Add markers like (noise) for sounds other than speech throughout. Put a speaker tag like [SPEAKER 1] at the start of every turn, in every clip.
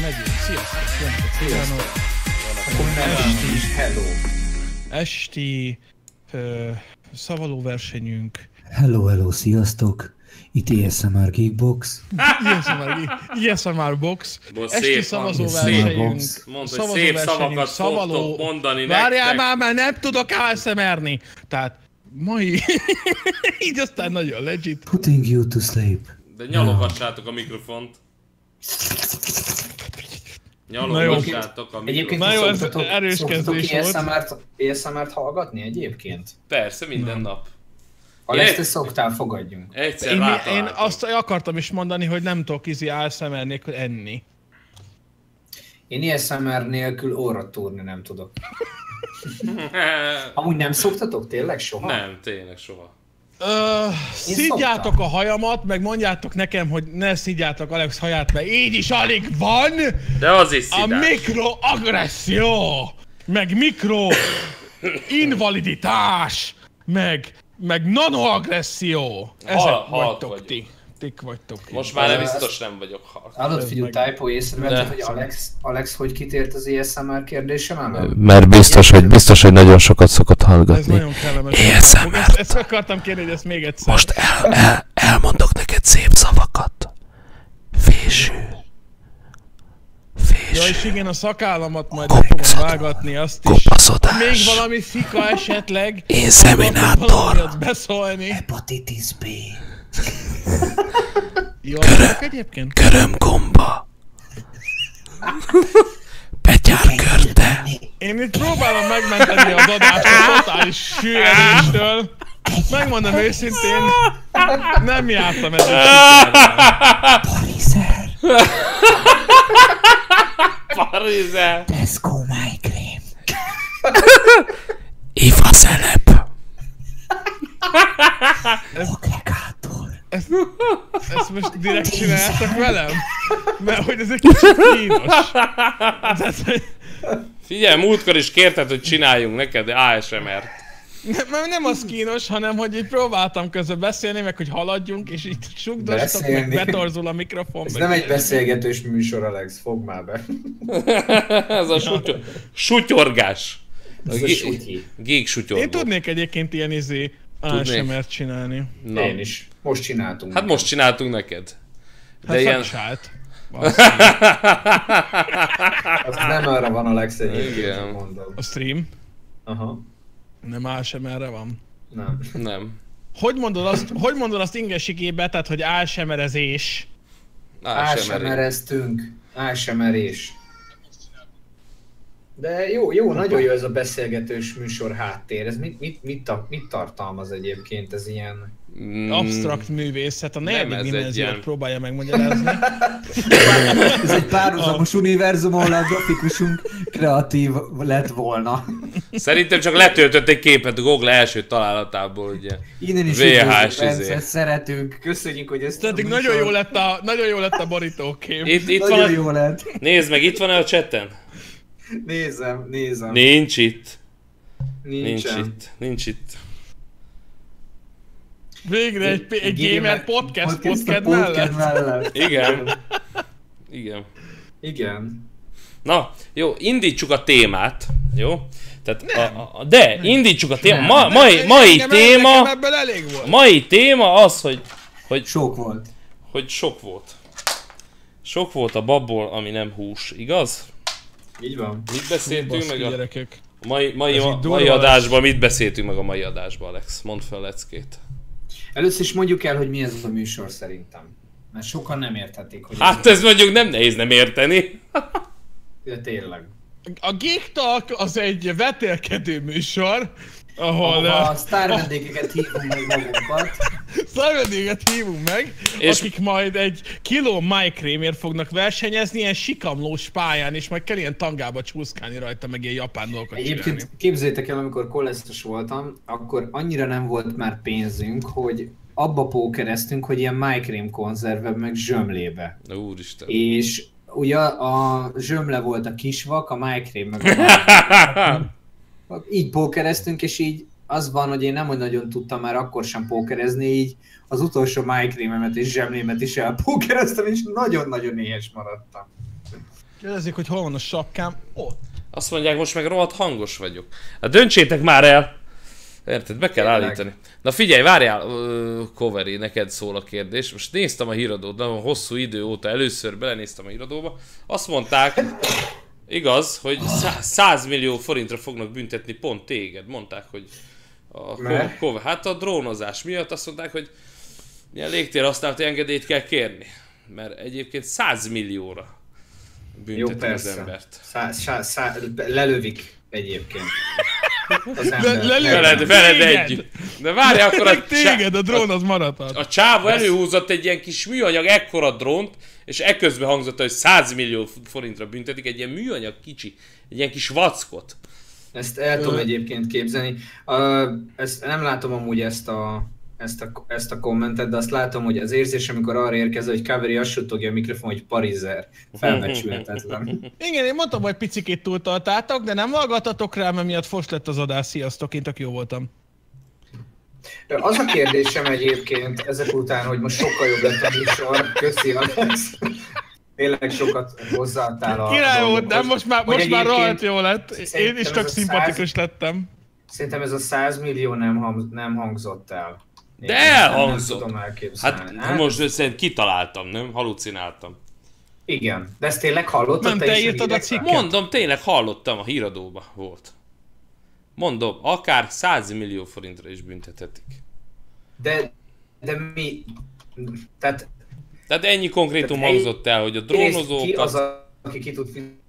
[SPEAKER 1] Sziasztok! Sziasztok! Esti,
[SPEAKER 2] Hello.
[SPEAKER 1] esti ö, szavalóversenyünk.
[SPEAKER 3] Hello, hello, sziasztok! Itt ASMR Geekbox.
[SPEAKER 1] Ilyesza már box.
[SPEAKER 2] Most
[SPEAKER 1] Esti
[SPEAKER 2] szép hangzik.
[SPEAKER 1] szavatóversenyünk.
[SPEAKER 3] Szép.
[SPEAKER 2] Mondd, hogy szép szavakat fogtok mondani
[SPEAKER 1] Várjál
[SPEAKER 2] nektek.
[SPEAKER 1] már, mert nem tudok ASMR-ni. Tehát mai... (laughs) Így aztán nagyon legit.
[SPEAKER 3] Putting you to sleep.
[SPEAKER 2] De nyalogassátok a mikrofont. Nyalogassátok a mikrofont.
[SPEAKER 4] Egyébként
[SPEAKER 1] Na
[SPEAKER 4] Na
[SPEAKER 1] jó,
[SPEAKER 4] jó,
[SPEAKER 1] ez
[SPEAKER 4] szoktatok,
[SPEAKER 1] erős
[SPEAKER 4] szoktatok
[SPEAKER 1] kezdés volt.
[SPEAKER 4] ASMR-t, ASMR-t hallgatni egyébként?
[SPEAKER 2] Persze, minden nap.
[SPEAKER 4] Ha
[SPEAKER 2] Én-
[SPEAKER 4] ezt te szoktál, fogadjunk.
[SPEAKER 2] Egyszer
[SPEAKER 1] Én, én
[SPEAKER 2] rátaláltam.
[SPEAKER 1] azt akartam is mondani, hogy nem tudok izi ASMR nélkül enni.
[SPEAKER 4] Én ASMR nélkül óra túrni nem tudok. Amúgy nem szoktatok tényleg soha?
[SPEAKER 2] (laughs) Nem, tényleg soha.
[SPEAKER 1] Ö, szidjátok
[SPEAKER 4] szoktam.
[SPEAKER 1] a hajamat, meg mondjátok nekem, hogy ne szidjátok Alex haját, mert így is alig van
[SPEAKER 2] De az is
[SPEAKER 1] a
[SPEAKER 2] szidás.
[SPEAKER 1] mikroagresszió, meg mikro invaliditás, meg, meg nanoagresszió. Ezek
[SPEAKER 2] Hal- halk
[SPEAKER 1] vagytok
[SPEAKER 2] vagyok.
[SPEAKER 1] ti. Tik vagytok. ti.
[SPEAKER 2] Most már nem biztos nem vagyok halk. (laughs)
[SPEAKER 4] Adott
[SPEAKER 1] Ez
[SPEAKER 4] figyú
[SPEAKER 1] meg-
[SPEAKER 4] typo észrevetted,
[SPEAKER 2] De.
[SPEAKER 4] hogy Alex, Alex hogy kitért az ASMR kérdésem emel?
[SPEAKER 5] Mert biztos, hogy biztos, hogy nagyon sosokat szokott
[SPEAKER 1] Ez
[SPEAKER 5] hallgatni.
[SPEAKER 1] nagyon kellemes.
[SPEAKER 5] ASMR.
[SPEAKER 1] Fog- Ezt, ezt akartam kérni, hogy ezt még egyszer.
[SPEAKER 5] Most el, el, elmondok neked szép szavakat. Fésű.
[SPEAKER 1] Ja,
[SPEAKER 5] Fésű.
[SPEAKER 1] és igen, a szakállamat majd le fogom vágatni, azt is. Még
[SPEAKER 5] Kopaszodás.
[SPEAKER 1] valami szika esetleg.
[SPEAKER 5] Inszeminátor.
[SPEAKER 1] Valamiatt beszólni.
[SPEAKER 3] Hepatitis B.
[SPEAKER 1] Jól vagyok egyébként?
[SPEAKER 5] Körömgomba. Petyárkörte.
[SPEAKER 1] Én itt próbálom megmenteni az adást a totális sűréstől. Megmondom őszintén, nem jártam ezzel.
[SPEAKER 3] Parizer.
[SPEAKER 2] Parizel!
[SPEAKER 3] Tesco migraine.
[SPEAKER 5] Iva szelep.
[SPEAKER 3] Agregátor.
[SPEAKER 1] Ezt most direkt csináltak velem? Mert hogy ez egy kicsit kínos. Tehát, hogy
[SPEAKER 2] Figyelj, múltkor is kérted, hogy csináljunk neked ASMR-t.
[SPEAKER 1] nem, nem az kínos, hanem hogy így próbáltam közben beszélni, meg hogy haladjunk, és így sugdostok, meg
[SPEAKER 4] Beszélni.
[SPEAKER 1] betorzul a mikrofon.
[SPEAKER 4] Ez
[SPEAKER 1] meg
[SPEAKER 4] nem egy
[SPEAKER 1] ilyesmi.
[SPEAKER 4] beszélgetős műsor, Alex, fogd már be.
[SPEAKER 2] (laughs) Ez a sutyor... sutyorgás. A
[SPEAKER 4] Ez a
[SPEAKER 2] ge-
[SPEAKER 4] sutyi.
[SPEAKER 2] Geek sutyorgó.
[SPEAKER 1] Én tudnék egyébként ilyen izé ASMR-t csinálni.
[SPEAKER 2] Na.
[SPEAKER 4] Én is. Most csináltunk.
[SPEAKER 2] Hát most csináltunk neked. De
[SPEAKER 1] Hát
[SPEAKER 2] ilyen...
[SPEAKER 1] szaksált.
[SPEAKER 2] (laughs)
[SPEAKER 4] Az nem arra van Alex
[SPEAKER 2] Igen.
[SPEAKER 4] egyébként, mondom.
[SPEAKER 1] A stream
[SPEAKER 4] Aha.
[SPEAKER 1] nem ASMR-re van.
[SPEAKER 4] Nem.
[SPEAKER 2] Nem.
[SPEAKER 1] Hogy mondod azt, hogy mondod azt ingesigébe, tehát hogy ASMR-ezés?
[SPEAKER 2] ASMR.
[SPEAKER 4] Ásemereztünk. Ásemerés. De jó, jó, nagyon jó ez a beszélgetős műsor háttér. Ez mit, mit, mit, ta- mit tartalmaz egyébként? Ez ilyen...
[SPEAKER 2] Mm,
[SPEAKER 1] Absztrakt művészet, a
[SPEAKER 2] Nem,
[SPEAKER 1] negyedik
[SPEAKER 2] ez egy
[SPEAKER 1] dimenziót
[SPEAKER 2] ilyen-
[SPEAKER 1] próbálja
[SPEAKER 2] (laughs)
[SPEAKER 1] megmagyarázni.
[SPEAKER 3] Ez egy párhuzamos univerzum, ahol a grafikusunk kreatív lett volna.
[SPEAKER 2] Szerintem csak letöltött egy képet Google első találatából, ugye.
[SPEAKER 3] Innen is
[SPEAKER 2] VHS izé.
[SPEAKER 3] Bence, szeretünk. Köszönjük, hogy ezt
[SPEAKER 1] Tehát nagyon jó lett a, nagyon jó lett a borítókép.
[SPEAKER 2] Itt, itt van
[SPEAKER 3] Nagyon
[SPEAKER 2] a...
[SPEAKER 3] jó lett.
[SPEAKER 2] Nézd meg, itt van-e a chatten?
[SPEAKER 4] Nézem, nézem.
[SPEAKER 2] Nincs itt. Nincs
[SPEAKER 4] Nincsen.
[SPEAKER 2] itt. Nincs itt.
[SPEAKER 1] Végre egy, egy, gamer, podcast, podcast,
[SPEAKER 3] a
[SPEAKER 1] mellett.
[SPEAKER 3] mellett.
[SPEAKER 2] Igen. Igen.
[SPEAKER 4] Igen.
[SPEAKER 2] Na, jó, indítsuk a témát, jó? Tehát a, a, a, de, indítsuk a témát. Ma, mai, mai
[SPEAKER 1] Nekem-
[SPEAKER 2] téma,
[SPEAKER 1] Nekem ebből elég volt.
[SPEAKER 2] mai téma az, hogy, hogy,
[SPEAKER 3] Sok volt.
[SPEAKER 2] hogy sok volt. Sok volt a babból, ami nem hús, igaz?
[SPEAKER 4] Így van.
[SPEAKER 2] Mit beszéltünk meg
[SPEAKER 1] Baszki,
[SPEAKER 2] a
[SPEAKER 1] gyerekek.
[SPEAKER 2] a mai, mai,
[SPEAKER 1] Ez így
[SPEAKER 2] mai,
[SPEAKER 1] durva lesz.
[SPEAKER 2] adásban? Mit beszéltünk meg a mai adásban, Alex? Mondd fel leckét.
[SPEAKER 4] Először is mondjuk el, hogy mi ez a műsor szerintem. Mert sokan nem érthetik, hogy
[SPEAKER 2] Hát ez mondjuk nem nehéz nem érteni.
[SPEAKER 4] ez, de tényleg.
[SPEAKER 1] A Geek Talk az egy vetélkedő műsor, ahol
[SPEAKER 4] Ahova a
[SPEAKER 1] eh,
[SPEAKER 4] sztárvendégeket hívunk meg magunkat.
[SPEAKER 1] Szarvedéget hívunk meg, és
[SPEAKER 2] És-
[SPEAKER 1] akik majd egy kiló májkrémért fognak versenyezni ilyen sikamlós pályán, és majd kell ilyen tangába csúszkálni rajta, meg ilyen japán dolgokat
[SPEAKER 4] Egyébként
[SPEAKER 1] csinálni.
[SPEAKER 4] képzétek el, amikor kolesztes voltam, akkor annyira nem volt már pénzünk, hogy abba pókereztünk, hogy ilyen májkrém konzerve meg zsömlébe.
[SPEAKER 2] Na úristen.
[SPEAKER 4] És ugye a zsömle volt a kisvak, a májkrém meg a májkrém. Így pókereztünk, és így az van, hogy én nem hogy nagyon tudtam már akkor sem pókerezni, így az utolsó májkrémemet és zsömlémet is elpókereztem, és nagyon-nagyon éhes maradtam.
[SPEAKER 1] Kérdezik, hogy hol van a sapkám. Ott.
[SPEAKER 2] Azt mondják, most meg rohadt hangos vagyok. Hát döntsétek már el! Érted, be kell
[SPEAKER 4] Tényleg.
[SPEAKER 2] állítani. Na figyelj, várjál, ö, Coveri, neked szól a kérdés. Most néztem a híradót, nagyon hosszú idő óta először belenéztem a híradóba. Azt mondták, igaz, hogy szá- 100 millió forintra fognak büntetni pont téged. Mondták, hogy a
[SPEAKER 4] Mert?
[SPEAKER 2] Coveri, hát a drónozás miatt azt mondták, hogy ilyen légtér használati engedélyt kell kérni. Mert egyébként 100 millióra büntetik az
[SPEAKER 4] persze.
[SPEAKER 2] embert.
[SPEAKER 4] Szá, szá, szá, lelövik egyébként. Az
[SPEAKER 1] Le,
[SPEAKER 4] ember.
[SPEAKER 1] lelőtt
[SPEAKER 2] Veled, veled
[SPEAKER 1] téged.
[SPEAKER 2] együtt. De várj, akkor a,
[SPEAKER 1] Meg
[SPEAKER 2] csá-
[SPEAKER 1] téged, a drón az maradhat.
[SPEAKER 2] a csávó előhúzott egy ilyen kis műanyag ekkora drónt, és ekközben hangzott, el, hogy 100 millió forintra büntetik egy ilyen műanyag kicsi, egy ilyen kis vackot.
[SPEAKER 4] Ezt el tudom egyébként képzelni. Ö, Ezt nem látom amúgy ezt a, ezt, a, ezt a kommentet, de azt látom, hogy az érzés, amikor arra érkezel, hogy Kaveri azt suttogja a mikrofon, hogy parizer. Felbecsülhetetlen.
[SPEAKER 1] Igen, én mondtam, hogy picikét túltaltátok, de nem hallgatatok rá, mert miatt fos lett az adás. Sziasztok, én tök jó voltam.
[SPEAKER 4] De az a kérdésem egyébként ezek után, hogy most sokkal jobb lett a műsor, köszi Alex. Tényleg sokat hozzáadtál a
[SPEAKER 1] Király volt, nem?
[SPEAKER 4] dolgokhoz.
[SPEAKER 1] Most már, most
[SPEAKER 4] Hogy
[SPEAKER 1] már
[SPEAKER 4] egyébként
[SPEAKER 1] rohadt jó lett. Én is
[SPEAKER 4] szerintem
[SPEAKER 1] tök
[SPEAKER 4] ez a
[SPEAKER 1] szimpatikus lettem.
[SPEAKER 4] Szerintem ez a 100 millió nem, hang, nem hangzott el. Én
[SPEAKER 2] De
[SPEAKER 4] ezt
[SPEAKER 2] elhangzott.
[SPEAKER 4] Nem tudom elképzelni.
[SPEAKER 2] Hát most szerint kitaláltam, nem? Halucináltam.
[SPEAKER 4] Igen, de ezt tényleg hallottad?
[SPEAKER 1] Nem, te
[SPEAKER 4] is
[SPEAKER 1] írtad a
[SPEAKER 4] hírekben?
[SPEAKER 1] cikket?
[SPEAKER 2] Mondom, tényleg hallottam a híradóba volt. Mondom, akár 100 millió forintra is büntethetik.
[SPEAKER 4] De, de mi... Tehát
[SPEAKER 2] Tehát ennyi konkrétum
[SPEAKER 4] Tehát egy-
[SPEAKER 2] hangzott el, hogy a
[SPEAKER 4] nézd ki az,
[SPEAKER 2] drónozókat...
[SPEAKER 4] a, aki ki tud fizetni.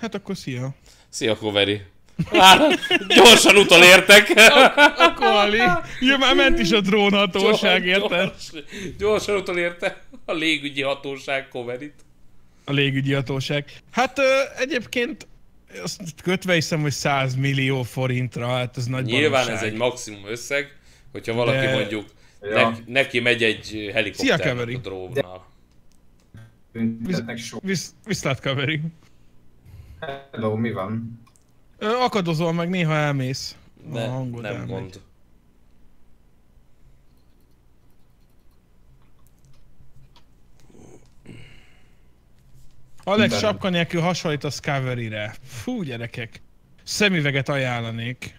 [SPEAKER 1] Hát akkor szia.
[SPEAKER 2] Szia, Coveri. Lá- Gyorsan utolértek.
[SPEAKER 1] Akkor Ali. Ja, már ment is a drónhatóság, érted?
[SPEAKER 2] Gyors, gyorsan utolérte a légügyi hatóság coverit.
[SPEAKER 1] A légügyi hatóság. Hát ö, egyébként azt kötve hiszem, hogy 100 millió forintra, hát ez nagy
[SPEAKER 2] Nyilván
[SPEAKER 1] baromság.
[SPEAKER 2] ez egy maximum összeg, hogyha valaki
[SPEAKER 1] De-
[SPEAKER 2] mondjuk
[SPEAKER 4] Ja.
[SPEAKER 2] neki, neki megy egy
[SPEAKER 1] Szia,
[SPEAKER 2] helikopter
[SPEAKER 1] Keveri.
[SPEAKER 2] a drónnal.
[SPEAKER 4] Büntetnek sok.
[SPEAKER 1] Visz, viszlát kaveri.
[SPEAKER 4] Hello, mi van?
[SPEAKER 1] Ö, Akadozol meg, néha elmész.
[SPEAKER 2] De
[SPEAKER 1] a hangod
[SPEAKER 2] nem
[SPEAKER 1] elmegy.
[SPEAKER 2] gond.
[SPEAKER 1] Alex
[SPEAKER 4] De-
[SPEAKER 1] sapka nélkül hasonlít a Scavery-re. Fú, gyerekek. Szemüveget ajánlanék.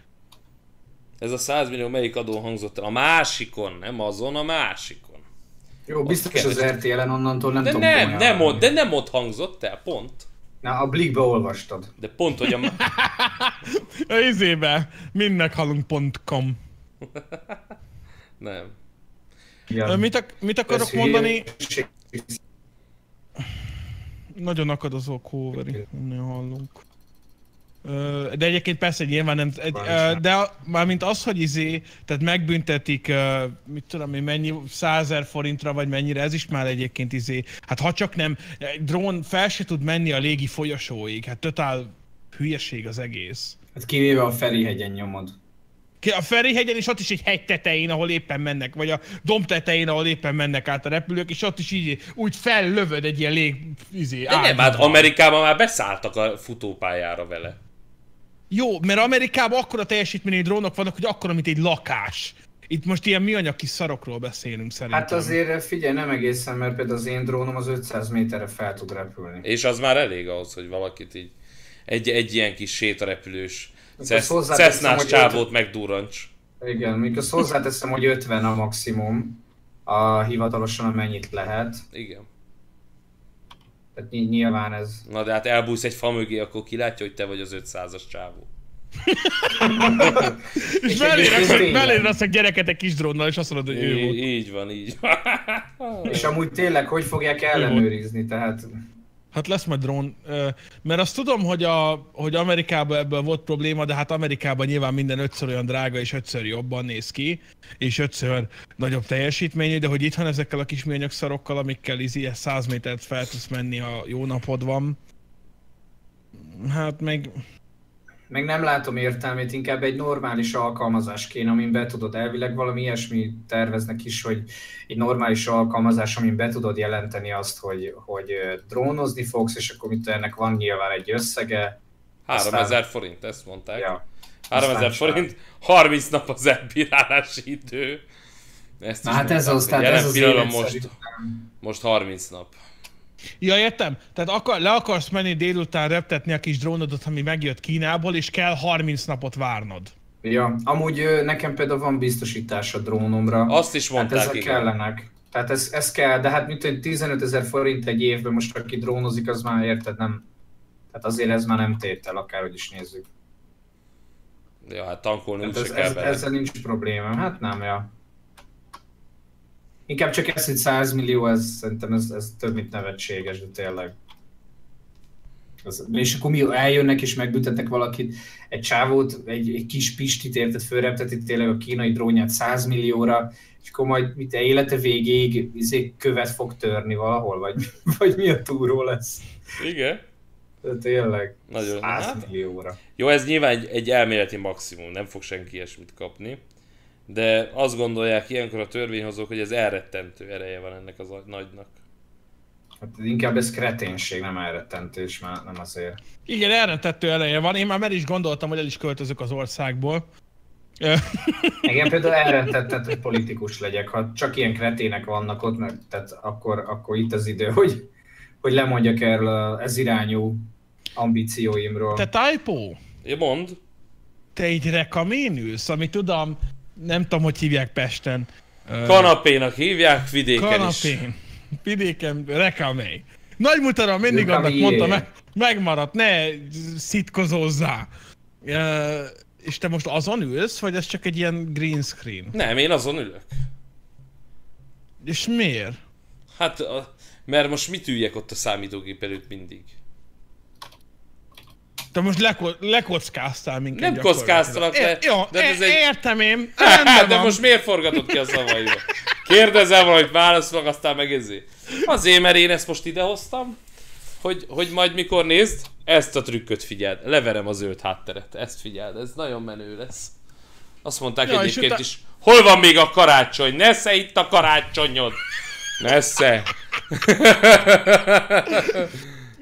[SPEAKER 2] Ez a 100 millió melyik adón hangzott el? A másikon, nem azon, a másikon.
[SPEAKER 4] Jó, biztos
[SPEAKER 2] keresd.
[SPEAKER 4] az RTL-en onnantól nem
[SPEAKER 2] De
[SPEAKER 4] tudom
[SPEAKER 2] nem,
[SPEAKER 4] komolyan.
[SPEAKER 2] nem ott, de nem ott hangzott el, pont.
[SPEAKER 4] Na, a Blikbe olvastad.
[SPEAKER 2] De pont, hogy
[SPEAKER 4] (laughs)
[SPEAKER 2] a... má-
[SPEAKER 1] A izébe, mindnekhalunk.com.
[SPEAKER 2] Nem.
[SPEAKER 1] Ö,
[SPEAKER 4] Ja.
[SPEAKER 1] Mit, ak- mit
[SPEAKER 4] Ez
[SPEAKER 1] akarok
[SPEAKER 4] hülye-
[SPEAKER 1] mondani? Nagyon akadozó Coveri, nem hallunk. Ö, De egyébként persze nyilván nem, egy, ö, de a- mármint az, hogy izé, tehát megbüntetik, ö, mit tudom én, mennyi, százer forintra, vagy mennyire, ez is már egyébként izé, hát ha csak nem, egy drón fel se tud menni a légi folyosóig, hát totál hülyeség az egész.
[SPEAKER 4] Hát kivéve a Ferihegyen nyomod.
[SPEAKER 1] Ki- A Ferihegyen is ott is egy hegy tetején, ahol éppen mennek, vagy a domb tetején, ahol éppen mennek át a repülők, és ott is így úgy fellövöd egy ilyen lég... Izé,
[SPEAKER 2] De nem, hát
[SPEAKER 1] árnyékba.
[SPEAKER 2] Amerikában már beszálltak a futópályára vele.
[SPEAKER 1] Jó, mert Amerikában akkora teljesítményű drónok vannak, hogy akkora, mint egy lakás. Itt most ilyen műanyag kis szarokról beszélünk szerintem.
[SPEAKER 4] Hát azért figyelj, nem egészen, mert például az én drónom az 500 méterre fel tud repülni.
[SPEAKER 2] És az már elég ahhoz, hogy valakit így egy, egy ilyen kis sétarepülős
[SPEAKER 4] azt
[SPEAKER 2] szesz,
[SPEAKER 4] hozzáteszem,
[SPEAKER 2] szesznás
[SPEAKER 4] hogy
[SPEAKER 2] csávót megdurrancs.
[SPEAKER 4] Igen, még azt hozzáteszem, hogy 50 a maximum, a hivatalosan amennyit lehet.
[SPEAKER 2] Igen.
[SPEAKER 4] Tehát ny- nyilván ez...
[SPEAKER 2] Na de hát elbújsz egy fa mögé, akkor kilátja, hogy te vagy az 500-as csávó.
[SPEAKER 1] és
[SPEAKER 4] és
[SPEAKER 1] beléd
[SPEAKER 4] tényleg.
[SPEAKER 1] beléd raksz egy gyereket egy kis drónnal, és azt mondod, hogy ő
[SPEAKER 2] Így,
[SPEAKER 1] volt.
[SPEAKER 2] így van, így van.
[SPEAKER 4] És amúgy tényleg, hogy fogják ellenőrizni, tehát...
[SPEAKER 1] Hát lesz majd drón. ö, Mert azt tudom, hogy, a, hogy Amerikában ebből volt probléma, de hát Amerikában nyilván minden ötször olyan drága, és ötször jobban néz ki, és ötször nagyobb teljesítményű, de hogy itthon ezekkel a kis műanyag szarokkal, amikkel izi 100 métert fel tudsz menni, ha jó napod van. Hát meg
[SPEAKER 4] Meg nem látom értelmét, inkább egy normális alkalmazás kéne, amin be tudod elvileg valami ilyesmi terveznek is, hogy egy normális alkalmazás, amin be tudod jelenteni azt, hogy, hogy ö, drónozni fogsz, és akkor mit tudom, ennek van nyilván egy összege.
[SPEAKER 2] 3000 forint, ezt mondták.
[SPEAKER 4] Ja.
[SPEAKER 2] 3000
[SPEAKER 4] aztán
[SPEAKER 2] forint, 30 nap az elbírálási idő. Ezt
[SPEAKER 4] Na
[SPEAKER 2] is
[SPEAKER 4] hát ez
[SPEAKER 2] mondták,
[SPEAKER 4] az,
[SPEAKER 2] hogy
[SPEAKER 4] tehát
[SPEAKER 2] jelen
[SPEAKER 4] ez az
[SPEAKER 2] pillanat
[SPEAKER 4] élet
[SPEAKER 2] most,
[SPEAKER 4] szerintem.
[SPEAKER 2] most 30 nap.
[SPEAKER 1] Ja, értem. Tehát akar, le akarsz menni délután reptetni a kis drónodat, ami megjött Kínából, és kell 30 napot várnod.
[SPEAKER 4] Ja, amúgy ö, nekem például van biztosítás a drónomra.
[SPEAKER 2] Azt is
[SPEAKER 4] hát
[SPEAKER 2] mondták,
[SPEAKER 4] ezek
[SPEAKER 2] igen.
[SPEAKER 4] kellenek. Tehát ez, ez kell, de hát mint egy 15 ezer forint egy évben most, aki drónozik, az már érted, nem... Tehát azért ez már nem tétel, akárhogy is nézzük.
[SPEAKER 2] Ja, hát tankolni
[SPEAKER 4] Tehát
[SPEAKER 2] úgyse
[SPEAKER 4] ez,
[SPEAKER 2] kell
[SPEAKER 4] ez,
[SPEAKER 2] vele.
[SPEAKER 4] ezzel nincs probléma. Hát nem, ja. Inkább csak ez, hogy 100 millió, ez szerintem ez, ez több, mint nevetséges, de tényleg. Ez, és akkor mi eljönnek és megbüntetnek valakit, egy csávót, egy, egy kis pistit érted, fölrepteti tényleg a kínai drónját 100 millióra, és akkor majd mit e élete végéig izé, követ fog törni valahol, vagy, (laughs) vagy mi a túró lesz.
[SPEAKER 2] Igen.
[SPEAKER 4] De tényleg,
[SPEAKER 2] Nagyon-
[SPEAKER 4] 100
[SPEAKER 2] hát-
[SPEAKER 4] millióra.
[SPEAKER 2] Jó, ez nyilván egy, egy elméleti maximum, nem fog senki ilyesmit kapni. De azt gondolják ilyenkor a törvényhozók, hogy ez elrettentő ereje van ennek az a- nagynak.
[SPEAKER 4] Hát inkább ez kreténség, nem elrettentés, már nem azért.
[SPEAKER 1] Igen, elrendettő eleje van. Én már meg is gondoltam, hogy el is költözök az országból. Ö, (laughs)
[SPEAKER 4] Igen, például elrendetettet, hogy politikus legyek. Ha csak ilyen kretének vannak ott, mert, tehát akkor, akkor itt az idő, hogy, hogy lemondjak erről a- ez irányú ambícióimról.
[SPEAKER 1] Te typo,
[SPEAKER 2] Ja, mond.
[SPEAKER 1] te így rekamén ülsz, ami tudom, nem tudom, hogy hívják Pesten. Ö,
[SPEAKER 2] Kanapénak hívják vidéken is.
[SPEAKER 1] Kanapén. Vidéken, rekamé. Nagy mutatom, mindig
[SPEAKER 4] Rekamié.
[SPEAKER 1] annak mondta, meg, megmaradt, ne szitkozózzá. Ö, és te most azon ülsz, vagy ez csak egy ilyen green screen?
[SPEAKER 2] Nem, én azon ülök.
[SPEAKER 1] És miért?
[SPEAKER 2] Hát, a, mert most mit üljek ott a számítógép előtt mindig?
[SPEAKER 1] Te most leko- lekockáztál minket
[SPEAKER 2] Nem
[SPEAKER 1] gyakorlatilag.
[SPEAKER 2] kockáztalak le,
[SPEAKER 1] É- jó,
[SPEAKER 2] de
[SPEAKER 1] de
[SPEAKER 2] ez
[SPEAKER 1] ez
[SPEAKER 2] egy-
[SPEAKER 1] értem én,
[SPEAKER 2] Hát,
[SPEAKER 1] rendben
[SPEAKER 2] (laughs) de
[SPEAKER 1] van.
[SPEAKER 2] most miért forgatod ki a szavaimba? Kérdezem valamit, válaszolok, aztán megézzé. Azért, mert én ezt most idehoztam, hogy, hogy majd mikor nézd, ezt a trükköt figyeld. Leverem a zöld hátteret, ezt figyeld, ez nagyon menő lesz. Azt mondták
[SPEAKER 1] Ja, és
[SPEAKER 2] egyébként
[SPEAKER 1] utána-
[SPEAKER 2] is, hol van még a karácsony? Nesze itt a karácsonyod! Nesze!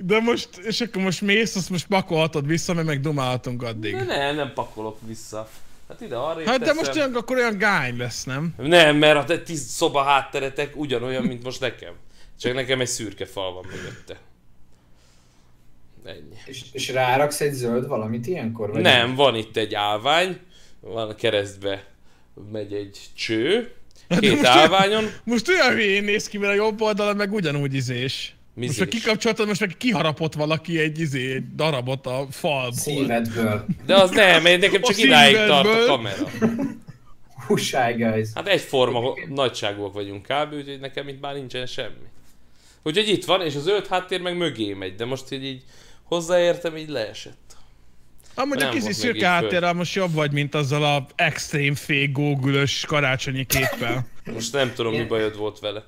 [SPEAKER 1] De most, és akkor most mész, azt most pakolhatod vissza, mert meg dumálhatunk addig.
[SPEAKER 2] De nem, nem pakolok vissza. Hát ide arra
[SPEAKER 1] Hát de most olyan, akkor olyan gány lesz, nem?
[SPEAKER 2] Nem, mert a te tíz szoba hátteretek ugyanolyan, mint most nekem. Csak nekem egy szürke fal van mögötte. Ennyi.
[SPEAKER 4] És, és ráraksz egy zöld valamit ilyenkor? Vagy
[SPEAKER 2] Nem, van itt egy állvány, van a keresztbe megy egy cső, két állványon,
[SPEAKER 1] Most olyan hülyén néz ki, mert a jobb oldalon meg ugyanúgy izés. Most meg
[SPEAKER 2] mizés.
[SPEAKER 1] kikapcsoltad, most meg kiharapott valaki egy izé, egy darabot a falból.
[SPEAKER 4] Szívedből.
[SPEAKER 2] De az nem, mert nekem csak
[SPEAKER 1] A
[SPEAKER 2] idáig tart a
[SPEAKER 1] színből.
[SPEAKER 2] kamera.
[SPEAKER 4] Húsáj, guys.
[SPEAKER 2] Hát egyforma nagyságúak vagyunk kb, úgyhogy nekem itt már nincsen semmi. Úgyhogy itt van, és az ölt háttér meg mögé megy, de most így, így hozzáértem, így leesett.
[SPEAKER 1] Amúgy
[SPEAKER 2] Nem
[SPEAKER 1] a kicsi
[SPEAKER 2] volt még így
[SPEAKER 1] szürke háttérrel most jobb vagy, mint azzal a extrém fék gógülös karácsonyi képpel.
[SPEAKER 2] Most nem tudom, mi bajod volt vele.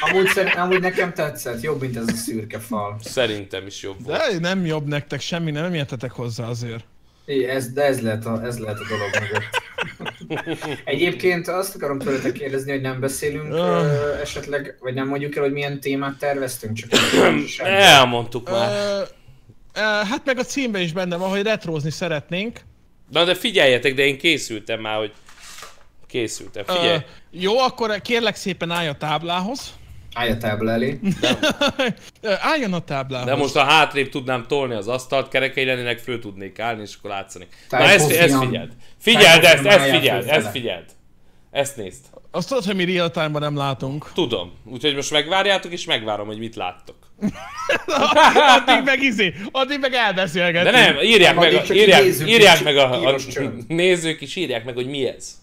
[SPEAKER 4] Amúgy, szerint, amúgy nekem tetszett, jobb, mint ez a szürke fal.
[SPEAKER 2] Szerintem is jobb volt.
[SPEAKER 1] De nem jobb nektek semmi, nem értetek hozzá azért.
[SPEAKER 4] É, Ez, de ez lehet, a, ez lehet a dolog mögött. Egyébként azt akarom tőletek kérdezni, hogy nem beszélünk ö, esetleg, vagy nem mondjuk el, hogy milyen témát terveztünk, csak semmi.
[SPEAKER 2] Elmondtuk már.
[SPEAKER 1] Ö, ö, hát meg a címben is benne van, hogy retrozni szeretnénk.
[SPEAKER 2] Na de figyeljetek, de én készültem már, hogy készültem.
[SPEAKER 1] Ö,
[SPEAKER 2] Figyelj,
[SPEAKER 1] jó, akkor kérlek szépen állj a táblához.
[SPEAKER 4] Állj a tábla elé.
[SPEAKER 1] Ö, álljon a táblához.
[SPEAKER 2] de most a hátrébb tudnám tolni az asztalt, kerekei lennének, föl tudnék állni, és akkor látszani. Na
[SPEAKER 4] Tájkó
[SPEAKER 2] ezt, ezt
[SPEAKER 4] fiam.
[SPEAKER 2] figyeld. Figyeld
[SPEAKER 4] Tájkó
[SPEAKER 2] ezt,
[SPEAKER 4] fiam,
[SPEAKER 2] ezt
[SPEAKER 4] álljál
[SPEAKER 2] figyeld,
[SPEAKER 4] fölfele.
[SPEAKER 2] ezt figyeld. Ezt nézd.
[SPEAKER 1] Azt tudod, hogy mi real time-ban nem
[SPEAKER 2] (laughs)
[SPEAKER 1] látunk.
[SPEAKER 2] Tudom. Úgyhogy most megvárjátok, és megvárom, hogy mit láttok.
[SPEAKER 1] addig meg izé, addig meg
[SPEAKER 2] De
[SPEAKER 4] Hát
[SPEAKER 1] elbeszélgetünk.
[SPEAKER 2] nem, írják
[SPEAKER 4] Addig
[SPEAKER 2] meg, a,
[SPEAKER 4] csak
[SPEAKER 2] írják,
[SPEAKER 4] nézzük,
[SPEAKER 2] írják
[SPEAKER 4] csak
[SPEAKER 2] meg a, a
[SPEAKER 4] íros
[SPEAKER 2] (laughs)
[SPEAKER 4] csönd.
[SPEAKER 2] nézők is, írják meg, hogy mi ez.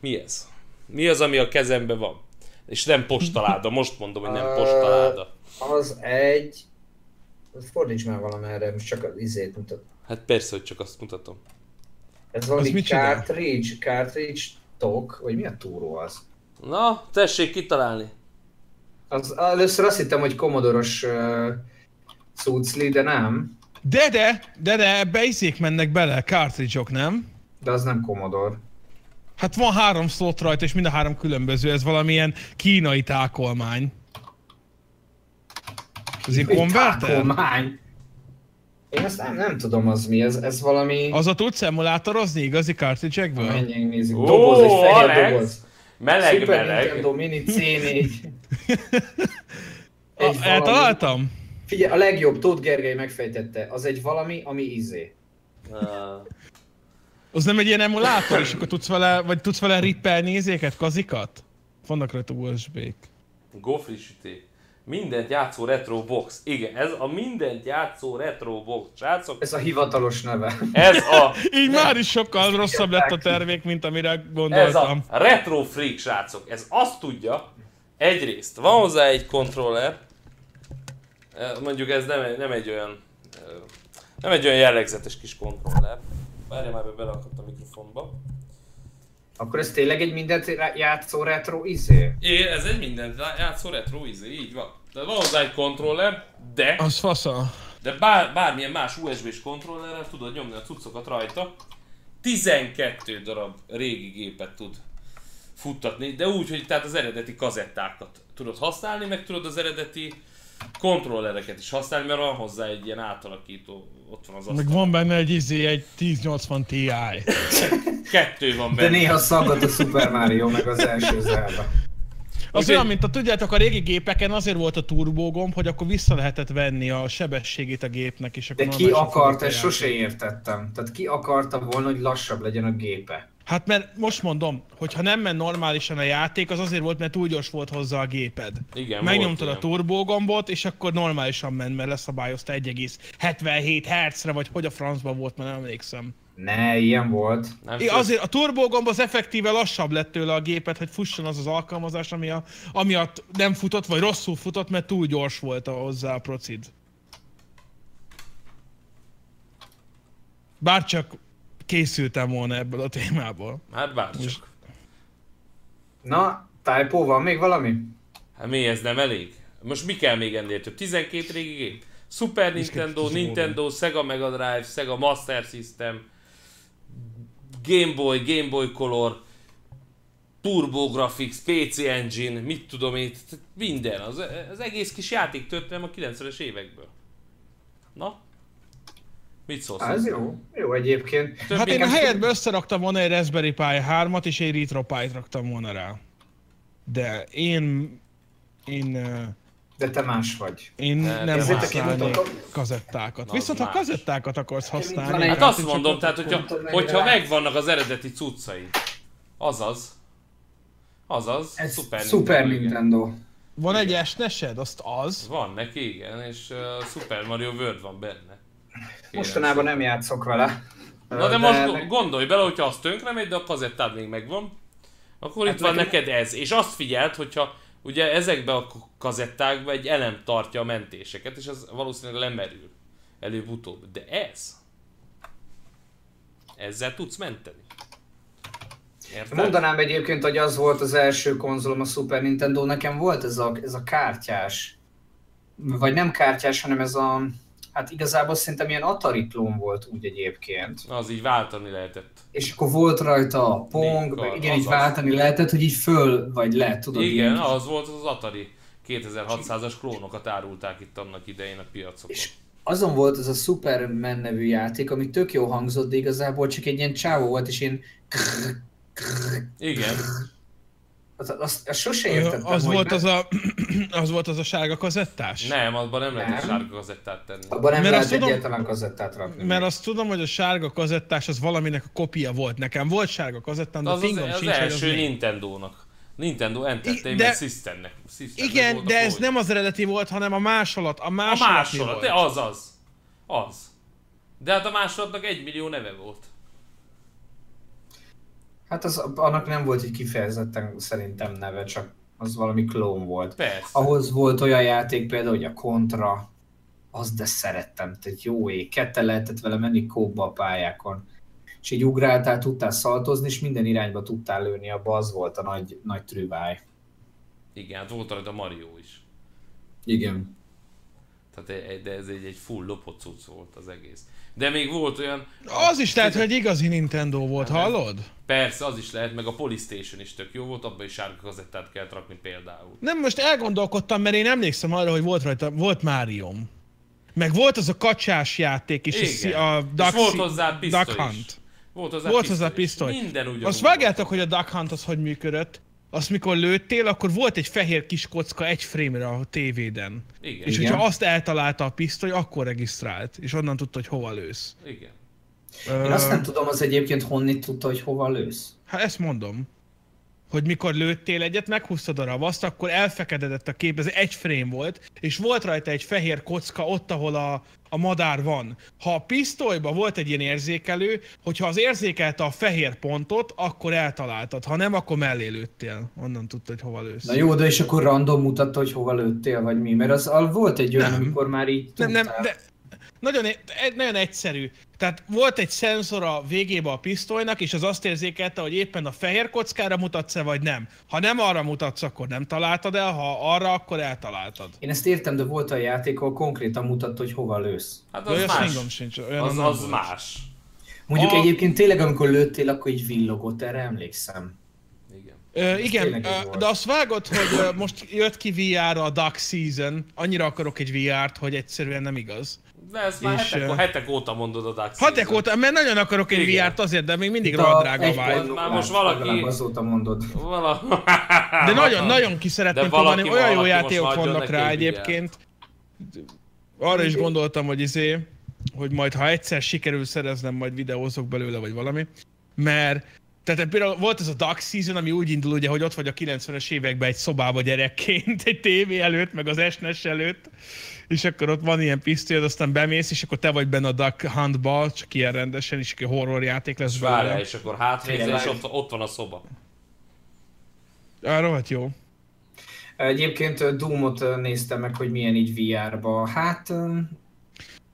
[SPEAKER 2] Mi ez? Mi az, ami a kezemben van? És nem postaláda, most mondom, hogy nem postaláda.
[SPEAKER 4] Az egy... Fordíts már valamerre, most csak az izét mutat.
[SPEAKER 2] Hát persze, hogy csak azt mutatom.
[SPEAKER 4] Ez valami
[SPEAKER 1] mit csinál?
[SPEAKER 4] cartridge, cartridge tok, vagy mi a túró az?
[SPEAKER 2] Na, tessék kitalálni.
[SPEAKER 4] az először azt hittem, hogy komodoros uh, cucli, de nem.
[SPEAKER 1] De de, de de, ebbe izék mennek bele, cartridge nem?
[SPEAKER 4] De az nem komodor.
[SPEAKER 1] Hát van három slot rajta, és mind a három különböző, ez valamilyen kínai tákolmány. Ez egy konverter?
[SPEAKER 4] Kormány. Én ezt nem, nem tudom az mi, ez, ez valami...
[SPEAKER 1] Az a tudsz emulátorozni igazi cartridge-ekből?
[SPEAKER 4] Menjünk nézzük,
[SPEAKER 2] Ó,
[SPEAKER 4] doboz, egy fehér
[SPEAKER 2] Alex!
[SPEAKER 4] doboz.
[SPEAKER 2] Meleg,
[SPEAKER 1] (laughs)
[SPEAKER 4] Super
[SPEAKER 2] meleg.
[SPEAKER 4] Nintendo Mini C4.
[SPEAKER 1] A,
[SPEAKER 4] Egy valami.
[SPEAKER 1] eltaláltam?
[SPEAKER 4] Figyelj, a legjobb, Tóth Gergely megfejtette, az egy valami, ami izé.
[SPEAKER 1] Az nem egy ilyen emulátor, és akkor tudsz vele, vagy tudsz vele rippelni izéket, kazikat? Vannak rajta USB-k.
[SPEAKER 2] Gofri süté. Mindent játszó retro box. Igen, ez a mindent játszó retro box, srácok.
[SPEAKER 4] Ez a hivatalos neve.
[SPEAKER 2] Ez
[SPEAKER 4] (laughs)
[SPEAKER 2] a,
[SPEAKER 1] Így már is sokkal rosszabb lett a tervék, mint amire
[SPEAKER 2] ez a
[SPEAKER 1] gondoltam.
[SPEAKER 2] retro freak, srácok. Ez azt tudja, egyrészt van hozzá egy kontroller, Eh, mondjuk ez nem egy, nem egy olyan eh, nem egy olyan jellegzetes kis kontroller. Várjál már, mert beleakadt a mikrofonba.
[SPEAKER 4] Akkor ez tényleg egy mindent rá- játszó retro izé?
[SPEAKER 2] É, ez egy minden játszó retro izé, így van. De van hozzá egy kontroller, de...
[SPEAKER 1] Az fasza.
[SPEAKER 2] De bár, bármilyen más USB-s kontrollerrel tudod nyomni a cuccokat rajta. 12 darab régi gépet tud futtatni, de úgy, hogy tehát az eredeti kazettákat tudod használni, meg tudod az eredeti kontrollereket is használni, mert van hozzá egy ilyen átalakító, ott van az asztal.
[SPEAKER 1] Meg van benne egy izé, egy 1080 Ti.
[SPEAKER 2] Kettő van
[SPEAKER 4] De
[SPEAKER 2] benne.
[SPEAKER 4] néha szaggat a Super Mario meg az első zárba.
[SPEAKER 1] Az
[SPEAKER 2] Úgyhogy-
[SPEAKER 1] olyan, mint a tudjátok, a régi gépeken azért volt a turbógomb, hogy akkor vissza lehetett venni a sebességét a gépnek, és akkor
[SPEAKER 4] De ki
[SPEAKER 1] normálisan
[SPEAKER 4] akart,
[SPEAKER 1] tudott
[SPEAKER 4] ezt
[SPEAKER 1] járni.
[SPEAKER 4] sose értettem. Tehát ki akarta volna, hogy lassabb legyen a gépe?
[SPEAKER 1] Hát mert most mondom, hogy ha nem ment normálisan a játék, az azért volt, mert túl gyors volt hozzá a géped.
[SPEAKER 2] Igen,
[SPEAKER 1] Megnyomtad
[SPEAKER 2] volt
[SPEAKER 1] a turbógombot, és akkor normálisan ment, mert leszabályozta 1,77 Hz-re, vagy hogy a francba volt, mert nem emlékszem.
[SPEAKER 4] Ne, ilyen volt.
[SPEAKER 2] Nem
[SPEAKER 1] É, azért a turbógomb az effektíve lassabb lett tőle a gépet, hogy fusson az az alkalmazás, ami a, amiatt nem futott, vagy rosszul futott, mert túl gyors volt a, hozzá a procid. Bárcsak készültem volna ebből a témából.
[SPEAKER 2] Hát bárcsak.
[SPEAKER 4] Na, typo, van még valami?
[SPEAKER 2] Hát mi ez nem elég? Most mi kell még ennél több? 12 régi gép? Super Nintendo, Nintendo, Sega Mega Drive, Sega Master System, Game Boy, Game Boy Color, Turbo Graphics, PC Engine, mit tudom én, tehát minden. Az, az egész kis játék történelem a 90-es évekből. Na? Mit szólsz?
[SPEAKER 4] Á, ez jó. Jó egyébként.
[SPEAKER 2] Több
[SPEAKER 1] Hát én a
[SPEAKER 2] inkább-
[SPEAKER 1] helyetbe összeraktam volna egy Raspberry Pi 3-at, és egy Retro Pi-t raktam volna rá. De én... Én, ö,
[SPEAKER 4] De te más vagy.
[SPEAKER 1] én
[SPEAKER 2] Ne,
[SPEAKER 1] nem
[SPEAKER 2] ezért
[SPEAKER 4] a
[SPEAKER 1] használnék
[SPEAKER 4] kimutatom.
[SPEAKER 1] kazettákat.
[SPEAKER 2] Na,
[SPEAKER 1] Viszont ha
[SPEAKER 2] más.
[SPEAKER 1] kazettákat akarsz
[SPEAKER 4] van
[SPEAKER 1] használni...
[SPEAKER 4] egy-
[SPEAKER 2] Hát
[SPEAKER 1] hát
[SPEAKER 2] azt
[SPEAKER 1] csak
[SPEAKER 2] mondom,
[SPEAKER 1] ott-
[SPEAKER 2] tehát hogyha,
[SPEAKER 4] pontot mennyire
[SPEAKER 2] hogyha
[SPEAKER 4] látsz.
[SPEAKER 2] megvannak az eredeti cuccai. Azaz. Azaz.
[SPEAKER 4] Ez Super,
[SPEAKER 2] igen.
[SPEAKER 4] Nintendo.
[SPEAKER 1] Van egy esnesed? Azt az?
[SPEAKER 2] Van neki, igen, és uh, Super Mario World van benne. Kérem
[SPEAKER 4] Mostanában
[SPEAKER 2] szépen.
[SPEAKER 4] nem játszok vele.
[SPEAKER 2] Na de, most
[SPEAKER 4] leg-
[SPEAKER 2] go- gondolj bele, hogyha az tönkre megy, de a kazettád még megvan, akkor
[SPEAKER 4] Hát
[SPEAKER 2] itt van
[SPEAKER 4] nekem-
[SPEAKER 2] neked ez. És azt figyeld, hogyha ugye ezekbe a k- kazettákba egy elem tartja a mentéseket, és az valószínűleg lemerül előbb-utóbb. De ez, ezzel tudsz menteni. Érted?
[SPEAKER 4] Mondanám egyébként, hogy az volt az első konzolom a Super Nintendo, nekem volt ez a, ez a kártyás, vagy nem kártyás, hanem ez a, hát igazából szerintem ilyen Atari klón volt úgy egyébként.
[SPEAKER 2] Az így váltani lehetett.
[SPEAKER 4] És akkor volt rajta a pong,
[SPEAKER 2] Linka,
[SPEAKER 4] meg igen, így
[SPEAKER 2] azaz.
[SPEAKER 4] váltani lehetett, hogy így föl vagy le, tudod
[SPEAKER 2] Igen,
[SPEAKER 4] így.
[SPEAKER 2] az volt az Atari 2600-as klónokat árulták itt annak idején a piacokon.
[SPEAKER 4] És azon volt ez a Superman nevű játék, ami tök jó hangzott, de igazából csak egy ilyen csávó volt, és én
[SPEAKER 2] Igen.
[SPEAKER 4] azt, azt, azt sose
[SPEAKER 1] Ö,
[SPEAKER 4] értettem,
[SPEAKER 1] Az
[SPEAKER 4] hogy
[SPEAKER 1] volt
[SPEAKER 4] nem-
[SPEAKER 1] az a, (clears throat) az volt az a sárga kazettás?
[SPEAKER 2] Nem, abban nem lehetett
[SPEAKER 4] Nem.
[SPEAKER 2] sárga kazettát tenni.
[SPEAKER 4] Abban nem
[SPEAKER 1] Mert
[SPEAKER 4] lehet
[SPEAKER 1] azt tudom-
[SPEAKER 4] egyáltalán kazettát rakni.
[SPEAKER 1] Mert azt tudom, hogy a sárga kazettás az valaminek a kopia volt nekem. Volt sárga kazettám, de
[SPEAKER 2] Az az,
[SPEAKER 1] fingom
[SPEAKER 2] az
[SPEAKER 1] sincs, hogy az
[SPEAKER 2] első
[SPEAKER 1] mi.
[SPEAKER 2] Nintendo-nak. Nintendo Entertainment
[SPEAKER 1] de-
[SPEAKER 2] Systemnek. Systemnek
[SPEAKER 1] Igen,
[SPEAKER 2] volt
[SPEAKER 1] de ez
[SPEAKER 2] kódja.
[SPEAKER 1] nem az eredeti volt, hanem a másolat. A
[SPEAKER 2] A
[SPEAKER 1] másolat, mi
[SPEAKER 2] másolat,
[SPEAKER 1] volt?
[SPEAKER 2] de az az. Az. De hát a másolatnak egy millió neve volt.
[SPEAKER 4] Hát az, annak nem volt egy kifejezetten szerintem neve, csak az valami klón volt.
[SPEAKER 2] Persze.
[SPEAKER 4] Ahhoz volt olyan játék például, hogy a Contra, az de szerettem, tehát jó ég, kette lehetett vele menni kóba a pályákon. És így ugráltál, tudtál szaltozni, és minden irányba tudtál lőni, abba az volt a nagy, nagy trüváj.
[SPEAKER 2] Igen, hát volt rajta Mario is.
[SPEAKER 4] Igen.
[SPEAKER 2] Tehát e- e- de ez egy, egy full lopott cucc volt az egész. De még volt olyan,
[SPEAKER 1] Az is lehet, hogy egy igazi Nintendo volt,
[SPEAKER 2] Hát ez-
[SPEAKER 1] hallod?
[SPEAKER 2] persze az is lehet, meg a Polystation is tök jó volt, abban is sárga kazettát kellett rakni például.
[SPEAKER 1] Nem, most elgondolkodtam, mert én emlékszem arra, hogy volt rajta, volt Máriom. Meg volt az a kacsás játék is, a, szi- a
[SPEAKER 2] és
[SPEAKER 1] Duck,
[SPEAKER 2] volt
[SPEAKER 1] Sea-
[SPEAKER 2] hozzá pisztoly
[SPEAKER 1] Duck
[SPEAKER 2] is.
[SPEAKER 1] Hunt.
[SPEAKER 2] Volt hozzá
[SPEAKER 1] Volt
[SPEAKER 2] pisztoly
[SPEAKER 1] hozzá
[SPEAKER 2] is.
[SPEAKER 1] pisztoly.
[SPEAKER 2] Minden ugyanúgy.
[SPEAKER 1] Azt
[SPEAKER 2] volt.
[SPEAKER 1] vágjátok, hogy a Duck Hunt az hogy működött. azt mikor lőttél, akkor volt egy fehér kis kocka egy frame-re a tévéden. És
[SPEAKER 2] Igen, igen.
[SPEAKER 4] Igen.
[SPEAKER 1] hogyha azt eltalálta a pisztoly, akkor regisztrált, és onnan tudta, hogy hova lősz.
[SPEAKER 2] igen.
[SPEAKER 1] Ö,
[SPEAKER 4] Én azt nem tudom, az egyébként honni tudta, hogy hova lősz.
[SPEAKER 1] Hát ezt mondom. Hogy mikor lőttél egyet, meghúztad a ravaszt, akkor elfekededett a kép, ez egy frame volt, és volt rajta egy fehér kocka ott, ahol a, a madár van. Ha a pisztolyba volt egy ilyen érzékelő, hogyha az érzékelte a fehér pontot, akkor eltaláltad, ha nem, akkor mellé lőttél. Onnan tudtad, hogy hova lősz.
[SPEAKER 4] Na jó, de és akkor random mutatta, hogy hova lőttél, vagy mi? Mert az, az volt egy olyan,
[SPEAKER 1] Nem.
[SPEAKER 4] amikor már így
[SPEAKER 1] Nem, nem,
[SPEAKER 4] tudtál.
[SPEAKER 1] de nagyon, e- e- nagyon egyszerű. Tehát volt egy szenzor a végébe a pisztolynak, és az azt érzékelte, hogy éppen a fehér kockára mutatsz-e, vagy nem. Ha nem arra mutatsz, akkor nem találtad el, ha arra, akkor eltaláltad.
[SPEAKER 4] Én ezt értem, de volt a játék, ahol konkrétan mutatta, hogy hova lősz.
[SPEAKER 2] Hát
[SPEAKER 1] De
[SPEAKER 2] az
[SPEAKER 1] olyan
[SPEAKER 2] más.
[SPEAKER 1] szingom sincs. Olyan
[SPEAKER 2] Az,
[SPEAKER 1] nem
[SPEAKER 2] az
[SPEAKER 1] volt.
[SPEAKER 2] más.
[SPEAKER 4] Mondjuk
[SPEAKER 2] A-
[SPEAKER 4] egyébként tényleg, amikor lőttél, akkor így villogott, erre emlékszem.
[SPEAKER 2] Igen.
[SPEAKER 1] Ö, igen,
[SPEAKER 4] tényleg így
[SPEAKER 1] ö,
[SPEAKER 4] volt.
[SPEAKER 1] de azt vágod, hogy ö, most jött ki VR-ra a Dark Season, annyira akarok egy VR-t, hogy egyszerűen nem igaz.
[SPEAKER 2] De ezt már
[SPEAKER 1] És,
[SPEAKER 2] hetek,
[SPEAKER 1] ö,
[SPEAKER 2] hetek óta mondod a Dark
[SPEAKER 1] Hatek
[SPEAKER 2] Season-t.
[SPEAKER 1] óta, mert nagyon akarok egy
[SPEAKER 2] Igen.
[SPEAKER 1] VR-t azért, de még mindig
[SPEAKER 4] Itt a
[SPEAKER 1] rohadt drága a
[SPEAKER 4] egy
[SPEAKER 1] Vive.
[SPEAKER 4] pont-
[SPEAKER 2] Már most valaki-
[SPEAKER 4] legalább Azóta mondod.
[SPEAKER 2] Vala...
[SPEAKER 1] De nagyon-nagyon ki szeretném
[SPEAKER 2] De valaki
[SPEAKER 1] próbálni, olyan jó
[SPEAKER 2] valaki most
[SPEAKER 1] játékok
[SPEAKER 2] már adjon
[SPEAKER 1] vannak
[SPEAKER 2] neki
[SPEAKER 1] rá
[SPEAKER 2] egy ilyet.
[SPEAKER 1] egyébként. Arra is gondoltam, hogy izé, hogy majd ha egyszer sikerül szereznem, majd videózok belőle, vagy valami. Mert, tehát például volt ez a Dark Season, ami úgy indul ugye, hogy ott vagy a 90-es években egy szobába gyerekként, egy tévé előtt, meg az SNES előtt, és akkor ott van ilyen pisztolyod, aztán bemész, és akkor te vagy benne a Duck Huntba, csak ilyen rendesen, és akkor horror játék lesz
[SPEAKER 2] (laughs) Várjál,
[SPEAKER 1] belőle.
[SPEAKER 2] és akkor hátrézel, és
[SPEAKER 4] Tényleg.
[SPEAKER 2] ott, ott van a szoba.
[SPEAKER 1] Á, rohadt jó.
[SPEAKER 4] Egyébként ö, Doomot ö, néztem meg, hogy milyen így VR-ba. Hát, ö,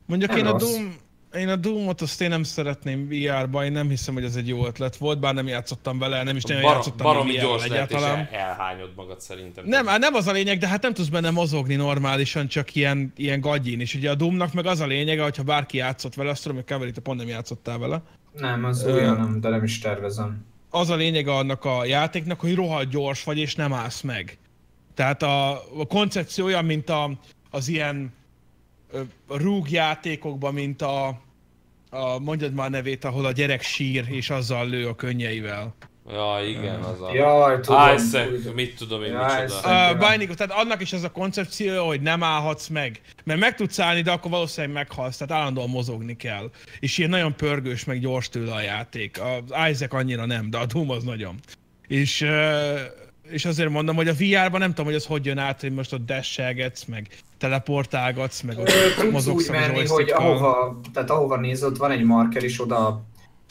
[SPEAKER 1] Mondjuk
[SPEAKER 4] Nem
[SPEAKER 1] én a,
[SPEAKER 4] rossz.
[SPEAKER 1] Doom, én a Doomot azt én nem szeretném VR-ba, én nem hiszem, hogy ez egy jó ötlet volt, bár nem játszottam vele, nem is nagyon
[SPEAKER 2] Bar-
[SPEAKER 1] játszottam
[SPEAKER 2] baromi
[SPEAKER 1] VR-vel
[SPEAKER 2] gyors lett, és el- elhányod magad szerintem.
[SPEAKER 1] Nem, hát nem az a lényeg, de hát nem tudsz benne mozogni normálisan, csak ilyen, ilyen gagyin. És ugye a Doomnak meg az a lényege, hogyha bárki játszott vele, azt tudom, hogy Keveri, te pont nem játszottál vele.
[SPEAKER 4] nem, az
[SPEAKER 1] Ö.
[SPEAKER 4] olyan nem, de nem is tervezem.
[SPEAKER 1] Az a lényege annak a játéknak, hogy rohadt gyors vagy, és nem állsz meg. Tehát a, a koncepció olyan, mint a, az ilyen ö, rúgjátékokban, mint a, a mondjad már a nevét, ahol a gyerek sír és azzal lő a könnyeivel.
[SPEAKER 2] Ja, igen, az a...
[SPEAKER 4] Jaj, tudom.
[SPEAKER 2] Isaac, mit tudom én,
[SPEAKER 4] Ja,
[SPEAKER 2] micsoda.
[SPEAKER 4] Isaac.
[SPEAKER 1] A
[SPEAKER 4] Szerintem.
[SPEAKER 1] Binding, tehát annak is ez a koncepció, hogy nem állhatsz meg. Mert meg tudsz állni, de akkor valószínűleg meghalsz, tehát állandóan mozogni kell. És ilyen nagyon pörgős, meg gyors tőle a játék. Az Isaac annyira nem, de a Doom az nagyon. És, ö, és azért mondom, hogy a VR-ban nem tudom, hogy az hogy jön át, hogy most ott dashelgetsz, meg teleportálgatsz, meg ott
[SPEAKER 4] Tudsz
[SPEAKER 1] mozogsz
[SPEAKER 4] úgy
[SPEAKER 1] a
[SPEAKER 4] menni, hogy
[SPEAKER 1] joystickkal.
[SPEAKER 4] ahova, tehát ahova néz, ott van egy marker, és oda...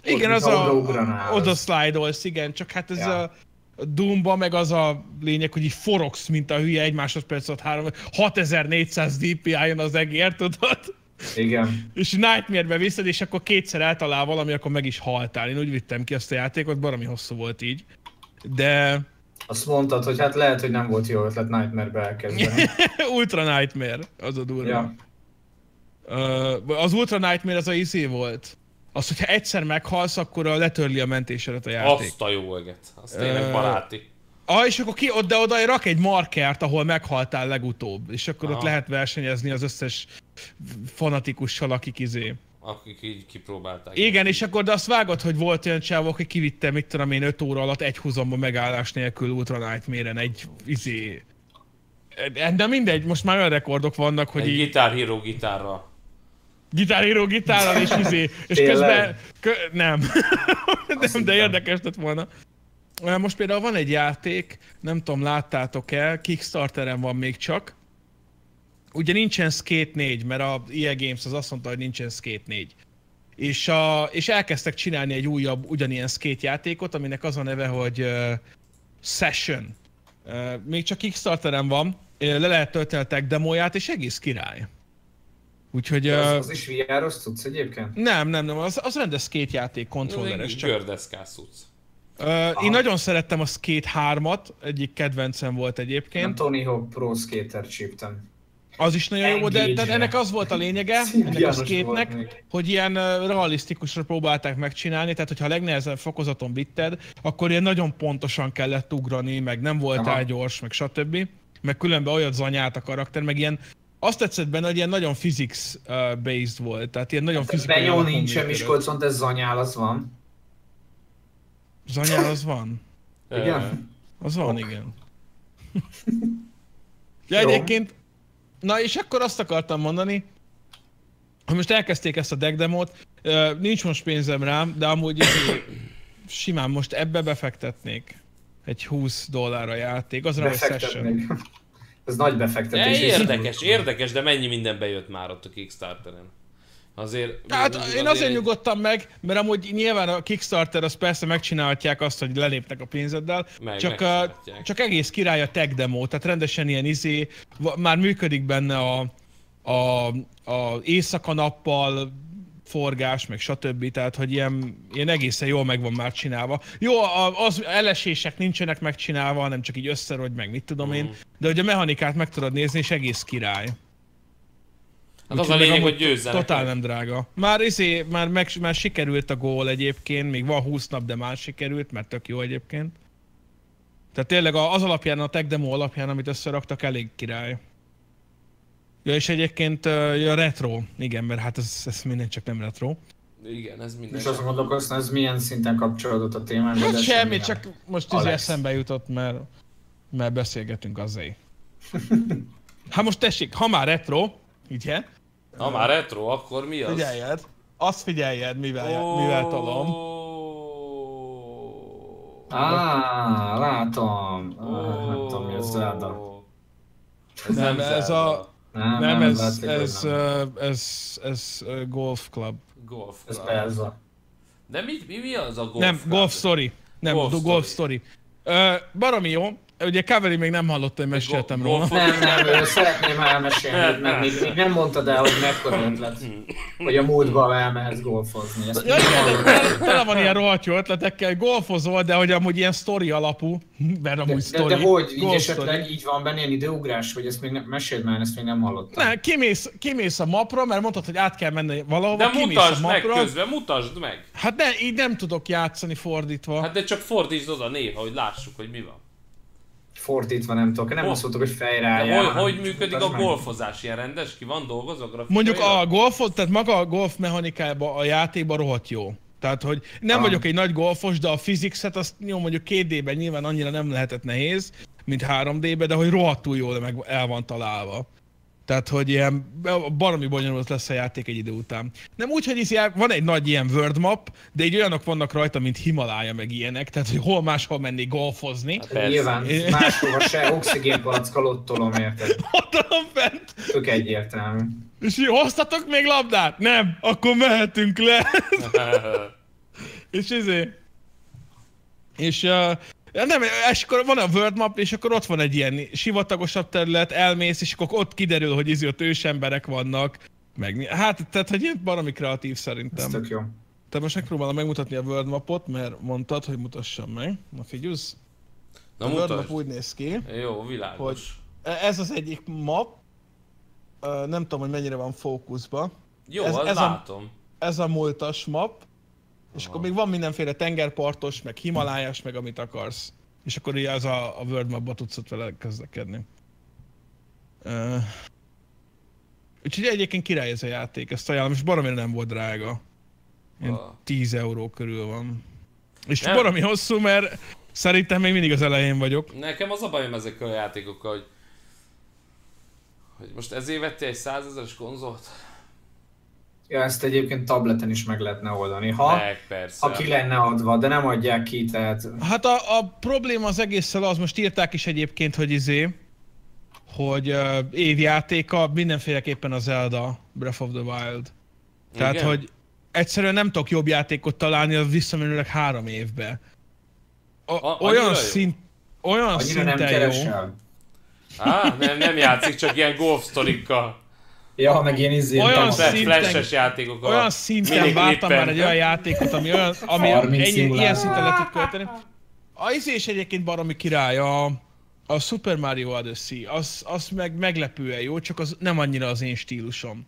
[SPEAKER 1] Igen,
[SPEAKER 4] ott,
[SPEAKER 1] az
[SPEAKER 4] oda
[SPEAKER 1] a,
[SPEAKER 4] ugranál.
[SPEAKER 1] oda slide-olsz, igen, csak hát ez
[SPEAKER 4] Ja.
[SPEAKER 1] a a Doomba meg az a lényeg, hogy így forogsz, mint a hülye, egy másodperc alatt három, 6400 DPI-on az egér, tudod?
[SPEAKER 4] Igen.
[SPEAKER 1] És Nightmare-be viszed, és akkor kétszer eltalál valami, akkor meg is haltál. Én úgy vittem ki azt a játékot, baromi hosszú volt így. De (laughs)
[SPEAKER 4] Azt mondtad, hogy hát lehet, hogy nem volt jó ötlet Nightmare-be
[SPEAKER 1] (laughs)
[SPEAKER 4] elkezdeni.
[SPEAKER 1] Ultra Nightmare, az a durva.
[SPEAKER 4] ja.
[SPEAKER 1] Ö, az Ultra Nightmare az a izé volt. Az, hogyha egyszer meghalsz, akkor a letörli a mentésedet a játék.
[SPEAKER 2] Azt a jó eget. Az tényleg
[SPEAKER 1] Ö,
[SPEAKER 2] baráti.
[SPEAKER 1] Ah, és akkor ki oda, oda rak egy markert, ahol meghaltál legutóbb, és akkor ott
[SPEAKER 2] Aha.
[SPEAKER 1] lehet versenyezni az összes fanatikussal, akik izé.
[SPEAKER 2] Akik így kipróbálták.
[SPEAKER 1] Igen, és akkor de azt vágod, hogy volt olyan csávó, aki kivitte, mit tudom én, 5 óra alatt egy húzamba megállás nélkül Ultra Nightmare-en egy izé... De mindegy, most már olyan rekordok vannak, hogy
[SPEAKER 2] Egy
[SPEAKER 1] így
[SPEAKER 2] Guitar Hero gitárral.
[SPEAKER 1] gitáríró gitárral és izé, és
[SPEAKER 4] Tényleg?
[SPEAKER 1] közben... Kö, nem. (laughs) nem, de
[SPEAKER 4] hittem.
[SPEAKER 1] érdekes lett volna. Ö, Most például van egy játék, nem tudom, láttátok-e, Kickstarteren van még csak. Ugye nincsen Skate 4, mert a EA Games az azt mondta, hogy nincsen Skate 4. És, a, és elkezdtek csinálni egy újabb, ugyanilyen skate játékot, aminek az a neve, hogy uh, Session. Uh, még csak Kickstarteren van, ö, le lehet tölteni a tech demóját, és egész király. Úgyhogy...
[SPEAKER 4] De
[SPEAKER 1] ö,
[SPEAKER 4] Az, az is VR-oz tudsz egyébként?
[SPEAKER 1] nem, nem, nem, az, az rendes skate játék, kontrolleres. Csak.
[SPEAKER 2] Gördeszkás cucc.
[SPEAKER 1] Ö, én nagyon szerettem a Skate 3-at, egyik kedvencem volt
[SPEAKER 4] Én
[SPEAKER 1] egyébként.
[SPEAKER 4] Tony Hawk Pro Skater csíptem.
[SPEAKER 1] Az is nagyon jó volt, de, de
[SPEAKER 4] Engage-re.
[SPEAKER 1] ennek az volt a
[SPEAKER 4] (laughs)
[SPEAKER 1] lényege, ennek a
[SPEAKER 4] Szimbiános volt
[SPEAKER 1] skate
[SPEAKER 4] még.
[SPEAKER 1] hogy ilyen ö, realisztikusra próbálták megcsinálni, tehát hogyha a legnehezebb fokozaton vitted, akkor ilyen nagyon pontosan kellett ugrani, meg nem voltál
[SPEAKER 4] Aha.
[SPEAKER 1] gyors, meg stb. Meg különben olyat zanyált a karakter, meg ilyen azt tetszett benne, hogy ilyen nagyon physics-based volt, tehát ilyen nagyon fizikai...
[SPEAKER 4] Benyó
[SPEAKER 1] alapon
[SPEAKER 4] Hát nincsen
[SPEAKER 1] működött.
[SPEAKER 4] Miskolcon, de Zanyál az van.
[SPEAKER 1] Zanyál az van?
[SPEAKER 4] Igen?
[SPEAKER 1] Az van, igen. ja, egyébként... Na és akkor azt akartam mondani, hogy most elkezdték ezt a deck demót, ö, nincs most pénzem rám, de amúgy izé, simán most ebbe befektetnék egy 20 dollár a játék, az rá, hogy session.
[SPEAKER 4] Befektetnek. Ez nagy
[SPEAKER 2] De
[SPEAKER 4] befektetés. és-
[SPEAKER 2] érdekes, érdekes, de mennyi minden bejött már ott a Kickstarteren. Azért...
[SPEAKER 1] Hát
[SPEAKER 2] azért-
[SPEAKER 1] én azért nyugodtam meg, mert amúgy nyilván a Kickstarter az persze megcsinálhatják azt, hogy lelépnek a pénzeddel,
[SPEAKER 2] Meg-
[SPEAKER 1] csak, a,
[SPEAKER 2] megcsinálhatják.
[SPEAKER 1] csak egész király a tech demo, tehát rendesen ilyen izé, va- már működik benne a, a, a éjszaka-nappal forgás, meg stb. Tehát, hogy ilyen, ilyen egészen jól meg van már csinálva. Jó, a- az elesések nincsenek megcsinálva, hanem csak így összerogy, meg mit tudom
[SPEAKER 2] Mm.
[SPEAKER 1] én, de hogy a mechanikát meg tudod nézni, és egész király.
[SPEAKER 2] Hát az a
[SPEAKER 1] Úgyhogy meg
[SPEAKER 2] lényeg,
[SPEAKER 1] amúgy
[SPEAKER 2] hogy győzzenek.
[SPEAKER 1] Totál nem drága. Már izé, már, meg, már sikerült a gól egyébként, még van 20 nap, de már sikerült, mert tök jó egyébként. Tehát tényleg a- az alapján, a tech demo alapján, amit összeraktak, elég király. Ja, és egyébként ö, ja, retro, igen, mert hát ez, ez minden csak nem retro.
[SPEAKER 2] Igen, ez minden.
[SPEAKER 4] És azt gondolkoztam, ez milyen szinten kapcsolódott a témához.
[SPEAKER 1] Hát semmi, csak most izé
[SPEAKER 4] Alex.
[SPEAKER 1] eszembe jutott, mert, mert beszélgetünk azért. Hát most tessék, ha már retro, ugye?
[SPEAKER 2] Ha már retro, akkor mi az?
[SPEAKER 1] Figyeljed. Azt figyeljed, mivel,
[SPEAKER 2] Ó,
[SPEAKER 1] mivel talom.
[SPEAKER 4] Á, látom. Á,
[SPEAKER 2] ó.
[SPEAKER 4] Hát, Nem tudom, mi az Zelda.
[SPEAKER 2] Ez nem,
[SPEAKER 1] Nem, ez
[SPEAKER 2] Zelda.
[SPEAKER 1] a-
[SPEAKER 4] Nem,
[SPEAKER 1] Nem, ez,
[SPEAKER 4] látszik, hogy
[SPEAKER 1] ez,
[SPEAKER 4] nem.
[SPEAKER 1] ö, ez, ez ö, golf club.
[SPEAKER 2] Golf.
[SPEAKER 4] Ez
[SPEAKER 2] Club.
[SPEAKER 4] Belza.
[SPEAKER 2] De mi, mi, mi az a golf?
[SPEAKER 1] nem,
[SPEAKER 2] Club?
[SPEAKER 1] golf story. Nem,
[SPEAKER 2] Golf
[SPEAKER 1] golf, do, golf story. Ö, baromi jó. Ugye Kaveri még nem hallotta, hogy meséltem
[SPEAKER 2] go-
[SPEAKER 1] róla.
[SPEAKER 2] golf-
[SPEAKER 4] Nem, nem, ő szeretném elmesélni, mert még, még nem mondtad el, hogy mekkora ötlet, hogy a múltba elmehetsz golfozni. Ezt
[SPEAKER 1] Ja, igen, de tele- tele van ilyen rohadt jó ötletekkel, golfozol, de hogy amúgy ilyen story alapú, (laughs) mert amúgy
[SPEAKER 4] de,
[SPEAKER 1] story.
[SPEAKER 4] de, hogy, így
[SPEAKER 1] golf
[SPEAKER 4] esetleg
[SPEAKER 1] story.
[SPEAKER 4] így van benne ilyen időugrás, hogy ezt még nem, meséld már, ezt még nem hallottam.
[SPEAKER 1] Nem, kimész, kimész a mapra, mert mondtad, hogy át kell menni valahova,
[SPEAKER 2] De
[SPEAKER 1] kimész a
[SPEAKER 2] mutasd meg
[SPEAKER 1] mapra.
[SPEAKER 2] közben, mutasd meg!
[SPEAKER 1] Hát ne, így nem tudok játszani fordítva.
[SPEAKER 2] Hát de csak fordítsd oda néha, hogy lássuk, hogy mi van.
[SPEAKER 4] Fordítva nem tudok, nem
[SPEAKER 2] Hol-
[SPEAKER 4] azt mondtuk, hogy
[SPEAKER 2] De
[SPEAKER 4] fejrájá.
[SPEAKER 2] hogy, hogy működik a
[SPEAKER 4] Mutasd meg.
[SPEAKER 2] golfozás? Ilyen rendes? Ki van dolgozva grafikai?
[SPEAKER 1] Mondjuk a golfot, tehát maga a golf mechanikába a játékban rohadt jó. Tehát, hogy nem
[SPEAKER 4] Ah.
[SPEAKER 1] vagyok egy nagy golfos, de a fizikset azt jó, mondjuk 2D-ben nyilván annyira nem lehetett nehéz, mint 3D-ben, de hogy rohadtul jól meg el van találva. Tehát, hogy ilyen baromi bonyolult lesz a játék egy idő után. Nem úgy, hogy így jár- van egy nagy ilyen world map, de így olyanok vannak rajta, mint Himalája, meg ilyenek, tehát, hogy hol máshol menni golfozni.
[SPEAKER 2] Hát Persze. (laughs)
[SPEAKER 4] Nyilván máshova se oxigénpalackkal ott tolom, érted?
[SPEAKER 1] Ott van fent,
[SPEAKER 4] Tök egyértelmű.
[SPEAKER 1] és így, hoztatok még labdát? Nem, akkor mehetünk le. És izé... És uh, nem, és akkor van a world map, és akkor ott van egy ilyen sivatagosabb terület, elmész, és akkor ott kiderül, hogy izé ott ősemberek vannak. Meg, mi- hát, tehát, hogy ilyen valami kreatív
[SPEAKER 4] Ez
[SPEAKER 1] szerintem.
[SPEAKER 4] tök jó.
[SPEAKER 1] Te most megpróbálom megmutatni a world mapot, mert mondtad, hogy mutassam meg. Na figyelsz?
[SPEAKER 2] Na
[SPEAKER 1] A world map
[SPEAKER 2] mutasd.
[SPEAKER 1] úgy néz ki. E,
[SPEAKER 2] Jó, világos.
[SPEAKER 1] Ez az egyik map. Ö, Nem tudom, hogy mennyire van fókuszba.
[SPEAKER 2] Jó,
[SPEAKER 1] Ez-
[SPEAKER 2] az
[SPEAKER 1] ez a-
[SPEAKER 2] látom.
[SPEAKER 1] ez a múltas map, és akkor még van mindenféle tengerpartos, meg himalájas, meg amit akarsz. És akkor ugye az a, a world mapba tudsz ott vele közlekedni. Uh, úgyhogy egyébként király ez a játék, ezt ajánlom, és baromira nem volt drága. Ilyen
[SPEAKER 2] Ah.
[SPEAKER 1] 10 euró körül van. És
[SPEAKER 2] Nem.
[SPEAKER 1] baromi hosszú, mert szerintem még mindig az elején vagyok.
[SPEAKER 2] Nekem az a bajom ezekkel a játékokkal, hogy, hogy most ezért vettél egy 100 ezeres konzolt?
[SPEAKER 4] Ja, ezt egyébként tableten is meg lehetne oldani, ha,
[SPEAKER 2] Meg persze.
[SPEAKER 4] ha ki lenne adva, de nem adják ki, tehát
[SPEAKER 1] Hát a, a probléma az egésszel az, most írták is egyébként, hogy izé, hogy uh, évjátéka mindenféleképpen az Zelda Breath of the Wild. Tehát,
[SPEAKER 2] Igen?
[SPEAKER 1] hogy egyszerűen nem tudok jobb játékot találni az visszamenőleg három évbe. A,
[SPEAKER 2] A- annyira jó?
[SPEAKER 1] olyan szint, olyan
[SPEAKER 4] annyira nem
[SPEAKER 1] szinten jó.
[SPEAKER 4] keresel.
[SPEAKER 2] Á, nem, nem játszik, csak ilyen golf sztorikkal.
[SPEAKER 4] Ja, meg ilyen izé,
[SPEAKER 1] Olyan
[SPEAKER 4] nem-
[SPEAKER 1] szint-
[SPEAKER 2] Fle-
[SPEAKER 1] Szinten-
[SPEAKER 2] Flashes játékokkal.
[SPEAKER 1] Olyan szinten
[SPEAKER 2] Mindig
[SPEAKER 1] vártam
[SPEAKER 2] éppen.
[SPEAKER 1] már egy olyan játékot, ami, olyan, ami
[SPEAKER 4] Farming
[SPEAKER 1] ennyi, ilyen
[SPEAKER 4] szimulátor.
[SPEAKER 1] szinten le tud költeni. A izé is egyébként baromi király, a, a Super Mario Odyssey, az, az meg meglepően jó, csak az nem annyira az én stílusom.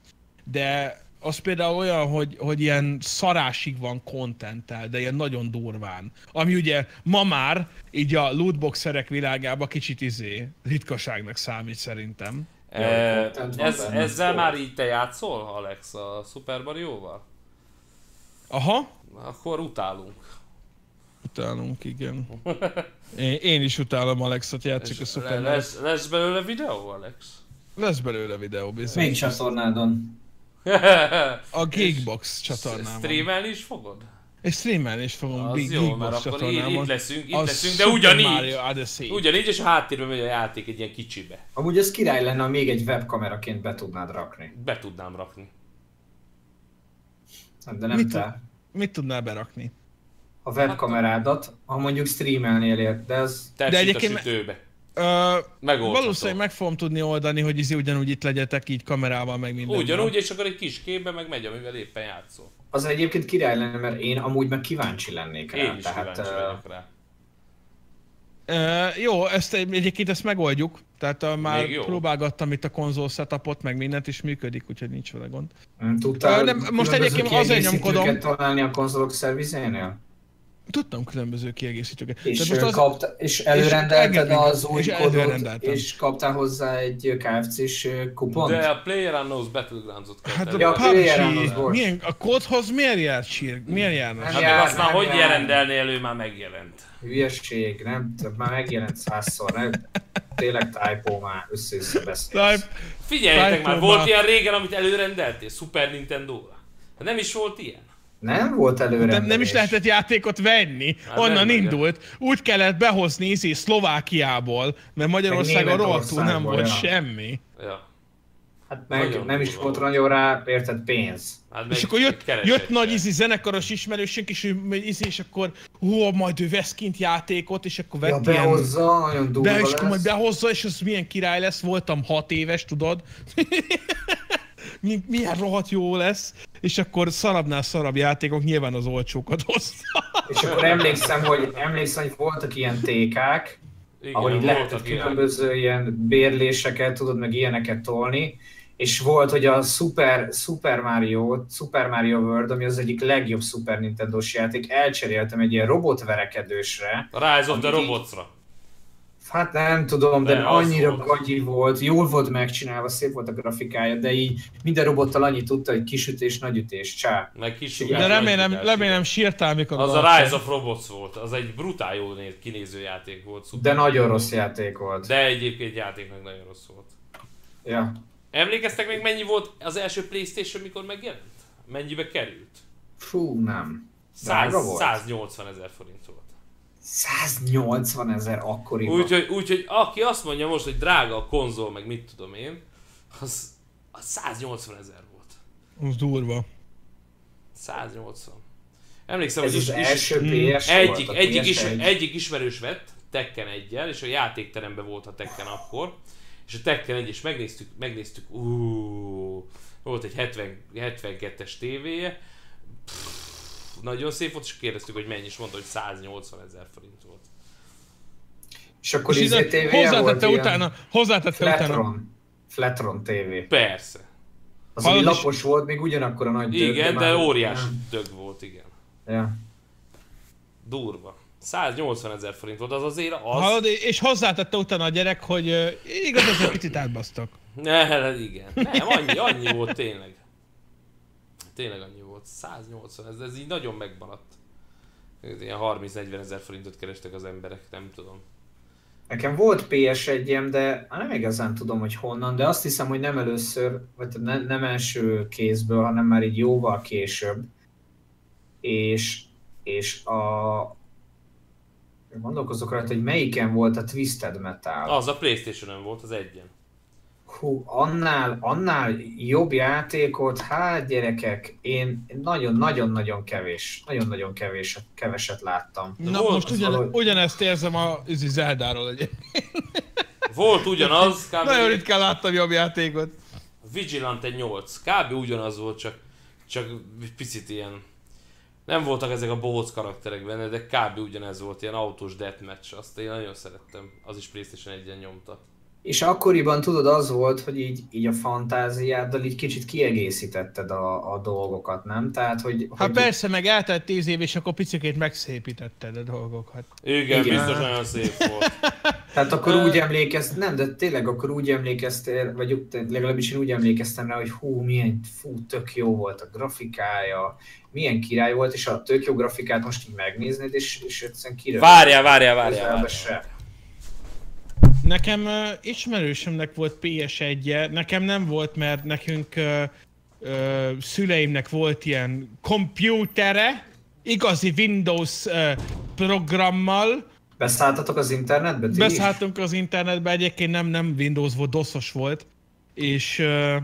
[SPEAKER 1] De az például olyan, hogy, hogy ilyen szarásig van kontenttel, de ilyen nagyon durván. Ami ugye ma már, így a lootboxerek világában kicsit izé, ritkaságnak számít szerintem.
[SPEAKER 2] E,
[SPEAKER 4] content van
[SPEAKER 2] ez,
[SPEAKER 4] benne.
[SPEAKER 2] ezzel
[SPEAKER 4] Ó.
[SPEAKER 2] már így te játszol, Alex, a Super Mario-val?
[SPEAKER 1] Aha,
[SPEAKER 2] Akkor utálunk.
[SPEAKER 1] utálunk, igen. Én, én is utálom Alexot, játszik a
[SPEAKER 2] Le-
[SPEAKER 1] Super Mario.
[SPEAKER 2] lesz, lesz belőle videó, Alex?
[SPEAKER 1] Lesz belőle videó bizony.
[SPEAKER 4] Még csatornádon.
[SPEAKER 1] A Geekbox csatornámon.
[SPEAKER 2] Streamelni is fogod?
[SPEAKER 1] És streamelni is fogom
[SPEAKER 2] Az
[SPEAKER 1] Geek-
[SPEAKER 2] jó, mert
[SPEAKER 1] Geekbox
[SPEAKER 2] akkor itt, itt
[SPEAKER 1] csatornámon.
[SPEAKER 2] leszünk, itt
[SPEAKER 1] A
[SPEAKER 2] leszünk, de
[SPEAKER 1] Super
[SPEAKER 2] ugyanígy.
[SPEAKER 1] Mario Odyssey.
[SPEAKER 2] Ugyanígy, és a háttérben megy a játék egy ilyen kicsibe.
[SPEAKER 4] Amúgy ez király lenne, ha még egy webkameraként be tudnád rakni.
[SPEAKER 2] Be tudnám rakni.
[SPEAKER 4] Hát De nem
[SPEAKER 1] Mit
[SPEAKER 4] te.
[SPEAKER 1] tud- Mit tudnál berakni?
[SPEAKER 4] A webkamerádat, ha mondjuk streamelnél ért, de ez...
[SPEAKER 2] Te
[SPEAKER 1] De
[SPEAKER 2] de egyébként...
[SPEAKER 1] egyébként
[SPEAKER 2] a
[SPEAKER 1] me-
[SPEAKER 2] sütőbe.
[SPEAKER 1] Ö,
[SPEAKER 2] Megoldható.
[SPEAKER 1] valószínűleg meg fogom tudni oldani, hogy izé ugyanúgy itt legyetek így kamerával, meg minden.
[SPEAKER 2] Ugyanúgy, és akkor egy kis képbe meg megy, amivel éppen játszol.
[SPEAKER 4] Az egyébként király lenne, mert én amúgy meg kíváncsi lennék rá.
[SPEAKER 2] Én is
[SPEAKER 4] tehát,
[SPEAKER 2] kíváncsi
[SPEAKER 4] ö,
[SPEAKER 2] vagyok rá.
[SPEAKER 1] Ö, jó, ezt egy- egyébként ezt megoldjuk. Tehát uh, már
[SPEAKER 2] Még jó.
[SPEAKER 1] próbálgattam itt a konzol setupot, meg mindent is működik, úgyhogy nincs vele gond.
[SPEAKER 4] nem Tudtál
[SPEAKER 1] Ö, nem, most
[SPEAKER 4] különböző
[SPEAKER 1] egyébként azért
[SPEAKER 4] kiegészítőket
[SPEAKER 1] nyomkodom.
[SPEAKER 4] találni a konzolok szervizénél?
[SPEAKER 1] Tudtam különböző kiegészítőket.
[SPEAKER 4] És,
[SPEAKER 1] most
[SPEAKER 4] most az... kapta, és előrendelted
[SPEAKER 1] elgettem,
[SPEAKER 4] az új
[SPEAKER 1] és
[SPEAKER 4] kódot,
[SPEAKER 1] előrendeltem.
[SPEAKER 4] és kaptál hozzá egy KFC-s kupont?
[SPEAKER 2] De a PlayerUnknown's Battlegrounds-ot kell
[SPEAKER 1] Hát
[SPEAKER 2] hát,
[SPEAKER 1] a
[SPEAKER 4] Ja,
[SPEAKER 1] ja,
[SPEAKER 4] a PRN
[SPEAKER 1] PUBG,
[SPEAKER 4] az volt.
[SPEAKER 1] milyen, a kódhoz miért jár sír? Miért járnak?
[SPEAKER 2] Hát meg
[SPEAKER 4] jár,
[SPEAKER 2] azt már
[SPEAKER 4] nem
[SPEAKER 2] hogy
[SPEAKER 4] jár.
[SPEAKER 2] rendelni elő, már megjelent.
[SPEAKER 4] Hülyeség, nem? Te Már megjelent százszor, nem? Tényleg typo már össze-össze beszélsz.
[SPEAKER 1] Type,
[SPEAKER 2] Figyeljetek már,
[SPEAKER 1] Fájtom
[SPEAKER 2] volt
[SPEAKER 1] már.
[SPEAKER 2] ilyen régen, amit előrendeltél? Super Nintendo-ra? Hát nem is volt ilyen?
[SPEAKER 4] Nem volt előrendelés.
[SPEAKER 1] nem, nem is lehetett játékot venni,
[SPEAKER 2] Hát nem,
[SPEAKER 1] onnan
[SPEAKER 2] nem.
[SPEAKER 1] indult. Úgy kellett behozni izé Szlovákiából, mert Magyarországon rohadtul nem
[SPEAKER 4] Németországból,
[SPEAKER 1] volt
[SPEAKER 4] ja.
[SPEAKER 1] semmi.
[SPEAKER 2] Ja.
[SPEAKER 4] Hát meg
[SPEAKER 2] Nagyon
[SPEAKER 4] nem is
[SPEAKER 2] durva
[SPEAKER 4] volt
[SPEAKER 2] volt.
[SPEAKER 4] nagyon rá, érted, pénz.
[SPEAKER 2] Hát meg
[SPEAKER 1] És akkor jött,
[SPEAKER 2] keresett
[SPEAKER 1] jött nagy izé-
[SPEAKER 2] el.
[SPEAKER 1] izi zenekaros ismerősünk, és ő megy izi, és akkor hú, majd ő vesz kint játékot, és akkor
[SPEAKER 4] Ja,
[SPEAKER 1] vett ja, ilyen...
[SPEAKER 4] behozza, nagyon durva
[SPEAKER 1] Be, és akkor majd
[SPEAKER 4] lesz.
[SPEAKER 1] behozza, és az milyen király lesz, voltam hat éves, tudod? (laughs) Mi- milyen rohadt jó lesz, és akkor szarabbnál szarabb játékok nyilván az olcsókat hozta.
[SPEAKER 4] És akkor emlékszem, hogy emlékszem, hogy voltak ilyen tékák,
[SPEAKER 2] Igen,
[SPEAKER 4] ahol így lehetett
[SPEAKER 2] voltak ilyen.
[SPEAKER 4] különböző ilyen bérléseket, tudod, meg ilyeneket tolni, és volt, hogy a Super, Super Mario, Super Mario World, ami az egyik legjobb Super Nintendo-s játék, elcseréltem egy ilyen robotverekedősre,
[SPEAKER 2] A Rise of the
[SPEAKER 4] Amit így-
[SPEAKER 2] Robotsra.
[SPEAKER 4] Hát nem tudom, de,
[SPEAKER 2] De
[SPEAKER 4] de
[SPEAKER 2] az
[SPEAKER 4] annyira
[SPEAKER 2] volt.
[SPEAKER 4] gagyi volt, jól volt megcsinálva, szép volt a grafikája, de így minden robottal annyit tudta, hogy kisütés, nagyütés, csá.
[SPEAKER 2] Meg kis
[SPEAKER 1] De
[SPEAKER 2] sugár,
[SPEAKER 1] remélem,
[SPEAKER 2] nagy
[SPEAKER 1] remélem sírtál, mikor
[SPEAKER 2] Az a
[SPEAKER 1] alszol.
[SPEAKER 2] Rise of Robots volt, az egy brutál jól néz- kinéző játék volt. Szuper.
[SPEAKER 4] De nagyon rossz játék volt.
[SPEAKER 2] De egyébként játéknak nagyon rossz volt.
[SPEAKER 4] Ja.
[SPEAKER 2] Emlékeztek még mennyi volt az első Playstation, mikor megjelent? Mennyibe került?
[SPEAKER 4] Fú, nem. Drága
[SPEAKER 2] 100,
[SPEAKER 4] volt?
[SPEAKER 2] 180 ezer forint volt.
[SPEAKER 4] 180 ezer akkoriban.
[SPEAKER 2] Úgyhogy úgy, aki azt mondja most, hogy drága a konzol, meg mit tudom én, az, az 180 ezer volt.
[SPEAKER 1] Az durva.
[SPEAKER 2] 180. Emlékszem,
[SPEAKER 4] Ez
[SPEAKER 2] hogy
[SPEAKER 4] az
[SPEAKER 2] is, is,
[SPEAKER 4] első PS volt,
[SPEAKER 2] egyik,
[SPEAKER 4] a
[SPEAKER 2] egyik,
[SPEAKER 4] PS1.
[SPEAKER 2] is, egyik ismerős vett Tekken 1 és a játékteremben volt a Tekken akkor, és a Tekken 1 is megnéztük, megnéztük, ú, volt egy 70, 72-es tévéje, Pff, nagyon szép volt, és kérdeztük, hogy mennyi, és mondta, hogy 180 ezer forint volt.
[SPEAKER 4] És akkor
[SPEAKER 1] És
[SPEAKER 4] izé
[SPEAKER 1] ide-
[SPEAKER 4] tévéje volt
[SPEAKER 1] hozzátette
[SPEAKER 4] ilyen
[SPEAKER 1] utána, hozzátette utána.
[SPEAKER 4] Flatron. Flatron TV.
[SPEAKER 2] Persze.
[SPEAKER 4] Az
[SPEAKER 1] Hallod
[SPEAKER 4] ami
[SPEAKER 1] is-
[SPEAKER 4] lapos volt, még ugyanakkor a nagy dög,
[SPEAKER 2] Igen, de
[SPEAKER 4] már-
[SPEAKER 2] óriás dög volt, igen.
[SPEAKER 4] Ja.
[SPEAKER 2] Durva. 180 ezer forint volt, az azért az...
[SPEAKER 1] Hallod, és hozzátette utána a gyerek, hogy ö, igaz, ez egy picit átbasztak.
[SPEAKER 2] Ne, igen. Nem, annyi, annyi volt tényleg. Tényleg annyi volt. 180, ez, ez így nagyon megmaradt. Ez Ilyen 30-40 ezer forintot kerestek az emberek, nem tudom.
[SPEAKER 4] Nekem volt PS1-em, de hát nem igazán tudom, hogy honnan, de azt hiszem, hogy nem először, vagy ne, nem első kézből, hanem már így jóval később. És, és a... Gondolkozok rajta, hogy melyiken volt a Twisted Metal.
[SPEAKER 2] Az a Playstation-ön volt, az egyen.
[SPEAKER 4] Hú, annál, annál jobb játékot, hát gyerekek, én nagyon-nagyon-nagyon kevés, nagyon-nagyon kevés, keveset láttam.
[SPEAKER 1] Na
[SPEAKER 2] volt
[SPEAKER 1] most
[SPEAKER 2] az
[SPEAKER 1] ugyan,
[SPEAKER 4] valahogy.
[SPEAKER 1] ugyanezt érzem a izi Zeldáról egy.
[SPEAKER 2] Volt ugyanaz, kb.
[SPEAKER 1] Nagyon ritkán láttam jobb játékot.
[SPEAKER 2] Vigilante 8, kb. ugyanaz volt, csak, csak picit ilyen... Nem voltak ezek a bohóc karakterek benne, de kb. ugyanez volt, ilyen autós deathmatch, azt én nagyon szerettem. Az is Playstation 1-en nyomta.
[SPEAKER 4] És akkoriban tudod, az volt, hogy így, így a fantáziáddal így kicsit kiegészítetted a, a dolgokat, nem? Tehát, hogy...
[SPEAKER 1] Hát
[SPEAKER 4] hogy
[SPEAKER 1] persze, meg eltelt 10 év, és akkor picikét megszépítetted a hát. dolgokat.
[SPEAKER 2] Igen,
[SPEAKER 4] Igen.
[SPEAKER 2] biztos nagyon szép volt.
[SPEAKER 4] Tehát akkor úgy emlékezt, nem, de tényleg akkor úgy emlékeztél, vagy úgy- legalábbis én úgy emlékeztem rá, hogy hú, milyen fú, tök jó volt a grafikája, milyen király volt, és a tök jó grafikát most így megnéznéd, és, és egyszerűen kiröhög.
[SPEAKER 2] Várjál, várjál, várjál.
[SPEAKER 4] Közelbe
[SPEAKER 2] várjál.
[SPEAKER 4] se.
[SPEAKER 1] Nekem uh, ismerősömnek volt PS1-je, nekem nem volt, mert nekünk uh, uh, szüleimnek volt ilyen kompjútere, igazi Windows uh, programmal,
[SPEAKER 4] Beszálltatok az internetbe? ti is?
[SPEAKER 1] Beszálltunk az internetbe, egyébként nem, nem Windows volt, doszos volt. És, ö,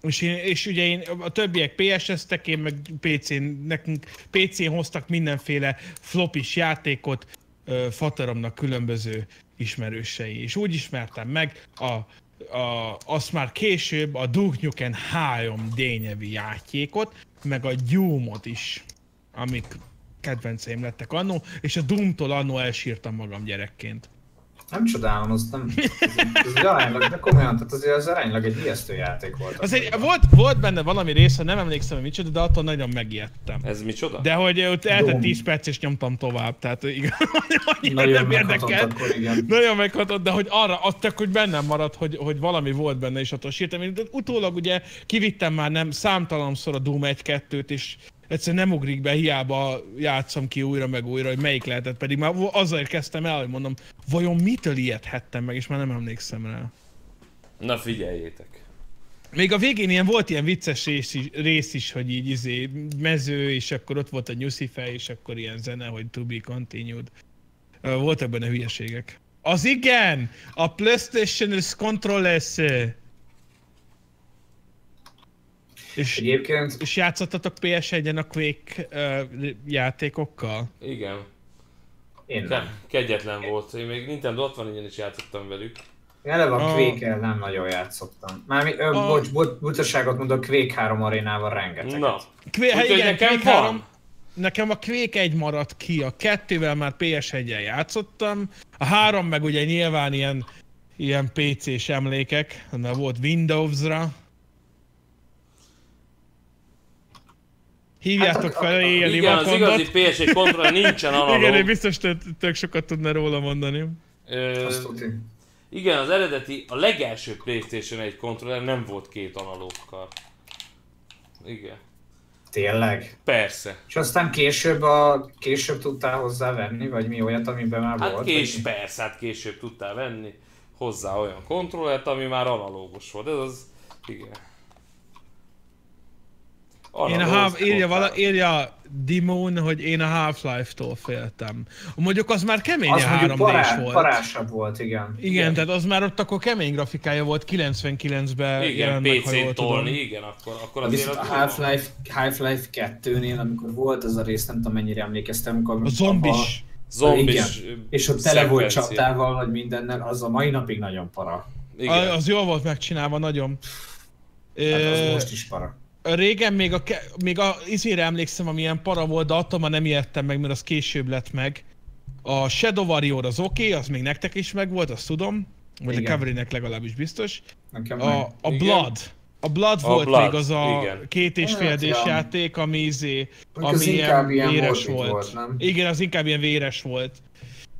[SPEAKER 1] és, én, és ugye én, a többiek PSS-tek, én meg PC-n, nekünk PC-n hoztak mindenféle flopis játékot ö, fateromnak különböző ismerősei. És úgy ismertem meg a, a, azt már később a Duke Nukem 3 d nevű játékot, meg a Doom-ot is, amik kedvenceim lettek annó, és a Doom-tól annó elsírtam magam gyerekként.
[SPEAKER 4] Nem csodálom, az nem... Ez, ez aránylag, de komolyan, tehát azért az aránylag egy ijesztő játék volt.
[SPEAKER 1] Azért volt, volt benne valami része, nem emlékszem, hogy micsoda, de attól nagyon megijedtem.
[SPEAKER 2] Ez micsoda?
[SPEAKER 1] De hogy ott eltett
[SPEAKER 4] Dom.
[SPEAKER 1] 10 perc és nyomtam tovább, tehát igen, (laughs) annyira
[SPEAKER 4] Nagyon
[SPEAKER 1] nem
[SPEAKER 4] meghatott
[SPEAKER 1] érdekelt.
[SPEAKER 4] akkor, igen.
[SPEAKER 1] Nagyon meghatott, de hogy arra, az csak hogy bennem maradt, hogy, hogy valami volt benne, és attól sírtam. Én utólag ugye kivittem már nem számtalanszor a Doom 1-2-t, és egyszerűen nem ugrik be, hiába játszom ki újra meg újra, hogy melyik lehetett, pedig már azért kezdtem el, hogy mondom, vajon mitől ijedhettem meg, és már nem emlékszem rá.
[SPEAKER 2] Na figyeljétek.
[SPEAKER 1] Még a végén ilyen volt ilyen vicces rész is, rész is hogy így izé mező, és akkor ott volt a nyuszife, és akkor ilyen zene, hogy to be continued. Ö, Voltak benne hülyeségek. Az igen! A playstation is controllers. És,
[SPEAKER 4] Egyébként
[SPEAKER 1] és játszottatok PS1-en a Quake ö, játékokkal?
[SPEAKER 2] Igen.
[SPEAKER 4] én nem.
[SPEAKER 2] Nem, kegyetlen volt. Én még Nintendo 64-en is játszottam velük.
[SPEAKER 4] Én Eleve
[SPEAKER 1] A-
[SPEAKER 4] a quake nem nagyon játszottam. Mármi, ö,
[SPEAKER 1] A-
[SPEAKER 4] bocs, bocs, butaságot mondok, Quake 3 arénával rengeteg.
[SPEAKER 2] Na,
[SPEAKER 1] Quake, hát
[SPEAKER 2] úgyhogy
[SPEAKER 1] igen,
[SPEAKER 2] nekem
[SPEAKER 1] Quake három-
[SPEAKER 2] van.
[SPEAKER 1] Nekem a Quake 1 maradt ki, a kettővel már PS1-en játszottam, a három meg ugye nyilván ilyen, ilyen PC-s emlékek, na volt Windows-ra. Hívjátok
[SPEAKER 4] Hát a-
[SPEAKER 1] fel éjjeli
[SPEAKER 2] Igen, az igazi
[SPEAKER 1] vakondot.
[SPEAKER 2] PS1 kontroll
[SPEAKER 1] (laughs)
[SPEAKER 2] nincsen
[SPEAKER 1] Igen, ő
[SPEAKER 2] analóg.
[SPEAKER 1] biztos tök- tök sokat tudna róla mondani.
[SPEAKER 2] Ö,
[SPEAKER 4] Azt tudni.
[SPEAKER 2] Igen, az eredeti, a legelső Playstation 1 kontroller nem volt két analókkal. Igen.
[SPEAKER 4] Tényleg.
[SPEAKER 2] Persze.
[SPEAKER 4] És aztán később, a, később tudtál hozzávenni, vagy mi olyat, amiben már
[SPEAKER 2] Hát
[SPEAKER 4] volt?
[SPEAKER 2] kés,
[SPEAKER 4] vagy-
[SPEAKER 2] persze, hát később tudtál venni hozzá olyan kontrollert, ami már analógos volt. Ez az... Igen.
[SPEAKER 1] Én a
[SPEAKER 2] Analóg
[SPEAKER 1] half, írja, vala,
[SPEAKER 2] kontroller.
[SPEAKER 1] írja Dimon, hogy én a Half-Life-tól féltem. Mondjuk az már kemény a
[SPEAKER 4] Az mondjuk
[SPEAKER 1] 3 d
[SPEAKER 4] pará,
[SPEAKER 1] volt.
[SPEAKER 4] parásabb volt, igen.
[SPEAKER 1] Igen, tehát az már ott akkor kemény grafikája volt, 99-ben
[SPEAKER 2] Igen,
[SPEAKER 1] jelent meg, ha
[SPEAKER 2] PC-t
[SPEAKER 1] jól
[SPEAKER 2] tolni,
[SPEAKER 1] tudom.
[SPEAKER 2] igen, akkor, akkor azért
[SPEAKER 4] Viszont a
[SPEAKER 2] az
[SPEAKER 4] Half-Life, Half-Life 2-nél, amikor volt az a rész, nem tudom mennyire emlékeztem, amikor...
[SPEAKER 1] A zombis.
[SPEAKER 2] zombis
[SPEAKER 4] Igen.
[SPEAKER 2] ö,
[SPEAKER 4] És ott tele volt
[SPEAKER 2] szekvencia.
[SPEAKER 4] csaptával, vagy mindennel, az a mai napig nagyon para.
[SPEAKER 1] A,
[SPEAKER 2] Igen.
[SPEAKER 1] az jól volt megcsinálva, nagyon.
[SPEAKER 4] Hát az
[SPEAKER 1] Ö,
[SPEAKER 4] most is para.
[SPEAKER 1] Régen még a, ke- még a izére emlékszem, ami ilyen para volt, de attól már nem ijedtem meg, mert az később lett meg. A Shadow Warrior az oké, okay, az még nektek is megvolt, azt tudom. Vagy
[SPEAKER 4] Igen.
[SPEAKER 1] a Cavalry-nek legalábbis biztos.
[SPEAKER 4] Nekem
[SPEAKER 1] A,
[SPEAKER 4] meg.
[SPEAKER 1] a
[SPEAKER 2] Igen.
[SPEAKER 1] Blood. A Blood
[SPEAKER 2] A
[SPEAKER 1] volt
[SPEAKER 2] Blood,
[SPEAKER 1] még az a
[SPEAKER 2] igen.
[SPEAKER 1] két és
[SPEAKER 4] Hát,
[SPEAKER 1] fél d
[SPEAKER 4] ja.
[SPEAKER 1] játék, ami izé,
[SPEAKER 4] Mondjuk
[SPEAKER 1] ami
[SPEAKER 4] az
[SPEAKER 1] ilyen
[SPEAKER 4] inkább ilyen
[SPEAKER 1] véres
[SPEAKER 4] morbid
[SPEAKER 1] volt.
[SPEAKER 4] volt, nem?
[SPEAKER 1] Igen, az inkább ilyen véres volt.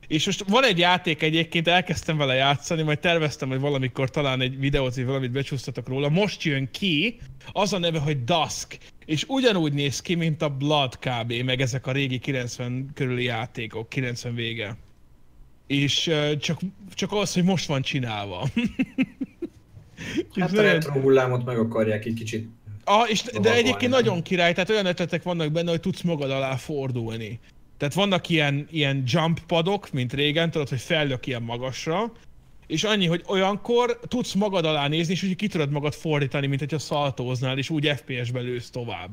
[SPEAKER 1] És most van egy játék egyébként, elkezdtem vele játszani, majd terveztem, hogy valamikor talán egy videót, vagy valamit becsúsztatok róla. Most jön ki, az a neve, hogy Dusk. És ugyanúgy néz ki, mint a Blood kb. meg ezek a régi 90 körüli játékok, 90 vége. És ö, csak, csak az, hogy most van csinálva.
[SPEAKER 4] Hát a
[SPEAKER 1] nagyon-
[SPEAKER 4] Hát retro hullámot meg akarják egy kicsit
[SPEAKER 1] Ah, és, de
[SPEAKER 4] lovagolni,
[SPEAKER 1] egyébként
[SPEAKER 4] nem?
[SPEAKER 1] nagyon király, tehát olyan ötletek vannak benne, hogy tudsz magad alá fordulni. Tehát vannak ilyen, ilyen jump padok, mint régen, tudod, hogy fellök ilyen magasra, és annyi, hogy olyankor tudsz magad alá nézni, és úgy ki tudod magad fordítani, mint hogyha szaltóznál, és úgy FPS-be lősz tovább.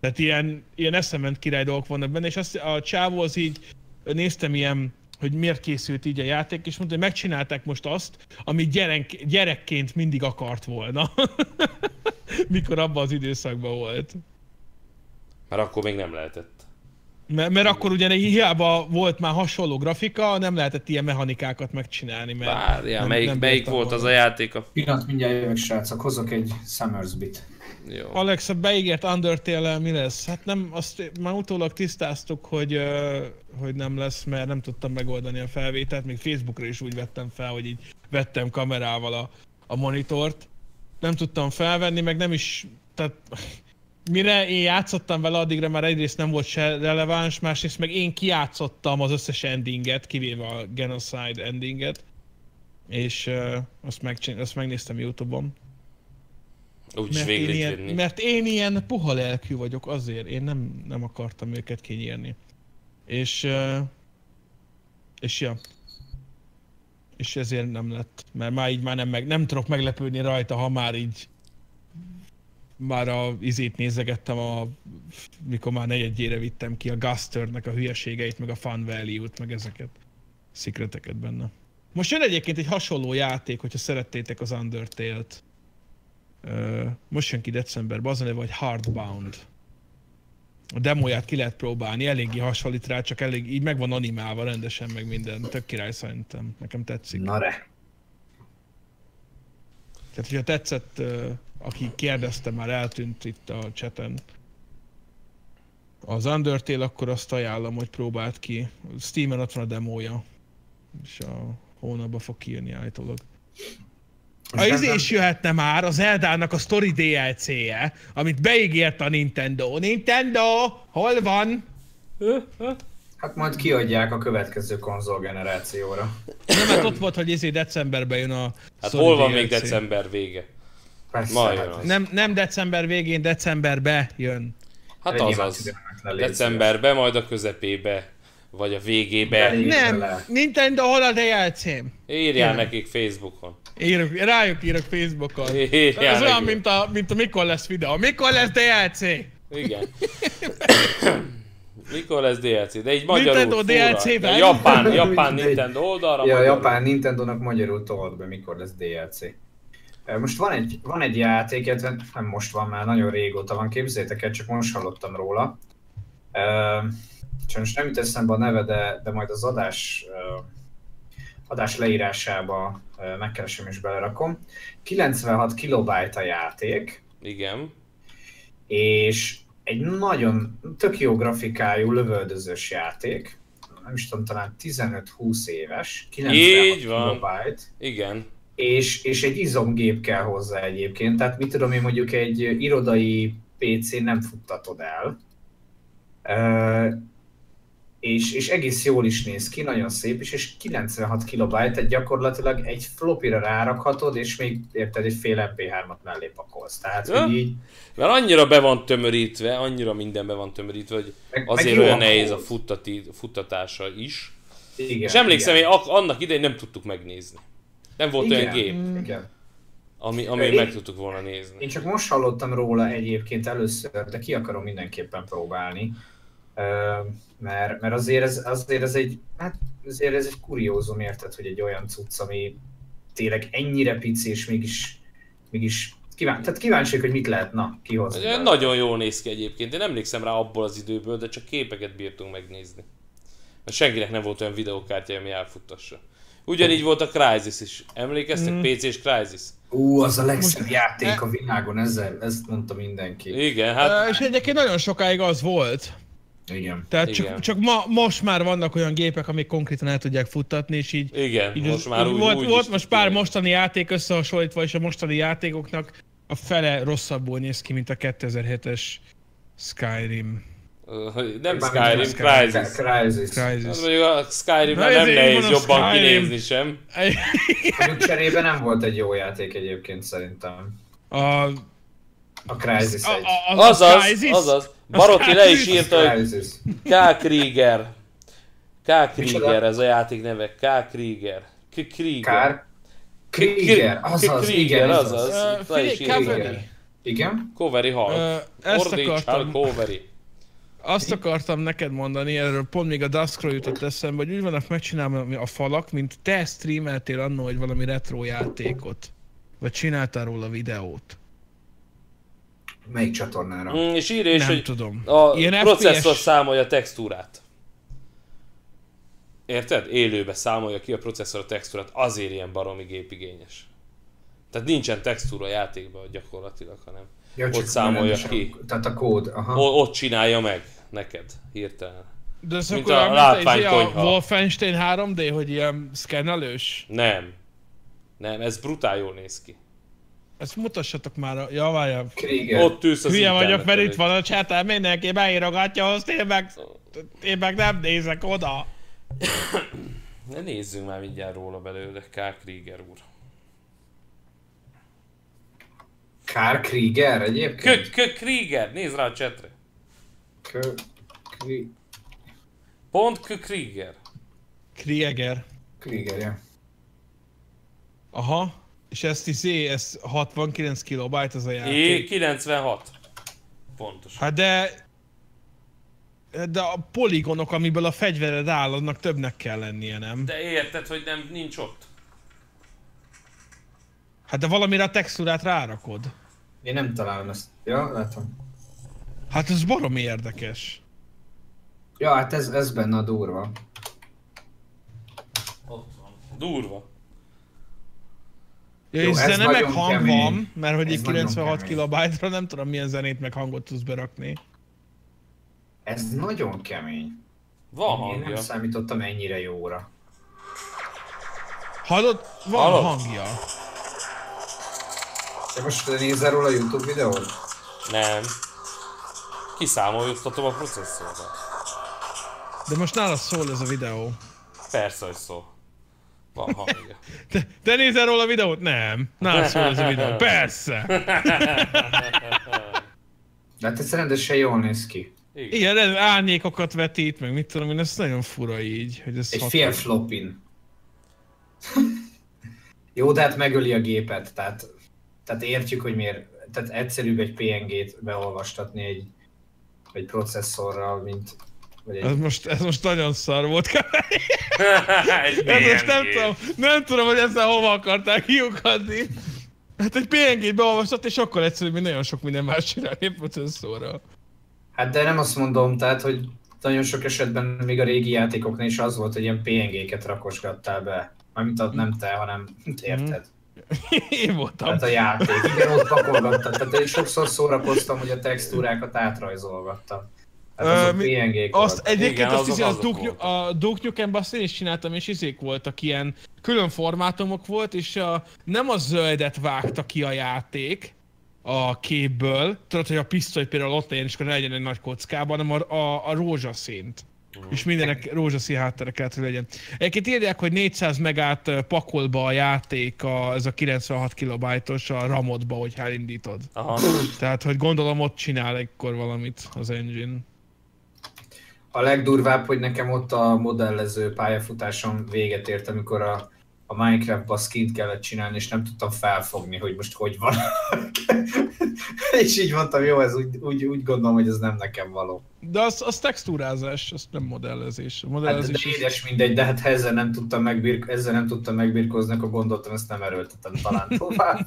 [SPEAKER 1] Tehát ilyen, ilyen eszement király dolgok vannak benne, és azt, a csávó az így néztem ilyen, hogy miért készült így a játék, és mondta, hogy megcsinálták most azt, amit gyerek, gyerekként mindig akart volna. (laughs) Mikor abban az időszakban volt.
[SPEAKER 2] Mert akkor még nem lehetett.
[SPEAKER 1] Mert, mert akkor ugye hiába volt már hasonló grafika, nem lehetett ilyen mechanikákat megcsinálni, mert
[SPEAKER 2] Várjál,
[SPEAKER 1] nem-
[SPEAKER 2] melyik,
[SPEAKER 1] nem
[SPEAKER 2] melyik
[SPEAKER 1] bírtam
[SPEAKER 2] volt az
[SPEAKER 1] volna.
[SPEAKER 2] a játék? A...
[SPEAKER 4] Pillanat, mindjárt jövök, srácok, hozok egy Summersbit.
[SPEAKER 2] Jó.
[SPEAKER 1] Alexa, beígért undertale mi lesz? Hát nem, azt már utólag tisztáztuk, hogy, ö, hogy nem lesz, mert nem tudtam megoldani a felvételt, még Facebookra is úgy vettem fel, hogy így vettem kamerával a, a monitort. Nem tudtam felvenni, meg nem is, tehát (laughs) mire én játszottam vele, addigra már egyrészt nem volt se releváns, másrészt meg én kiátszottam az összes endinget, kivéve a Genocide endinget, és ö, azt, megcsin- azt megnéztem Youtube-on,
[SPEAKER 2] Úgyis
[SPEAKER 1] mert én,
[SPEAKER 2] végig
[SPEAKER 1] ilyen,
[SPEAKER 2] vinni.
[SPEAKER 1] mert én ilyen puha lelkű vagyok azért, én nem, nem akartam őket kinyírni. És... ö, És ja. És ezért nem lett, mert már így már nem, meg, nem tudok meglepődni rajta, ha már így már a izét nézegettem, a, mikor már negyedjére vittem ki a Gusternek a hülyeségeit, meg a Fun Value-t, meg ezeket. Szikreteket benne. Most jön egyébként egy hasonló játék, hogyha szerettétek az Undertale-t. Ö, most jön ki decemberben, az a neve, hogy Hardbound. A demóját ki lehet próbálni, eléggé hasonlít rá, csak elég, így meg van animálva rendesen, meg minden. Tök király szerintem, nekem tetszik.
[SPEAKER 4] Na re.
[SPEAKER 1] Tehát, hogyha tetszett, ö, aki kérdezte, már eltűnt itt a cseten az Undertale, akkor azt ajánlom, hogy próbáld ki. Steamen ott van a demója, és a hónapban fog kijönni állítólag. A izé is jöhetne már, az Eldának a Story DLC-je, amit beígért a Nintendo. Nintendo, hol van?
[SPEAKER 4] Hát majd kiadják a következő konzol generációra.
[SPEAKER 1] Nem, hát ott volt, hogy izé decemberben jön a
[SPEAKER 2] Hát
[SPEAKER 1] Story
[SPEAKER 2] hol van még
[SPEAKER 1] DLC.
[SPEAKER 2] december vége?
[SPEAKER 4] Persze,
[SPEAKER 2] Ma
[SPEAKER 4] hát
[SPEAKER 2] jön az.
[SPEAKER 1] Nem, nem december végén, decemberbe jön.
[SPEAKER 2] Hát
[SPEAKER 4] nyilván
[SPEAKER 2] az az.
[SPEAKER 4] türelmetlen létezés.
[SPEAKER 2] Decemberbe, majd a közepébe, vagy a végébe.
[SPEAKER 4] Elég.
[SPEAKER 1] Nem,
[SPEAKER 4] Le.
[SPEAKER 1] Nintendo, hol a DLC-m?
[SPEAKER 2] Írjál nekik Facebookon.
[SPEAKER 1] Írok, rájuk írok Facebookon.
[SPEAKER 2] Írjál
[SPEAKER 1] Ez olyan,
[SPEAKER 2] nekik.
[SPEAKER 1] mint a, mint a mikor lesz videó. Mikor lesz DLC?
[SPEAKER 2] Igen. (coughs) Mikor lesz DLC? De így magyarul.
[SPEAKER 1] Nintendo
[SPEAKER 2] fura.
[SPEAKER 1] DLC-ben.
[SPEAKER 2] A
[SPEAKER 4] (laughs)
[SPEAKER 1] (laughs)
[SPEAKER 2] Japán, Japán
[SPEAKER 4] Mindegy.
[SPEAKER 2] Nintendo oldalra.
[SPEAKER 4] Ja, a
[SPEAKER 2] magyarul.
[SPEAKER 4] japán Nintendo-nak magyarul tolt be, mikor lesz DLC. Ö, Most van egy, van egy játék, illetve nem most van már, nagyon régóta van, képzeljétek el, csak most hallottam róla. Ö, Sajnos nem jut eszembe a neve, de, de majd az adás, ö, adás leírásába ö, megkeresem és belerakom. 96 kilobájt a játék,
[SPEAKER 2] Igen.
[SPEAKER 4] és egy nagyon tök jó grafikájú lövöldözős játék, nem is tudom, talán 15-20 éves, 96
[SPEAKER 2] Így van.
[SPEAKER 4] kilobyte,
[SPEAKER 2] Igen.
[SPEAKER 4] és, és egy izomgép kell hozzá egyébként, tehát mit tudom én mondjuk egy irodai PC nem futtatod el. Ö, és, és egész jól is néz ki, nagyon szép is, és 96 kilobájt, tehát gyakorlatilag egy flopira rárakhatod, és még érted, egy fél MP3-at mellé pakolsz. Tehát,
[SPEAKER 2] Ja.
[SPEAKER 4] hogy így
[SPEAKER 2] Mert annyira be van tömörítve, annyira minden be van tömörítve, hogy
[SPEAKER 4] Meg- meg
[SPEAKER 2] azért
[SPEAKER 4] jó
[SPEAKER 2] olyan
[SPEAKER 4] a
[SPEAKER 2] nehéz a
[SPEAKER 4] kód.
[SPEAKER 2] futtati, futtatása is.
[SPEAKER 4] Igen,
[SPEAKER 2] És emlékszem, én
[SPEAKER 4] igen.
[SPEAKER 2] ak- annak idején nem tudtuk megnézni. Nem volt olyan
[SPEAKER 4] Igen.
[SPEAKER 2] gép,
[SPEAKER 4] Igen.
[SPEAKER 2] ami, ami
[SPEAKER 4] Én-
[SPEAKER 2] meg tudtuk volna
[SPEAKER 4] Én
[SPEAKER 2] nézni.
[SPEAKER 4] csak most hallottam róla egyébként először, de ki akarom mindenképpen próbálni. Ö, Mert, mert azért, ez, azért ez egy, hát azért ez egy kuriózum, érted, hogy egy olyan cucc, ami tényleg ennyire pici, és mégis, mégis kíván, tehát kíváncsiak, hogy mit lehet, na, kihozni.
[SPEAKER 2] Ugye,
[SPEAKER 4] belőle.
[SPEAKER 2] Hát Nagyon jól néz ki egyébként. Én emlékszem rá abból az időből, de csak képeket bírtunk megnézni. Mert senkinek nem volt olyan videókártya, ami elfuttassa. Ugyanígy volt a Crysis is. Emlékeztek?
[SPEAKER 1] Mm.
[SPEAKER 2] PC-s Crysis?
[SPEAKER 4] Ú, az a legszebb játék a világon, ezzel, ezt mondta mindenki.
[SPEAKER 2] Igen,
[SPEAKER 1] Ö,
[SPEAKER 2] hát
[SPEAKER 1] És egyébként nagyon sokáig az volt.
[SPEAKER 4] Igen.
[SPEAKER 1] Tehát
[SPEAKER 2] Igen.
[SPEAKER 1] csak, csak ma, most már vannak olyan gépek, amik konkrétan el tudják futtatni, és így
[SPEAKER 2] igen,
[SPEAKER 1] Így
[SPEAKER 2] most
[SPEAKER 1] az-
[SPEAKER 2] már
[SPEAKER 1] így
[SPEAKER 2] úgy,
[SPEAKER 1] volt,
[SPEAKER 2] úgy
[SPEAKER 1] volt
[SPEAKER 2] is
[SPEAKER 1] most
[SPEAKER 2] tudjuk.
[SPEAKER 1] pár mostani játék összehasonlítva, és a mostani játékoknak a fele rosszabbul néz ki, mint a 2007-es Skyrim.
[SPEAKER 2] Ö, Nem
[SPEAKER 4] Bármilyen
[SPEAKER 2] Skyrim,
[SPEAKER 1] Skyrim.
[SPEAKER 2] Crysis.
[SPEAKER 4] Crysis.
[SPEAKER 2] Hát
[SPEAKER 1] Crysis.
[SPEAKER 2] mondjuk a Skyrim
[SPEAKER 1] Na,
[SPEAKER 2] már nem
[SPEAKER 1] ezért van
[SPEAKER 2] nehéz
[SPEAKER 1] a
[SPEAKER 2] jobban
[SPEAKER 1] Skyrim.
[SPEAKER 2] kinézni sem.
[SPEAKER 4] Mondjuk cserébe nem volt egy jó játék egyébként szerintem.
[SPEAKER 1] (laughs) A, a,
[SPEAKER 4] A Crysis
[SPEAKER 1] a,
[SPEAKER 4] 1.
[SPEAKER 1] a, a
[SPEAKER 2] Azaz,
[SPEAKER 1] Crysis?
[SPEAKER 2] azaz. Baroki le is
[SPEAKER 1] Crysis.
[SPEAKER 2] írta, hogy
[SPEAKER 4] Crysis.
[SPEAKER 2] K. Krieger. K. Krieger
[SPEAKER 4] Micsoda?
[SPEAKER 2] ez a játék neve. K. Krieger. K. Krieger.
[SPEAKER 4] Kár. Krieger,
[SPEAKER 2] K-
[SPEAKER 4] azaz,
[SPEAKER 2] Krieger,
[SPEAKER 4] igen,
[SPEAKER 2] azaz.
[SPEAKER 4] azaz.
[SPEAKER 1] Ö,
[SPEAKER 2] Le is
[SPEAKER 1] Figyelj,
[SPEAKER 2] írja,
[SPEAKER 1] Kaveri,
[SPEAKER 4] igen. Igen?
[SPEAKER 2] Covery
[SPEAKER 1] Ö,
[SPEAKER 2] Hall.
[SPEAKER 1] ezt
[SPEAKER 2] Ordítsál
[SPEAKER 1] akartam.
[SPEAKER 2] Covery.
[SPEAKER 1] Azt akartam neked mondani, erről pont még a Duskról jutott eszembe, hogy úgy vannak megcsinálva a falak, mint te streameltél annó, hogy valami retro játékot. Vagy csináltál róla videót.
[SPEAKER 4] Melyik csatornára?
[SPEAKER 2] Mm, és írja is,
[SPEAKER 1] Nem
[SPEAKER 2] hogy
[SPEAKER 1] tudom.
[SPEAKER 2] a
[SPEAKER 1] Ilyen
[SPEAKER 2] processzor
[SPEAKER 1] FPS?
[SPEAKER 2] számolja a textúrát. Érted? Élőbe számolja ki a processzor a textúrát, azért ilyen baromi gépigényes. Tehát nincsen textúra a játékban gyakorlatilag, hanem
[SPEAKER 4] Ja,
[SPEAKER 2] ott
[SPEAKER 4] csak
[SPEAKER 2] számolja
[SPEAKER 4] nem is a-
[SPEAKER 2] ki.
[SPEAKER 4] Tehát a kód, aha.
[SPEAKER 2] O- ott csinálja meg neked hirtelen.
[SPEAKER 1] De ez
[SPEAKER 2] mint
[SPEAKER 1] akkor
[SPEAKER 2] a
[SPEAKER 1] olyan, mint a, izé, a
[SPEAKER 2] látványkonyha.
[SPEAKER 1] Wolfenstein 3D, hogy ilyen szkennelős?
[SPEAKER 2] Nem. Nem, ez brutál jól néz ki.
[SPEAKER 1] Ezt mutassatok már, a- ja, várjál.
[SPEAKER 4] Krieger.
[SPEAKER 2] Ott ülsz az
[SPEAKER 1] Hülye vagyok,
[SPEAKER 2] interneten,
[SPEAKER 1] mert itt
[SPEAKER 2] és-
[SPEAKER 1] van a csátán, mindenki beírogatja, azt én meg, én meg nem nézek oda.
[SPEAKER 2] Ne nézzünk már mindjárt róla belőle, K. Krieger úr.
[SPEAKER 4] Kár Krieger egyébként?
[SPEAKER 2] Kö, kö, Krieger, nézd rá a csetre.
[SPEAKER 4] Kö... Kri...
[SPEAKER 2] Pont K. Krieger.
[SPEAKER 1] Krieger.
[SPEAKER 4] Krieger, ja.
[SPEAKER 1] Aha. És ezt izé, ez 69 kilobájt az a
[SPEAKER 2] É,
[SPEAKER 1] játék.
[SPEAKER 2] 96. Pontos.
[SPEAKER 1] Hát de... De a poligonok, amiből a fegyvered áll, annak többnek kell lennie, nem?
[SPEAKER 2] De érted, hogy nem nincs ott?
[SPEAKER 1] Hát de valamire a textúrát rárakod.
[SPEAKER 4] Én nem találom ezt. Ja, látom.
[SPEAKER 1] Hát ez baromi érdekes.
[SPEAKER 4] Ja, hát ez, ez benne a durva.
[SPEAKER 2] Ott van. Durva.
[SPEAKER 1] Ja,
[SPEAKER 4] Jó,
[SPEAKER 1] és
[SPEAKER 4] ez
[SPEAKER 1] zene meg
[SPEAKER 4] nagyon
[SPEAKER 1] hang
[SPEAKER 4] kemény.
[SPEAKER 1] van, mert hogy
[SPEAKER 4] Ez
[SPEAKER 1] egy
[SPEAKER 4] nagyon
[SPEAKER 1] 96
[SPEAKER 4] kemény.
[SPEAKER 1] kilobájtra nem tudom milyen zenét meg hangot tudsz berakni.
[SPEAKER 4] Ez nagyon kemény.
[SPEAKER 2] Van
[SPEAKER 4] Én nem
[SPEAKER 2] hangja.
[SPEAKER 4] számítottam ennyire jóra.
[SPEAKER 1] Hallod? Van
[SPEAKER 2] Hallod?
[SPEAKER 1] hangja.
[SPEAKER 4] Te most nézel róla a Youtube videót?
[SPEAKER 2] Nem. Kiszámoljuttatom a processzorba.
[SPEAKER 1] De most nála szól ez a videó.
[SPEAKER 2] Persze, hogy szó. Van hangja.
[SPEAKER 1] Te, te nézel róla a videót? Nem. Nála szól ez a videó. Persze.
[SPEAKER 4] De hát ez rendesen jól néz ki.
[SPEAKER 2] Igen.
[SPEAKER 1] Igen, ez árnyékokat vetít, meg mit tudom én, ez nagyon fura így, hogy ez
[SPEAKER 4] Egy
[SPEAKER 1] hat-
[SPEAKER 4] fél flopin. (laughs) Jó, de hát megöli a gépet, tehát, tehát értjük, hogy miért. Tehát egyszerűbb egy PNG-t beolvastatni egy, egy processzorral, mint... Vagy
[SPEAKER 1] Ez
[SPEAKER 4] egy,
[SPEAKER 1] most, ez most nagyon szar volt.
[SPEAKER 2] (laughs)
[SPEAKER 1] (laughs)
[SPEAKER 2] Egy
[SPEAKER 1] Ez most nem
[SPEAKER 2] BMG.
[SPEAKER 1] tudom, nem tudom, hogy ezzel hova akarták kiukadni. Hát egy PNG-t beolvasott, és akkor egyszerűbb, mint nagyon sok minden más csinálni processzorral.
[SPEAKER 4] hát de nem azt mondom, tehát, hogy nagyon sok esetben még a régi játékoknál is az volt, hogy ilyen PNG-ket rakosgattál be. Amit ott nem te, hanem
[SPEAKER 1] Mhm.
[SPEAKER 4] érted.
[SPEAKER 1] (laughs) Én voltam.
[SPEAKER 4] Tehát Hát a játék. Igen, ott pakolgattam. Tehát én sokszor szórakoztam, hogy a textúrákat átrajzolgattam. Hát Tehát
[SPEAKER 1] Ö,
[SPEAKER 4] azok
[SPEAKER 1] mi-
[SPEAKER 4] PNG-k
[SPEAKER 1] Azt
[SPEAKER 4] voltak.
[SPEAKER 1] egyébként
[SPEAKER 2] Igen,
[SPEAKER 1] azt
[SPEAKER 2] azok-
[SPEAKER 1] hiszem, az
[SPEAKER 2] azok
[SPEAKER 1] Duke, Nu-
[SPEAKER 2] voltak.
[SPEAKER 1] a Duke Nukem-ben azt én is csináltam, és izék voltak ilyen külön formátumok volt, és a, nem a zöldet vágta ki a játék a képből, tudod, hogy a pisztoly például ott legyen, és akkor ne legyen egy nagy kockában, hanem a, a, a rózsaszínt. És mindenek rózsaszín háttere kellett, hogy legyen. Egyébként írják, hogy 400 megát ö, pakol be a játék, a, ez a 96 kilobájtos a ramodba, hogy elindítod.
[SPEAKER 2] Aha.
[SPEAKER 1] Tehát, hogy gondolom ott csinál ekkor valamit az engine.
[SPEAKER 4] A legdurvább, hogy nekem ott a modellező pályafutásom véget ért, amikor a, a Minecraft-ba skint kellett csinálni, és nem tudtam felfogni, hogy most hogy van. (laughs) és így mondtam, jó, ez úgy, úgy, úgy gondolom, hogy ez nem nekem való.
[SPEAKER 1] De az, az textúrázás, az nem modellezés. A
[SPEAKER 4] Hát, de
[SPEAKER 1] modellezés hát,
[SPEAKER 4] édes mindegy, de hát ha ezzel nem tudtam, megbirk- ezzel nem tudtam megbirkózni, akkor gondoltam, ezt nem erőltetem
[SPEAKER 1] (laughs)
[SPEAKER 4] talán tovább.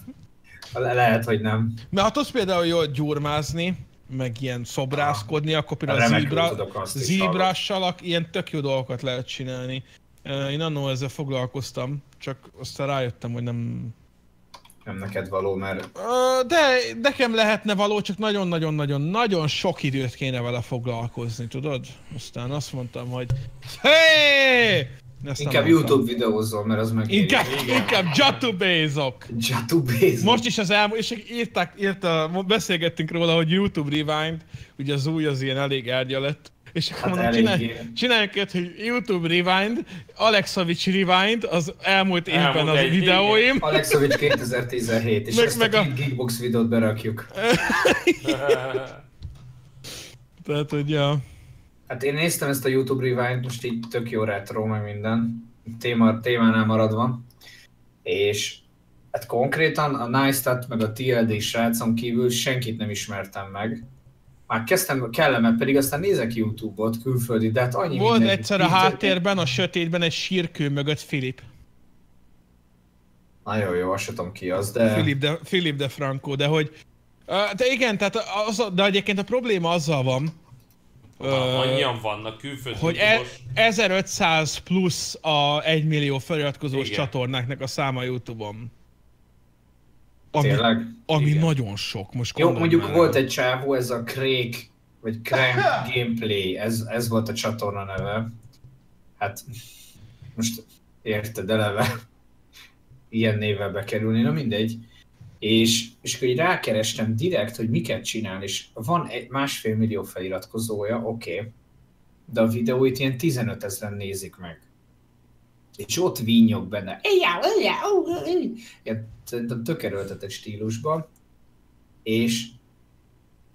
[SPEAKER 4] Le- lehet, hogy nem.
[SPEAKER 1] Mert ha tudsz például jól gyurmázni, meg ilyen szobrászkodni, akkor például a
[SPEAKER 4] Remekül
[SPEAKER 1] zebra,
[SPEAKER 4] Ah. tudok azt is
[SPEAKER 1] zebrássalak, ilyen tök jó dolgokat lehet csinálni. Ö, Én annó ezzel foglalkoztam, csak aztán rájöttem, hogy nem...
[SPEAKER 4] Nem neked való, mert
[SPEAKER 1] Ö, De nekem lehetne való, csak nagyon-nagyon-nagyon-nagyon sok időt kéne vele foglalkozni, tudod? Aztán azt mondtam, hogy... Hé! Ezt nem
[SPEAKER 4] Inkább
[SPEAKER 1] mondtam.
[SPEAKER 4] YouTube videózol, mert az meg
[SPEAKER 1] Inkább, inkább jatubézok!
[SPEAKER 4] Jatubéz.
[SPEAKER 1] Most is az elmúlt, és írták, írta, mo- beszélgettünk róla, hogy YouTube Rewind, ugye az új az ilyen elég árgya lett, és akkor
[SPEAKER 4] Hát
[SPEAKER 1] mondom,
[SPEAKER 4] elég
[SPEAKER 1] csinálj,
[SPEAKER 4] ilyen.
[SPEAKER 1] csináljunk ilyet, hogy YouTube Rewind, Alexovics Rewind, az elmúlt
[SPEAKER 2] Elmúlt
[SPEAKER 1] évben az
[SPEAKER 2] egy-
[SPEAKER 1] videóim,
[SPEAKER 4] Alexovics 2017, és
[SPEAKER 1] Meg-
[SPEAKER 4] ezt
[SPEAKER 1] meg
[SPEAKER 4] a,
[SPEAKER 1] a-
[SPEAKER 4] két Geekbox videót berakjuk.
[SPEAKER 1] tehát hogy ja.
[SPEAKER 4] Hát én néztem ezt a YouTube Rewind, most így tök jó retro, meg minden. Téma, témánál maradva. És hát konkrétan a Nice meg a TLD srácon kívül senkit nem ismertem meg. Már kezdtem kellene, pedig aztán nézek YouTube-ot külföldi, de hát annyi
[SPEAKER 1] Volt
[SPEAKER 4] minden-
[SPEAKER 1] egyszer a háttérben, a sötétben egy sírkő mögött Filip.
[SPEAKER 4] Nagyon jó, azt se tudom ki az, de...
[SPEAKER 1] Filip de, Filip de Franco, de hogy ö, Ö, De igen, tehát az, a- de egyébként a probléma azzal van,
[SPEAKER 2] Ö... Annyian vannak külföldön.
[SPEAKER 1] hogy e, 1500 plusz a 1 millió feliratkozós
[SPEAKER 2] Igen.
[SPEAKER 1] csatornáknak a száma Youtube-on. Ami,
[SPEAKER 4] Tényleg?
[SPEAKER 1] ami
[SPEAKER 2] Igen.
[SPEAKER 1] nagyon sok, most
[SPEAKER 4] Jó,
[SPEAKER 1] gondolj
[SPEAKER 4] mondjuk
[SPEAKER 1] bele.
[SPEAKER 4] volt egy csávó, ez a Craig, vagy Crank Gameplay, ez, ez volt a csatorna neve. Hát, most érted eleve ilyen névvel bekerülni, na mindegy. És, és akkor így rákerestem direkt, hogy miket csinál, és van egy másfél millió feliratkozója, oké, okay. de a videóit ilyen 15 ezeren nézik meg. És ott vinyog benne. Éjjá, éjjá, ó, ó, ó. Ilyen, Szerintem tök erőltetett stílusban. És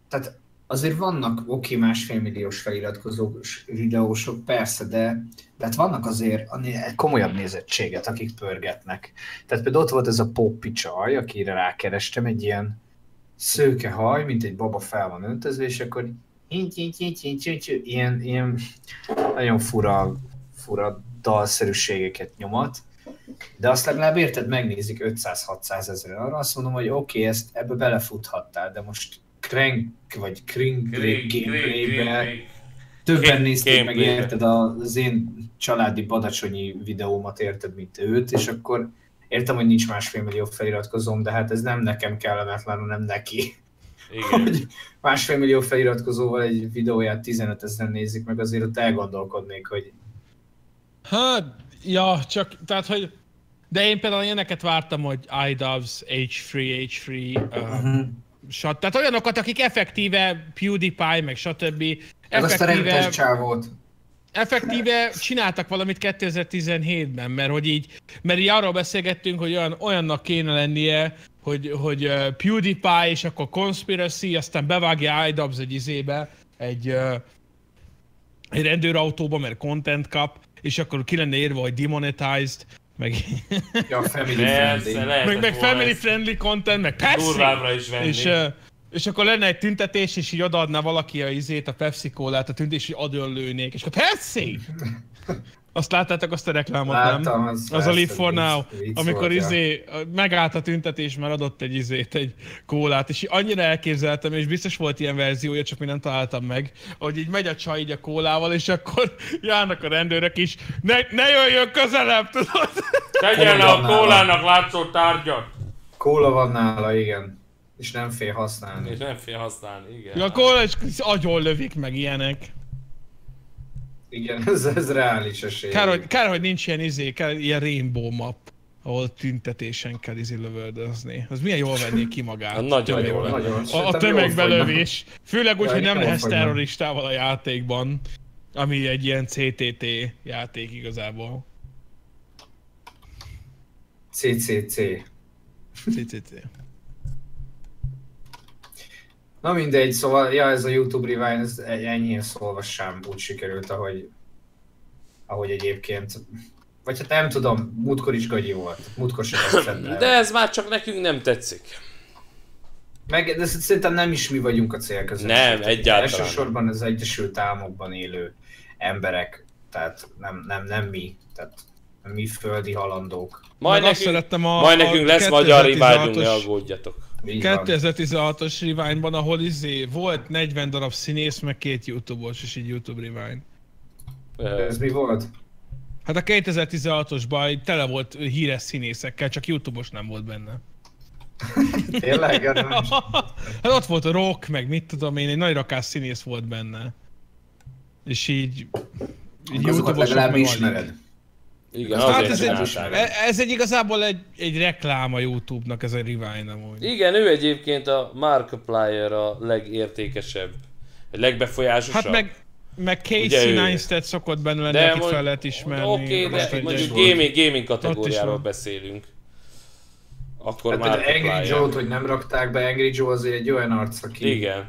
[SPEAKER 4] tehát azért vannak oké másfél milliós feliratkozós videósok, persze, de tehát vannak azért a- egy komolyabb nézettséget, akik pörgetnek. Tehát például ott volt ez a Poppi csaj, akire rákerestem, egy ilyen szőke haj, mint egy baba fel van öntözve, és akkor így, így, így, így, így, így, ilyen, ilyen nagyon fura, fura dalszerűségeket nyomat. De azt legalább érted, megnézik 500-600 ezeren. Arra azt mondom, hogy oké, okay, ezt ebbe belefuthattál, de most Crank vagy Kring gameplaybe többen
[SPEAKER 2] Game-
[SPEAKER 4] nézték meg,
[SPEAKER 2] gameplaybe.
[SPEAKER 4] érted, az én családi badacsonyi videómat, érted, mint őt, és akkor értem, hogy nincs másfél millió feliratkozóm, de hát ez nem nekem kellemetlen, hanem neki.
[SPEAKER 2] Igen.
[SPEAKER 4] (laughs) Hogy másfél millió feliratkozóval egy videóját 15 ezeren nézik meg, azért ott elgondolkodnék, hogy
[SPEAKER 1] Hát, ja, csak, tehát, hogy... De én például ilyeneket vártam, hogy iDubbbz, H3, H3,
[SPEAKER 4] Mhm.
[SPEAKER 1] uh, stb. Tehát olyanokat, akik effektíve PewDiePie, meg stb.
[SPEAKER 4] ez azt a
[SPEAKER 1] Effektíve,
[SPEAKER 4] rendes csávót.
[SPEAKER 1] effektíve csináltak valamit 2017-ben, mert hogy így, mert így arról beszélgettünk, hogy olyan, olyannak kéne lennie, hogy, hogy uh, PewDiePie, és akkor Conspiracy, aztán bevágja iDubbbz egy izébe, egy uh, egy rendőrautóba, mert content kap, és akkor ki lenne írva, hogy demonetized, meg,
[SPEAKER 4] Ja, family
[SPEAKER 2] Persze,
[SPEAKER 4] friendly.
[SPEAKER 2] lehetett
[SPEAKER 1] meg, meg
[SPEAKER 2] volna
[SPEAKER 1] family
[SPEAKER 2] ezt
[SPEAKER 1] friendly content, meg Pepsi!
[SPEAKER 2] durvábbra is venni.
[SPEAKER 1] És, ö, és akkor lenne egy tüntetés, és így odaadná valaki a izét, a Pepsi kólát, a tüntetés, hogy adjon lőnék, és akkor Pepsi! Azt láttátok azt a reklámot, nem?
[SPEAKER 4] Láttam, az,
[SPEAKER 1] Az a Live for Now, amikor
[SPEAKER 4] volt, ja.
[SPEAKER 1] izé, megállt a tüntetés, mert adott egy izét, egy kólát, és így annyira elképzeltem, és biztos volt ilyen verziója, csak mi nem találtam meg, hogy így megy a csaj így a kólával, és akkor járnak a rendőrök is, ne, ne jöjjön közelebb, tudod?
[SPEAKER 2] Tegyen le a
[SPEAKER 4] Kóla
[SPEAKER 2] kólának látszó tárgyat!
[SPEAKER 4] Kóla van nála, igen. És nem fél használni.
[SPEAKER 2] És nem fél használni, igen.
[SPEAKER 1] Ja, a kóla, és agyon lövik meg ilyenek.
[SPEAKER 4] Igen, ez, ez reális esély.
[SPEAKER 1] Kár hogy, kár, hogy nincs ilyen izé, kár, ilyen rainbow map, ahol tüntetésen kell izé lövöldözni. Az milyen jól venné ki magát.
[SPEAKER 2] Hát Nagyon
[SPEAKER 1] Tömeg-
[SPEAKER 2] jól lenne.
[SPEAKER 4] Nagyon.
[SPEAKER 1] A, a
[SPEAKER 4] Szerintem jól fogyna.
[SPEAKER 1] tömegbelövés. Főleg úgy,
[SPEAKER 4] Ja,
[SPEAKER 1] hogy nem
[SPEAKER 4] jól
[SPEAKER 1] lehetsz
[SPEAKER 4] fogyna.
[SPEAKER 1] terroristával a játékban. Ami egy ilyen CTT játék igazából.
[SPEAKER 4] CCC.
[SPEAKER 1] CTT.
[SPEAKER 4] Na mindegy, szóval, ja, ez a YouTube Rewind, ez e- ennyien szólva sem úgy sikerült, ahogy, ahogy egyébként. Vagy hát nem tudom, múltkor is gagyi volt. Múltkor
[SPEAKER 2] (laughs)
[SPEAKER 4] sem tetszett.
[SPEAKER 2] (coughs) De
[SPEAKER 4] De...
[SPEAKER 2] ez már csak nekünk nem tetszik.
[SPEAKER 4] Meg, de szerintem nem is mi vagyunk a cél között.
[SPEAKER 2] Nem,
[SPEAKER 4] Tehát
[SPEAKER 2] egyáltalán.
[SPEAKER 4] Elsősorban az Egyesült Államokban élő emberek, tehát nem, nem, nem mi. Tehát mi földi halandók.
[SPEAKER 2] Majd
[SPEAKER 1] Meg azt
[SPEAKER 2] nekünk,
[SPEAKER 1] szerettem a-
[SPEAKER 2] majd
[SPEAKER 1] a
[SPEAKER 2] nekünk lesz magyar riváltunk, ne
[SPEAKER 1] 2016-os
[SPEAKER 2] aggódjatok.
[SPEAKER 4] Így van.
[SPEAKER 1] 2016-os Rewind-ban, ahol izé volt 40 darab színész, meg két YouTube-os, és így YouTube Rewind.
[SPEAKER 2] Ö,
[SPEAKER 4] Ez mi volt?
[SPEAKER 1] Hát a 2016-os baj tele volt híres színészekkel, csak YouTube-os nem volt benne.
[SPEAKER 4] Tényleg? Erre nem is-
[SPEAKER 1] (laughs) Hát ott volt a rock, meg mit tudom én, egy nagy rakás színész volt benne. És így... így
[SPEAKER 4] Azokat
[SPEAKER 1] YouTube-osok
[SPEAKER 4] legalább
[SPEAKER 1] meg
[SPEAKER 4] ismered.
[SPEAKER 2] Igen,
[SPEAKER 1] alig. Hát
[SPEAKER 2] azért
[SPEAKER 1] ez egy,
[SPEAKER 2] csinálták.
[SPEAKER 1] ez egy igazából egy, egy reklám a YouTube-nak, ez a Rewind amúgy.
[SPEAKER 2] Igen, ő egyébként a Markiplier a legértékesebb, a legbefolyásosabb.
[SPEAKER 1] Hát meg, meg
[SPEAKER 2] Ugye
[SPEAKER 1] Casey
[SPEAKER 2] ő-
[SPEAKER 1] Neistat szokott benne lenni, akit
[SPEAKER 2] mond-
[SPEAKER 1] fel lehet ismerni.
[SPEAKER 2] Oké,
[SPEAKER 1] Most
[SPEAKER 2] de
[SPEAKER 1] egy-
[SPEAKER 2] mondjuk
[SPEAKER 4] volt.
[SPEAKER 2] gaming, gaming kategóriáról
[SPEAKER 1] van.
[SPEAKER 2] beszélünk. Akkor
[SPEAKER 4] Hát
[SPEAKER 2] már
[SPEAKER 4] például Angry Joe-t, hogy nem rakták be, Angry Joe azért egy olyan arc, aki,
[SPEAKER 2] Igen.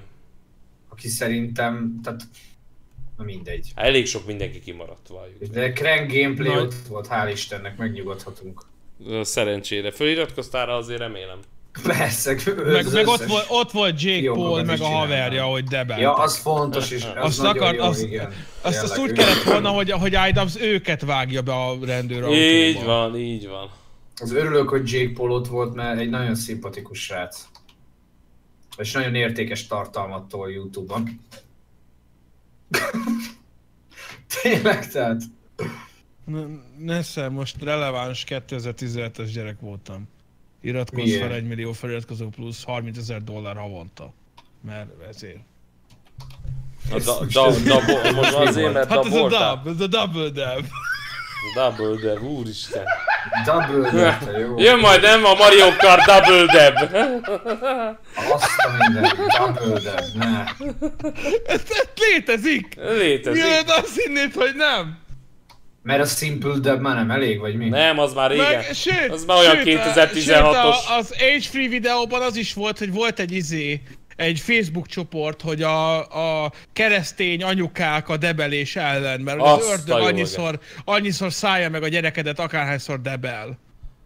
[SPEAKER 4] aki szerintem, tehát na mindegy.
[SPEAKER 2] Hát Elég sok mindenki kimaradt, valljuk.
[SPEAKER 4] De Crank gameplay
[SPEAKER 1] Nagy-
[SPEAKER 4] ott volt, hál' Istennek, megnyugodhatunk. (laughs)
[SPEAKER 2] Ö, Szerencsére. Föliratkoztál rá, azért remélem.
[SPEAKER 4] Persze,
[SPEAKER 1] Meg, meg ott, volt, ott volt Jake
[SPEAKER 4] Jobban
[SPEAKER 1] Paul,
[SPEAKER 4] nem
[SPEAKER 1] meg
[SPEAKER 4] is
[SPEAKER 1] a
[SPEAKER 4] csinálnám.
[SPEAKER 1] haverja, hogy debel.
[SPEAKER 4] Ja, az fontos, és az
[SPEAKER 1] Azt
[SPEAKER 4] azt nagyon
[SPEAKER 1] akar-
[SPEAKER 4] jó,
[SPEAKER 1] azt-
[SPEAKER 4] igen.
[SPEAKER 1] azt, azt
[SPEAKER 4] Tényleg,
[SPEAKER 1] úgy
[SPEAKER 4] ő-
[SPEAKER 1] kellett volna, hogy, hogy Idubs őket vágja be a rendőr
[SPEAKER 2] Így van, így van.
[SPEAKER 4] Az örülök, hogy Jake Paul ott volt, mert egy nagyon szimpatikus srác. és nagyon értékes tartalmat tol YouTube-on. (laughs) Tényleg, tehát
[SPEAKER 1] Nesze, most releváns 2017-es gyerek voltam. Iratkozz
[SPEAKER 4] Miért?
[SPEAKER 1] fel 1 millió feliratkozó plusz 30 ezer dollár havonta. Mert ezért.
[SPEAKER 2] A da, da, da, bo, most már azért, mert
[SPEAKER 1] Hát ez a
[SPEAKER 2] daboltál.
[SPEAKER 1] dub, ez a double dub. (laughs)
[SPEAKER 2] Double dab, úristen.
[SPEAKER 4] double date, jó?
[SPEAKER 2] Jön majd nem a Mario Kart double dab.
[SPEAKER 4] Azt a minden, double date, ne.
[SPEAKER 1] Ez, ez létezik!
[SPEAKER 2] Létezik.
[SPEAKER 1] Mielőtt azt hinnéd, hogy nem!
[SPEAKER 4] Mert a simple dab már nem elég, vagy mi?
[SPEAKER 2] Nem, az már régen.
[SPEAKER 1] Meg, sőt,
[SPEAKER 2] Az már olyan
[SPEAKER 1] sőt, a- Sőt,
[SPEAKER 2] 2016-os.
[SPEAKER 1] a- az Age Free videóban az is volt, hogy volt egy izé, egy Facebook csoport, hogy a, a keresztény anyukák a debelés ellen, mert
[SPEAKER 2] Azt
[SPEAKER 1] az
[SPEAKER 2] a
[SPEAKER 1] ördög
[SPEAKER 2] jó,
[SPEAKER 1] annyiszor, annyiszor szállja meg a gyerekedet, akárhányszor debel.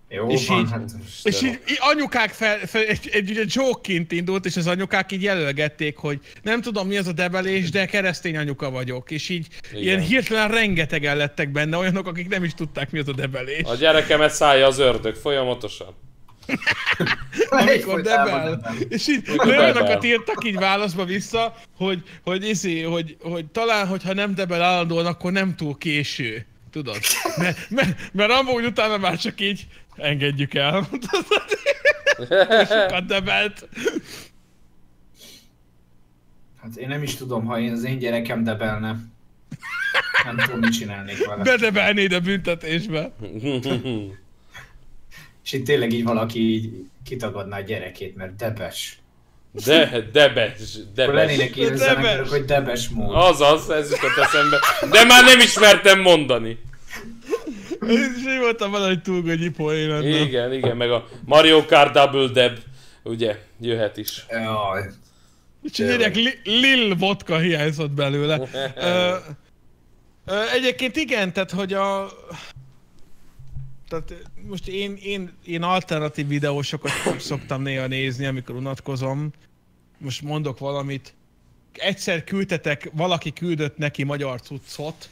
[SPEAKER 4] Jó
[SPEAKER 1] És
[SPEAKER 4] van,
[SPEAKER 1] így-
[SPEAKER 4] hát...
[SPEAKER 1] És így, így anyukák fel, fel egy, egy, egy, egy joke-ként indult, és az anyukák így jelölgették, hogy nem tudom mi az a debelés, de keresztény anyuka vagyok. És így Igen.
[SPEAKER 2] Igen.
[SPEAKER 1] ilyen hirtelen rengetegen lettek benne olyanok, akik nem is tudták mi az a debelés.
[SPEAKER 2] A gyerekemet szállja az ördög folyamatosan.
[SPEAKER 1] amikor
[SPEAKER 4] Egyfolytában
[SPEAKER 1] debel.
[SPEAKER 4] debel.
[SPEAKER 1] És így
[SPEAKER 2] debel.
[SPEAKER 1] olyanokat írtak így válaszba vissza, hogy, hogy, izé, hogy, hogy talán, hogyha nem debel állandóan, akkor nem túl késő. Tudod? Mert, mert, mert amúgy utána már csak így engedjük el. Sokat debelt.
[SPEAKER 4] Hát én nem is tudom, ha én, az én gyerekem debelne. Nem tudom, mit csinálnék vele.
[SPEAKER 1] Bedebelnéd a büntetésbe.
[SPEAKER 4] És itt tényleg így valaki így kitagadná a gyerekét, mert debes.
[SPEAKER 2] De, debes,
[SPEAKER 4] Akkor
[SPEAKER 2] debes.
[SPEAKER 4] lennének ilyen
[SPEAKER 1] Debes.
[SPEAKER 4] zenekarok, hogy debes mód.
[SPEAKER 2] Azaz, ez jutott eszembe. De már nem ismertem mondani.
[SPEAKER 1] És én voltam valahogy túl gagyi poén annak.
[SPEAKER 2] Igen, igen, meg a Mario Kart Double Dab, ugye, jöhet is.
[SPEAKER 4] Jaj.
[SPEAKER 1] És egy gyerek li, Lil vodka hiányzott belőle. Ö, ö, egyébként igen, tehát hogy a... Tehát most én, én, én alternatív videósokat szoktam néha nézni, amikor unatkozom. Most mondok valamit. Egyszer küldtetek, valaki küldött neki magyar cuccot.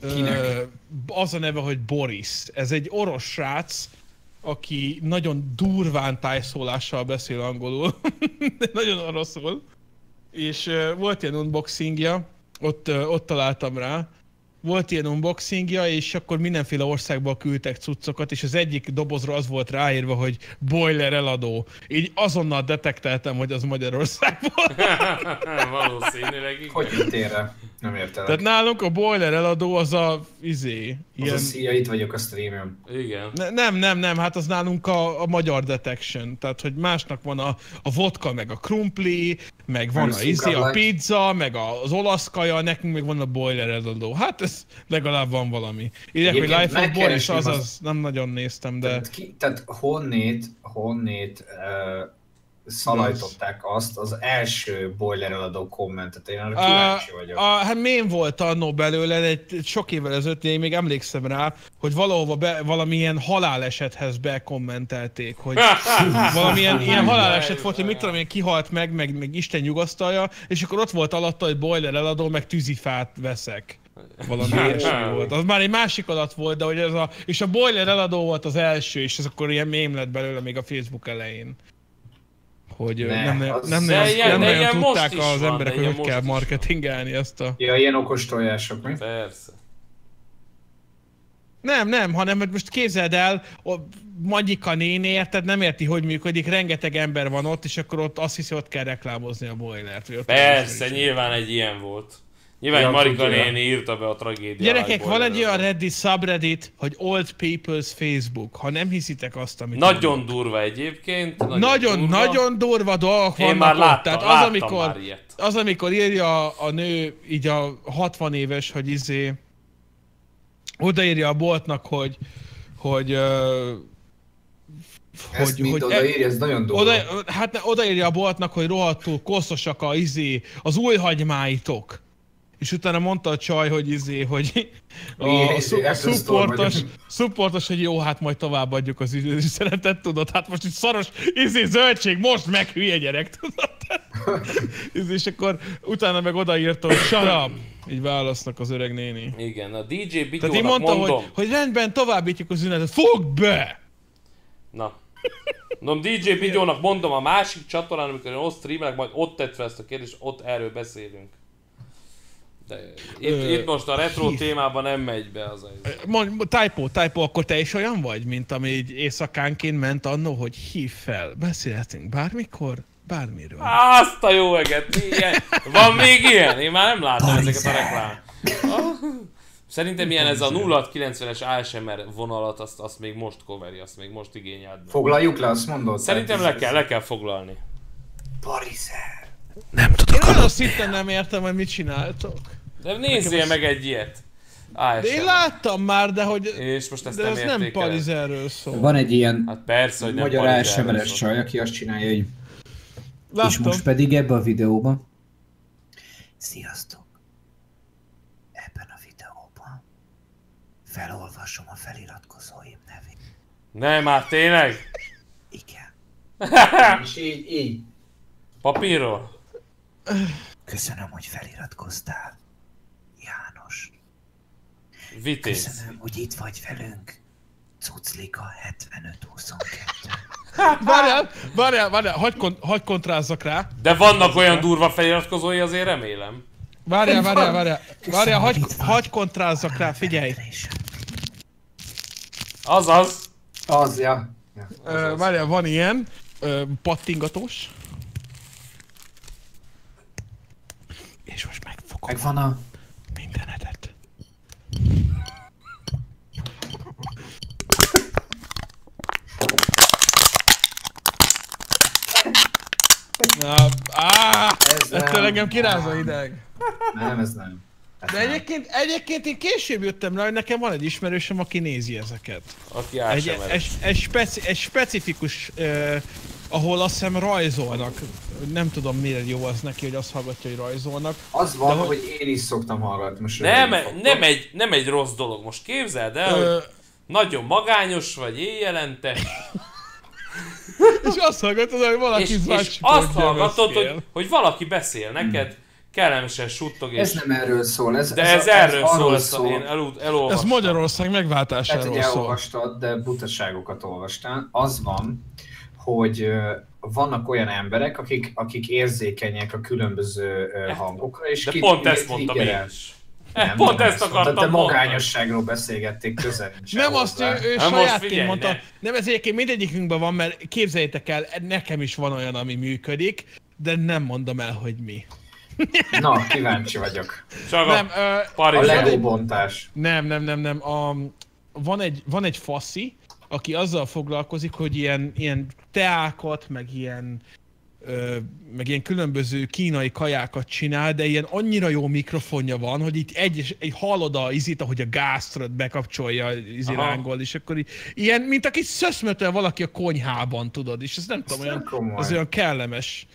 [SPEAKER 1] Ö, az a neve, hogy Boris. Ez egy orosz srác, aki nagyon durván tájszólással beszél angolul. (laughs) nagyon oroszul és ö, volt ilyen unboxingja, ott, ö, ott találtam rá, volt ilyen unboxingja, és akkor mindenféle országból küldtek cuccokat, és az egyik dobozra az volt ráírva, hogy boiler eladó. Így azonnal detektáltam, hogy az Magyarországból.
[SPEAKER 2] (laughs) Valószínűleg
[SPEAKER 4] Hogy jöttél rá? Nem értelek.
[SPEAKER 1] Tehát nálunk a boiler eladó az a, izé,
[SPEAKER 4] Az a
[SPEAKER 1] ilyen...
[SPEAKER 4] szia, itt vagyok a streamem.
[SPEAKER 2] Igen.
[SPEAKER 1] Ne, nem, nem, nem, hát az nálunk a, a magyar detection, tehát hogy másnak van a, a vodka, meg a krumpli, meg van
[SPEAKER 4] Meg a
[SPEAKER 1] a izé, a
[SPEAKER 4] szunkablak.
[SPEAKER 1] pizza, meg a- az olasz kaja, nekünk meg van a boiler eladó. Hát ez legalább van valami. Írják, hogy
[SPEAKER 4] Egyébként
[SPEAKER 1] Life of Boris,
[SPEAKER 4] megkeresném
[SPEAKER 1] az,
[SPEAKER 4] az-
[SPEAKER 1] az nem nagyon néztem, de
[SPEAKER 4] Tehát, ki, tehát honnét, honnét uh, szalajtották azt az első boiler eladó kommentet. Én arra kíváncsi vagyok.
[SPEAKER 1] a, hát mém volt annó belőle, de egy, sok évvel ezelőtt én még emlékszem rá, hogy valahova be, valamilyen halálesethez bekommentelték,
[SPEAKER 4] (laughs)
[SPEAKER 1] hogy valamilyen ilyen haláleset volt, hogy mit tudom én, kihalt meg, meg, meg Isten nyugasztalja, és akkor ott volt alatta, hogy boiler eladó, meg tűzifát veszek.
[SPEAKER 4] (laughs)
[SPEAKER 1] Valami ilyesmi volt. Az már egy másik adat volt, de hogy ez a... És a boiler eladó volt az első, és ez akkor ilyen mém lett belőle még a Facebook elején. Hogy ö,
[SPEAKER 4] Ne,
[SPEAKER 1] nem, ne,
[SPEAKER 4] az-
[SPEAKER 1] nem,
[SPEAKER 4] De
[SPEAKER 1] nagyon,
[SPEAKER 2] ilyen-
[SPEAKER 1] nem
[SPEAKER 2] de
[SPEAKER 1] nagyon
[SPEAKER 2] ilyen most
[SPEAKER 1] tudták
[SPEAKER 2] is
[SPEAKER 1] az
[SPEAKER 2] van,
[SPEAKER 1] emberek,
[SPEAKER 2] de
[SPEAKER 1] hogy
[SPEAKER 2] ilyen
[SPEAKER 1] hogy kell
[SPEAKER 2] most is van.
[SPEAKER 1] marketingelni ezt a...
[SPEAKER 4] Ja, ilyen okos tojások, mi?
[SPEAKER 2] Persze.
[SPEAKER 1] Nem, nem, hanem hogy most képzeld el, a Magyika néni, érted, nem érti, hogy működik, rengeteg ember van ott, és akkor ott azt hiszi, ott kell reklámozni a boilert. vagy ott kell
[SPEAKER 2] Persze,
[SPEAKER 1] reklámozni.
[SPEAKER 2] nyilván egy ilyen volt. Nyilván
[SPEAKER 4] Ja,
[SPEAKER 2] egy Marika
[SPEAKER 4] tudja.
[SPEAKER 2] néni írta be a tragédiát.
[SPEAKER 1] Gyerekek,
[SPEAKER 2] hogy
[SPEAKER 1] van egy
[SPEAKER 2] boiler
[SPEAKER 1] olyan
[SPEAKER 2] eladó.
[SPEAKER 1] Reddit subreddit, hogy Old People's Facebook, ha nem hiszitek azt, amit... mondok.
[SPEAKER 2] Nagyon durva egyébként.
[SPEAKER 1] Nagyon,
[SPEAKER 2] durva.
[SPEAKER 1] nagyon durva dolgok
[SPEAKER 2] Én
[SPEAKER 1] vannak
[SPEAKER 2] már láttam,
[SPEAKER 1] ott. Tehát az,
[SPEAKER 2] láttam
[SPEAKER 1] amikor,
[SPEAKER 2] már ilyet.
[SPEAKER 1] az, amikor írja a nő, így a 60 éves, hogy izé, odaírja a boltnak, hogy, hogy, ö,
[SPEAKER 4] Ezt mind odaírja, ez nagyon durva.
[SPEAKER 1] e- Oda, hát ne, odaírja a boltnak, hogy rohadtul koszosak a izé, az új hagymáitok. És utána mondta a csaj, hogy izé, hogy a,
[SPEAKER 4] Mi
[SPEAKER 1] a,
[SPEAKER 4] izé,
[SPEAKER 1] szu- a
[SPEAKER 4] Apple Store
[SPEAKER 1] szupportos,
[SPEAKER 4] vagyunk.
[SPEAKER 1] szupportos, hogy jó, hát majd továbbadjuk az üzenetet, tudod, hát most itt szaros izé zöldség, most meg hülye gyerek, tudod. Izé, és akkor utána meg odaírta, hogy sarab, így válasznak az öreg néni.
[SPEAKER 2] Igen, a DJ
[SPEAKER 1] Tehát így
[SPEAKER 2] Bigyónak
[SPEAKER 1] mondta,
[SPEAKER 2] mondom.
[SPEAKER 1] hogy, hogy rendben, továbbítjuk az üzenetet, fogd be!
[SPEAKER 2] Na, Mondom, DJ Bigyónak mondom a másik csatornán, amikor én ott streamelek, majd ott tett fel ezt a kérdést, ott erről beszélünk. De itt,
[SPEAKER 1] Ö,
[SPEAKER 2] itt most a retro
[SPEAKER 1] hisz.
[SPEAKER 2] témában nem megy be az a helyzet.
[SPEAKER 1] Mond, typo, typo, akkor te is olyan vagy, mint ami így éjszakánként ment annó, hogy hív fel, beszélhetünk bármikor, bármiről.
[SPEAKER 2] Azt a jó eget! Ilyen. Van még ilyen? Én már nem látom ezeket a reklám. Ah, Szerintem ilyen ez a 090-es ASMR vonalat, azt, azt még most coveri, azt még most igényeld. be.
[SPEAKER 4] Foglaljuk le, azt mondod?
[SPEAKER 2] Szerintem le kell, le kell foglalni.
[SPEAKER 4] Parizer.
[SPEAKER 5] Nem tudok
[SPEAKER 1] Én olyan
[SPEAKER 5] aludni.
[SPEAKER 1] szinten nem értem, hogy mit csináltok.
[SPEAKER 2] De nézzél meg egy ilyet.
[SPEAKER 1] De én
[SPEAKER 2] ASMR.
[SPEAKER 1] láttam már, de hogy...
[SPEAKER 2] És most ezt
[SPEAKER 1] De
[SPEAKER 2] nem
[SPEAKER 1] ez nem
[SPEAKER 2] értékeled.
[SPEAKER 1] Palizerről szól.
[SPEAKER 4] Van egy ilyen
[SPEAKER 2] Hát persze, hogy nem
[SPEAKER 4] magyar
[SPEAKER 2] palizsálás
[SPEAKER 4] SMR-es
[SPEAKER 2] volt.
[SPEAKER 4] csaj, aki azt csinálja, hogy És
[SPEAKER 1] Láttam.
[SPEAKER 4] most pedig ebbe a videóba. Sziasztok! Ebben a videóban felolvasom a feliratkozóim nevét.
[SPEAKER 2] Nem, már tényleg? (laughs)
[SPEAKER 4] Igen. És így, így.
[SPEAKER 2] Papírról?
[SPEAKER 4] Köszönöm, hogy feliratkoztál, János.
[SPEAKER 2] Vitéz.
[SPEAKER 4] Köszönöm, hogy itt vagy velünk. Cuclika 7522.
[SPEAKER 1] Várjál, várjál, várjál, hagyd kon- hagy kontrázzak rá.
[SPEAKER 2] De vannak olyan durva feliratkozói, azért remélem.
[SPEAKER 1] Várjál, várjál, várjál. Várjál, hagy,
[SPEAKER 4] itt van.
[SPEAKER 1] hagy kontrázzak rá, figyelj.
[SPEAKER 2] Azaz.
[SPEAKER 4] Az, ja. ja.
[SPEAKER 1] Ö, Várjál, van ilyen, ö, pattingatós. És most megfogom
[SPEAKER 4] Meg van a...
[SPEAKER 1] mindenedet. Na, áh,
[SPEAKER 4] Ez
[SPEAKER 1] ettől engem kirázza ideg.
[SPEAKER 4] Nem, ez nem. Ez
[SPEAKER 1] De egyébként, egyébként én később jöttem rá, hogy nekem van egy ismerősöm, aki nézi ezeket.
[SPEAKER 2] Aki
[SPEAKER 1] Egy,
[SPEAKER 2] ASMR.
[SPEAKER 1] egy, egy, speci, egy specifikus, eh, ahol azt hiszem rajzolnak. Nem tudom mire jó az neki, hogy azt hallgatja, hogy rajzolnak.
[SPEAKER 4] Az van,
[SPEAKER 1] De hogy-
[SPEAKER 4] hogy én is szoktam hallgatni. Most
[SPEAKER 2] Nem,
[SPEAKER 4] örülni fogtok.
[SPEAKER 2] nem, egy, nem egy rossz dolog. Most képzeld el,
[SPEAKER 1] Ö,
[SPEAKER 2] hogy nagyon magányos vagy éjjelente,
[SPEAKER 1] és azt hallgatod, hogy valaki
[SPEAKER 2] és, és
[SPEAKER 1] zvácsipogja
[SPEAKER 2] azt hallgatod,
[SPEAKER 1] veszél.
[SPEAKER 2] hogy, hogy valaki beszél neked, kellemesen suttog, és,
[SPEAKER 4] Ez nem erről szól. Ez,
[SPEAKER 2] de ez, erről szól, ezt én
[SPEAKER 4] el...
[SPEAKER 2] elú-
[SPEAKER 1] Ez
[SPEAKER 2] elolvastam.
[SPEAKER 1] Magyarország
[SPEAKER 4] Lehet, hogy
[SPEAKER 1] megváltásáról szól.
[SPEAKER 4] elolvastad, de butaságokat olvastál. Az van, hogy ö, vannak olyan emberek, akik, akik érzékenyek a különböző ö, hangokra, és
[SPEAKER 2] De
[SPEAKER 4] ki-
[SPEAKER 2] pont
[SPEAKER 4] ki-
[SPEAKER 2] ezt mondtam én
[SPEAKER 4] triggerel.
[SPEAKER 2] is.
[SPEAKER 4] Nem,
[SPEAKER 2] (laughs) Pont
[SPEAKER 4] nem
[SPEAKER 2] ezt
[SPEAKER 4] mondtad,
[SPEAKER 2] akartam
[SPEAKER 4] De
[SPEAKER 2] mondani.
[SPEAKER 4] magányosságról beszélgették közel. sem
[SPEAKER 1] Nem azt,
[SPEAKER 4] hozzá.
[SPEAKER 1] ő, ő
[SPEAKER 2] Na most
[SPEAKER 1] saját
[SPEAKER 2] figyelj,
[SPEAKER 1] mondta.
[SPEAKER 2] ne.
[SPEAKER 1] Nem, ez egyébként mindegyikünkben van, mert képzeljétek el, nekem is van olyan, ami működik, de nem mondom el, hogy mi.
[SPEAKER 4] Na, kíváncsi vagyok.
[SPEAKER 2] Csak
[SPEAKER 1] Nem,
[SPEAKER 2] a
[SPEAKER 1] ö,
[SPEAKER 4] A
[SPEAKER 2] Parizsban.
[SPEAKER 4] Lego bontás.
[SPEAKER 1] Nem, nem, nem, nem. A, van, egy, van egy faszi, aki azzal foglalkozik, hogy ilyen, ilyen teákat, meg ilyen, ö, meg ilyen különböző kínai kajákat csinál, de ilyen annyira jó mikrofonja van, hogy itt egy, és- egy hallod a izit, ahogy a gáztrot bekapcsolja az
[SPEAKER 2] Aha.
[SPEAKER 1] irángol, és akkor így, ilyen, mint aki szöszmötöl valaki a konyhában, tudod, és ez nem tudom,
[SPEAKER 4] nem
[SPEAKER 1] olyan,
[SPEAKER 4] komoly.
[SPEAKER 1] az olyan kellemes.